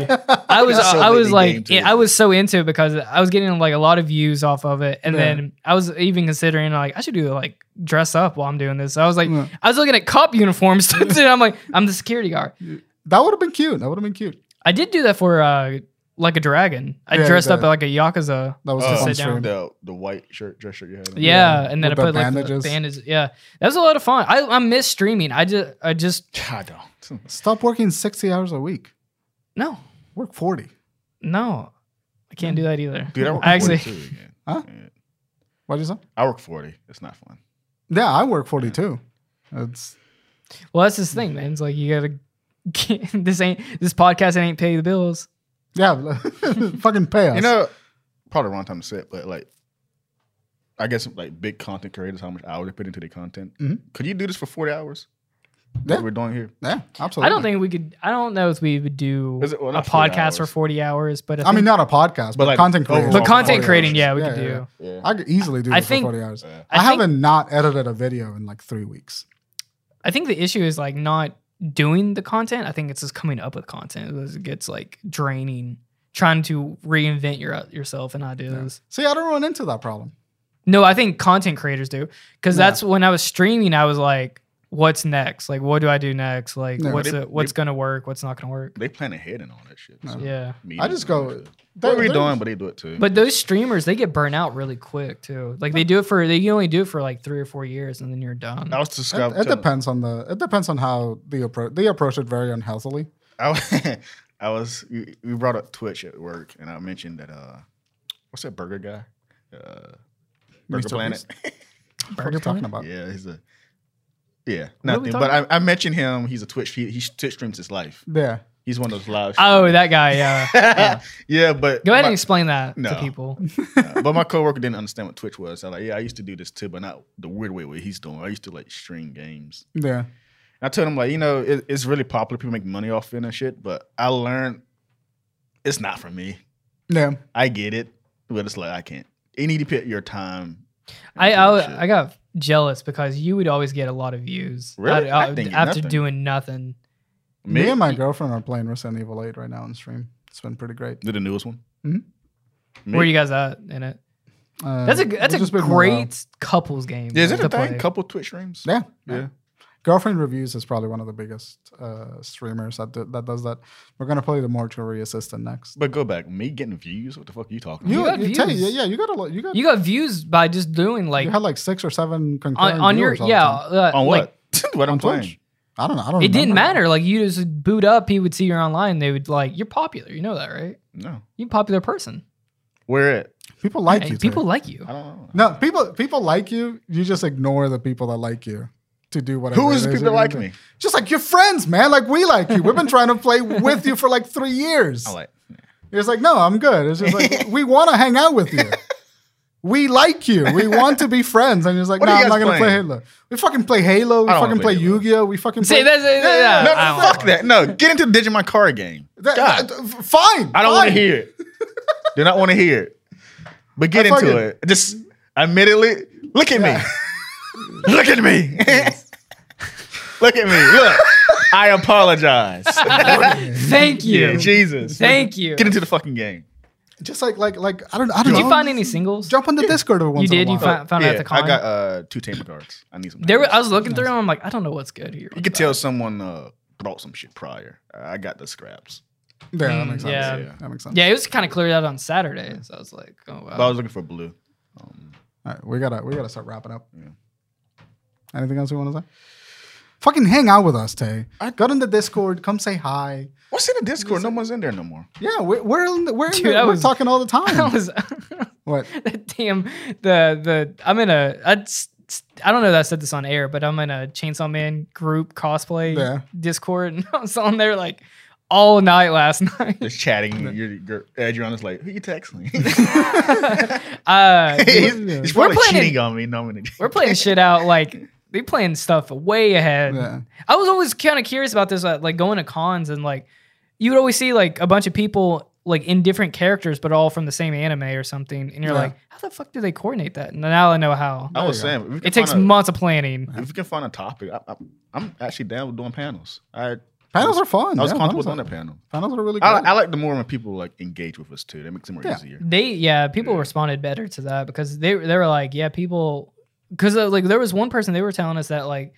[SPEAKER 1] I was
[SPEAKER 3] That's so
[SPEAKER 1] I
[SPEAKER 3] late
[SPEAKER 1] was
[SPEAKER 3] in game,
[SPEAKER 1] like
[SPEAKER 3] too.
[SPEAKER 1] I was so into it because I was getting like a lot of views off of it, and
[SPEAKER 2] Yeah.
[SPEAKER 1] then I was even considering like I should do like dress up while I'm doing this. So I was like
[SPEAKER 2] Yeah.
[SPEAKER 1] I was looking at cop uniforms, and I'm like I'm the security guard.
[SPEAKER 2] That would have been cute. That would have been cute.
[SPEAKER 1] I did do that for uh like a dragon. I
[SPEAKER 2] Yeah, you
[SPEAKER 1] dressed up
[SPEAKER 2] did.
[SPEAKER 1] like a yakuza.
[SPEAKER 2] That was
[SPEAKER 3] Oh.
[SPEAKER 2] just on
[SPEAKER 1] Sit down.
[SPEAKER 2] stream.
[SPEAKER 3] the the white shirt dress shirt you had. on.
[SPEAKER 1] Yeah, and then
[SPEAKER 2] With
[SPEAKER 1] I
[SPEAKER 2] the
[SPEAKER 1] put like bandages.
[SPEAKER 2] bandages.
[SPEAKER 1] bandages. Yeah, that was a lot of fun. I I miss streaming. I just I just
[SPEAKER 3] I don't.
[SPEAKER 2] Stop working 60 hours a week.
[SPEAKER 1] no
[SPEAKER 2] Work 40.
[SPEAKER 1] no I can't do
[SPEAKER 2] Mm.
[SPEAKER 1] that either.
[SPEAKER 3] Dude, I work
[SPEAKER 1] I actually
[SPEAKER 3] 40 too again.
[SPEAKER 2] Huh?
[SPEAKER 3] Yeah.
[SPEAKER 2] What'd you say?
[SPEAKER 3] I work forty. It's not fun.
[SPEAKER 2] Yeah, I work 42. It's
[SPEAKER 1] well that's this thing, man. It's like you gotta. this ain't this podcast ain't pay the bills.
[SPEAKER 2] yeah, fucking pay us.
[SPEAKER 3] You know, probably the wrong time to say it, but like, I guess like big content creators, how much hours they put into their content.
[SPEAKER 2] Mhm.
[SPEAKER 3] Could you do this for forty hours?
[SPEAKER 2] Yeah.
[SPEAKER 3] Like we're doing here.
[SPEAKER 2] yeah, absolutely.
[SPEAKER 1] I don't think we could. I don't know if we would do
[SPEAKER 3] Is it- well,
[SPEAKER 1] a
[SPEAKER 3] not 40
[SPEAKER 1] podcast
[SPEAKER 3] hours.
[SPEAKER 1] for forty hours, but I,
[SPEAKER 2] I
[SPEAKER 1] think-
[SPEAKER 2] mean, not a podcast, but,
[SPEAKER 3] like,
[SPEAKER 2] content creation.
[SPEAKER 3] overall
[SPEAKER 1] but
[SPEAKER 3] for
[SPEAKER 1] content
[SPEAKER 3] 40
[SPEAKER 1] creating,
[SPEAKER 3] hours.
[SPEAKER 1] yeah, we
[SPEAKER 2] Yeah,
[SPEAKER 1] could
[SPEAKER 2] yeah,
[SPEAKER 1] do.
[SPEAKER 2] yeah.
[SPEAKER 3] Yeah.
[SPEAKER 2] I could easily do
[SPEAKER 1] I
[SPEAKER 2] this for
[SPEAKER 1] think-
[SPEAKER 2] 40 hours.
[SPEAKER 3] Yeah.
[SPEAKER 1] I
[SPEAKER 2] I,
[SPEAKER 1] think-
[SPEAKER 2] haven't not edited a video in like three weeks.
[SPEAKER 1] I think the issue is like not doing the content. I think it's just coming up with content. It gets like draining, trying to reinvent your yourself and ideas.
[SPEAKER 2] See, I don't run into that problem.
[SPEAKER 1] No, I think content creators do because
[SPEAKER 2] Yeah.
[SPEAKER 1] that's when I was streaming. I was like, "What's next? Like, what do I do next? Like,
[SPEAKER 2] Yeah.
[SPEAKER 1] what's
[SPEAKER 3] They-
[SPEAKER 1] the, what's
[SPEAKER 3] they-
[SPEAKER 1] gonna work? What's not gonna work?"
[SPEAKER 3] They plan ahead and all that shit. so
[SPEAKER 1] Yeah.
[SPEAKER 3] meetings
[SPEAKER 2] I just
[SPEAKER 3] and all
[SPEAKER 2] go.
[SPEAKER 3] that shit. What are we
[SPEAKER 2] they're-
[SPEAKER 3] doing? But they do it too.
[SPEAKER 1] But those streamers, they get burnt out really quick too. Like they do it for they you only do it for like three or four years and then you're done.
[SPEAKER 3] I was just
[SPEAKER 2] It, it depends on the. It depends on how the approach. They approach it very unhealthily.
[SPEAKER 3] I, wa- I was we we brought up Twitch at work, and I mentioned that uh, what's that burger guy? Uh, Burger
[SPEAKER 2] Mr.
[SPEAKER 3] Planet.
[SPEAKER 2] Beast? What are you talking about?
[SPEAKER 3] yeah, he's a yeah
[SPEAKER 1] What are we
[SPEAKER 3] nothing. But I, I mentioned him. He's a Twitch. He, he Twitch streams his life.
[SPEAKER 2] Yeah.
[SPEAKER 3] He's one of those live.
[SPEAKER 1] Oh, that guy. Yeah.
[SPEAKER 3] yeah. but
[SPEAKER 1] Go ahead
[SPEAKER 3] my,
[SPEAKER 1] and explain that
[SPEAKER 3] No.
[SPEAKER 1] to people.
[SPEAKER 3] uh, but my coworker didn't understand what Twitch was. I like, yeah, I used to do this too, but not the weird way what he's doing. I used to like stream games.
[SPEAKER 2] Yeah.
[SPEAKER 3] I told him like, you know, it, it's really popular. People make money off it and shit. But I learned it's not for me.
[SPEAKER 2] Yeah.
[SPEAKER 3] I get it, but it's like I can't. You need to put your time.
[SPEAKER 1] I,
[SPEAKER 3] into that shit.
[SPEAKER 1] I I got jealous because you would always get a lot of views.
[SPEAKER 3] Really?
[SPEAKER 1] out-
[SPEAKER 3] I
[SPEAKER 1] out-
[SPEAKER 3] didn't get
[SPEAKER 1] after
[SPEAKER 3] nothing.
[SPEAKER 1] doing nothing.
[SPEAKER 2] Me?
[SPEAKER 3] me
[SPEAKER 2] and my girlfriend are playing Resident Evil 8 right now on stream. It's been pretty great.
[SPEAKER 3] Did the newest one.
[SPEAKER 2] Mhm.
[SPEAKER 1] Where you guys at in it?
[SPEAKER 2] Uh,
[SPEAKER 1] That's a
[SPEAKER 3] Um,
[SPEAKER 2] we've
[SPEAKER 1] that's
[SPEAKER 2] just
[SPEAKER 1] a
[SPEAKER 2] been in while.
[SPEAKER 1] great couples game.
[SPEAKER 3] Yeah, is it
[SPEAKER 1] to
[SPEAKER 3] a thing?
[SPEAKER 1] play.
[SPEAKER 3] Couple Twitch streams.
[SPEAKER 2] Yeah.
[SPEAKER 3] Yeah.
[SPEAKER 2] Girlfriend Reviews is probably one of the biggest uh, streamers that do, that does that. We're gonna play the mortuary assistant next.
[SPEAKER 3] But go back. Me getting views. What the fuck are you talking
[SPEAKER 2] You,
[SPEAKER 3] about?
[SPEAKER 1] got
[SPEAKER 2] you, tell
[SPEAKER 1] views.
[SPEAKER 2] you, yeah, you got a lot. You got
[SPEAKER 1] You
[SPEAKER 2] you,
[SPEAKER 1] got views by just doing like
[SPEAKER 2] had like six or seven concurrent
[SPEAKER 1] on, on your
[SPEAKER 2] viewers all the
[SPEAKER 1] yeah
[SPEAKER 2] time.
[SPEAKER 1] uh,
[SPEAKER 3] On
[SPEAKER 1] like,
[SPEAKER 3] what? what I'm
[SPEAKER 2] on
[SPEAKER 3] playing.
[SPEAKER 2] Twitch. I don't know. I don't.
[SPEAKER 1] it didn't
[SPEAKER 2] remember.
[SPEAKER 1] matter. Like you just boot up, he would see you're online. They would like you're popular. You know that, right?
[SPEAKER 3] No.
[SPEAKER 1] You're a popular person.
[SPEAKER 3] Where at?
[SPEAKER 2] People like
[SPEAKER 1] Hey,
[SPEAKER 2] you.
[SPEAKER 1] people
[SPEAKER 2] People
[SPEAKER 1] like you.
[SPEAKER 3] I don't know.
[SPEAKER 2] no people. People like you. You just ignore the people that like you to do whatever.
[SPEAKER 3] Who
[SPEAKER 2] it
[SPEAKER 3] is the
[SPEAKER 2] that
[SPEAKER 3] people
[SPEAKER 2] you're
[SPEAKER 3] that like
[SPEAKER 2] doing.
[SPEAKER 3] me?
[SPEAKER 2] Just like your friends, man. Like we like you. We've been trying to play with you for like three years.
[SPEAKER 3] I like.
[SPEAKER 2] It's like, no, I'm good. It's just like, we want to hang out with you. We like you. We want to be friends. And it's like,
[SPEAKER 3] What
[SPEAKER 2] no,
[SPEAKER 3] are you
[SPEAKER 2] I'm not
[SPEAKER 3] guys
[SPEAKER 2] going to play
[SPEAKER 3] playing?
[SPEAKER 2] Halo. We fucking play Halo. We
[SPEAKER 3] I don't
[SPEAKER 2] fucking
[SPEAKER 3] wanna
[SPEAKER 2] play
[SPEAKER 3] play Halo.
[SPEAKER 2] Yu Gi Oh! We fucking
[SPEAKER 1] See,
[SPEAKER 2] play.
[SPEAKER 1] that's, yeah,
[SPEAKER 3] no,
[SPEAKER 1] I don't
[SPEAKER 3] fuck
[SPEAKER 1] like
[SPEAKER 3] that. No, get into Digimon card game.
[SPEAKER 2] That-
[SPEAKER 3] God.
[SPEAKER 2] that- f- fine.
[SPEAKER 3] I don't want to
[SPEAKER 2] fine.
[SPEAKER 3] hear it. Do not want to hear it. But get
[SPEAKER 2] I
[SPEAKER 3] into
[SPEAKER 2] fucking-
[SPEAKER 3] it. Just admittedly, look at me. look at me. look at me. Look. I apologize.
[SPEAKER 1] Thank you.
[SPEAKER 3] Jesus.
[SPEAKER 1] Thank you.
[SPEAKER 3] Get into the fucking game.
[SPEAKER 2] Just like, like, like, I don't, I don't
[SPEAKER 1] Did
[SPEAKER 2] know.
[SPEAKER 1] you find any singles?
[SPEAKER 2] Jump on the Discord every once
[SPEAKER 1] You did.
[SPEAKER 2] In a
[SPEAKER 1] You
[SPEAKER 2] while.
[SPEAKER 1] found, found out
[SPEAKER 3] yeah,
[SPEAKER 1] the con.
[SPEAKER 3] I got uh, two tamer cards. I need some.
[SPEAKER 1] there, were,
[SPEAKER 3] tamers.
[SPEAKER 1] I was looking through them. I'm like, I don't know what's good here.
[SPEAKER 3] you could tell someone uh, brought some shit prior. Uh, I got the scraps.
[SPEAKER 2] yeah, that
[SPEAKER 1] Mm,
[SPEAKER 2] makes sense.
[SPEAKER 1] yeah.
[SPEAKER 2] Yeah. That makes sense.
[SPEAKER 1] Yeah, it was kind of cleared out on Saturday, so I was like, oh
[SPEAKER 3] But I
[SPEAKER 1] wow.
[SPEAKER 3] was looking for blue. Um,
[SPEAKER 2] All right, we gotta, we gotta start wrapping up.
[SPEAKER 3] Yeah.
[SPEAKER 2] Anything else you want to say? Fucking hang out with us, Tay. Go to the Discord. Come say hi.
[SPEAKER 3] what's in the Discord? No one's in there no more.
[SPEAKER 2] Yeah, we're we're, in the, we're, in
[SPEAKER 1] Dude,
[SPEAKER 2] the-
[SPEAKER 1] I
[SPEAKER 2] we're
[SPEAKER 1] was-
[SPEAKER 2] talking all the
[SPEAKER 1] I
[SPEAKER 2] time.
[SPEAKER 1] was
[SPEAKER 2] what?
[SPEAKER 1] that damn the the I'm in a I, s- s- I don't know that I said this on air, but I'm in a Chainsaw Man group cosplay
[SPEAKER 2] Yeah.
[SPEAKER 1] Discord, and I was on there like all night last night.
[SPEAKER 3] Just chatting. You're, you're, Adriana's like, who you texting?
[SPEAKER 1] Uh,
[SPEAKER 3] he's,
[SPEAKER 2] Yeah.
[SPEAKER 3] he's
[SPEAKER 1] We're
[SPEAKER 3] probably
[SPEAKER 1] playing-
[SPEAKER 3] cheating on me. No, I'm gonna-
[SPEAKER 1] we're playing shit out like they playing stuff way ahead.
[SPEAKER 2] Yeah.
[SPEAKER 1] I was always kind of curious about this, uh, like going to cons and like you would always see like a bunch of people like in different characters, but all from the same anime or something. And you're
[SPEAKER 2] Yeah.
[SPEAKER 1] like, how the fuck do they coordinate that? And now I know how.
[SPEAKER 3] I was
[SPEAKER 2] There you
[SPEAKER 3] saying, if we can
[SPEAKER 1] It takes
[SPEAKER 3] find a,
[SPEAKER 1] months of planning.
[SPEAKER 3] if we can find a topic, I, I, I'm actually down with doing panels. I
[SPEAKER 2] Panels are fun.
[SPEAKER 3] I was
[SPEAKER 2] yeah,
[SPEAKER 3] comfortable doing
[SPEAKER 2] panels,
[SPEAKER 3] a
[SPEAKER 2] are,
[SPEAKER 3] panel.
[SPEAKER 2] panels are really good.
[SPEAKER 3] I, I like the more when people like engage with us too. That makes it more
[SPEAKER 2] Yeah.
[SPEAKER 3] easier.
[SPEAKER 1] They yeah, people
[SPEAKER 3] Yeah.
[SPEAKER 1] responded better to that because they they were like, yeah, people because uh, like there was one person they were telling us that like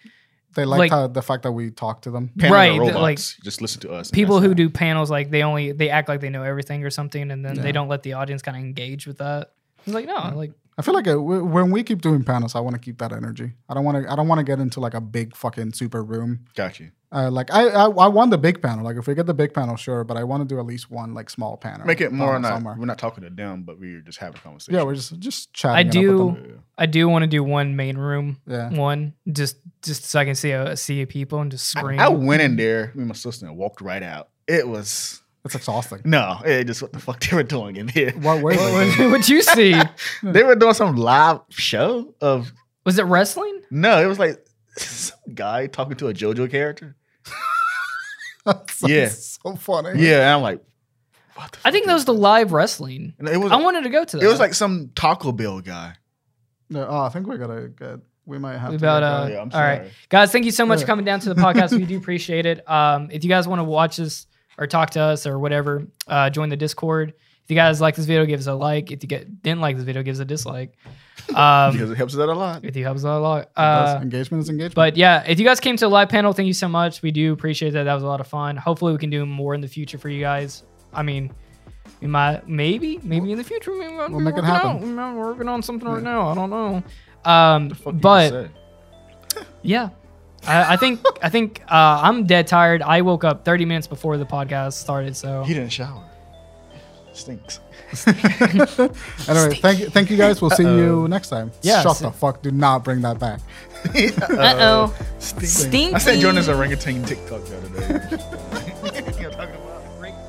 [SPEAKER 2] they liked
[SPEAKER 1] like-
[SPEAKER 2] how, the fact that we talk to them.
[SPEAKER 3] Panels are
[SPEAKER 1] Right,
[SPEAKER 3] robots.
[SPEAKER 1] like,
[SPEAKER 3] just listen to us. and
[SPEAKER 1] people
[SPEAKER 3] that's
[SPEAKER 1] who
[SPEAKER 3] that.
[SPEAKER 1] do panels like they only they act like they know everything or something and then
[SPEAKER 2] Yeah.
[SPEAKER 1] they don't let the audience kind of engage with that. It's like no, like
[SPEAKER 2] I feel like it, w- when we keep doing panels, I want to keep that energy. I don't want to. I don't want to get into like a big fucking super room.
[SPEAKER 3] got you.
[SPEAKER 2] Uh, like I, I, I want the big panel. Like if we get the big panel, sure, but I want to do at least one like small
[SPEAKER 1] Oh,
[SPEAKER 2] panel.
[SPEAKER 3] Make it more
[SPEAKER 2] uh,
[SPEAKER 3] not. We're not talking to them, but we're just having a conversation.
[SPEAKER 2] Yeah, we're just just chatting.
[SPEAKER 1] I
[SPEAKER 2] it up with
[SPEAKER 1] do-
[SPEAKER 2] them.
[SPEAKER 1] I do want to do one main room,
[SPEAKER 2] Yeah.
[SPEAKER 1] one just just so I can see a, a sea of people and just
[SPEAKER 3] I,
[SPEAKER 1] scream.
[SPEAKER 3] I went in there with my sister and walked right out. It was
[SPEAKER 2] It's exhausting.
[SPEAKER 3] no, it just what the fuck they were doing in here.
[SPEAKER 2] What were they doing?
[SPEAKER 1] what you see
[SPEAKER 3] They were doing some live show of
[SPEAKER 1] was it wrestling?
[SPEAKER 3] no, it was like some guy talking to a JoJo character.
[SPEAKER 2] That's
[SPEAKER 3] Yeah.
[SPEAKER 2] so funny.
[SPEAKER 3] Yeah, and I'm like, what the
[SPEAKER 1] I think that was the live wrestling.
[SPEAKER 3] And it was
[SPEAKER 1] I wanted to go to that.
[SPEAKER 3] it was like some Taco Bell guy.
[SPEAKER 2] No, oh, I think we gotta get. We might have
[SPEAKER 1] We
[SPEAKER 2] to get
[SPEAKER 1] about,
[SPEAKER 2] going.
[SPEAKER 1] uh,
[SPEAKER 3] Oh,
[SPEAKER 1] all right. guys thank you so much for coming down to the podcast we do appreciate it um, if you guys want to watch us or talk to us or whatever uh, join the discord if you guys like this video give us a like if you get, didn't like this video give us a dislike
[SPEAKER 3] because
[SPEAKER 1] um,
[SPEAKER 3] it helps us out a lot.
[SPEAKER 1] if you help us out a lot
[SPEAKER 2] Does-
[SPEAKER 1] uh,
[SPEAKER 2] engagement is engagement.
[SPEAKER 1] but yeah if you guys came to the live panel thank you so much we do appreciate that that was a lot of fun hopefully we can do more in the future for you guys i mean we might maybe maybe in the future we might
[SPEAKER 2] We'll
[SPEAKER 1] be
[SPEAKER 2] make it
[SPEAKER 1] working
[SPEAKER 2] happen.
[SPEAKER 1] out. we might be working on something right
[SPEAKER 2] Yeah.
[SPEAKER 1] now i don't know um,
[SPEAKER 3] Fuck you
[SPEAKER 1] but
[SPEAKER 3] say.
[SPEAKER 1] yeah. I, I think I think uh, I'm dead tired. I woke up 30 minutes before the podcast started, so
[SPEAKER 3] he didn't shower. Stinks.
[SPEAKER 2] anyway, thank you, thank you guys. We'll see you next time.
[SPEAKER 1] Yeah,
[SPEAKER 2] Shut
[SPEAKER 1] see-
[SPEAKER 2] the fuck. Do not bring that back.
[SPEAKER 1] uh oh,
[SPEAKER 3] Stinks.
[SPEAKER 1] stinky.
[SPEAKER 3] I said Jordan's a orangutan TikTok the other day. You know what I'm talking about?
[SPEAKER 1] a.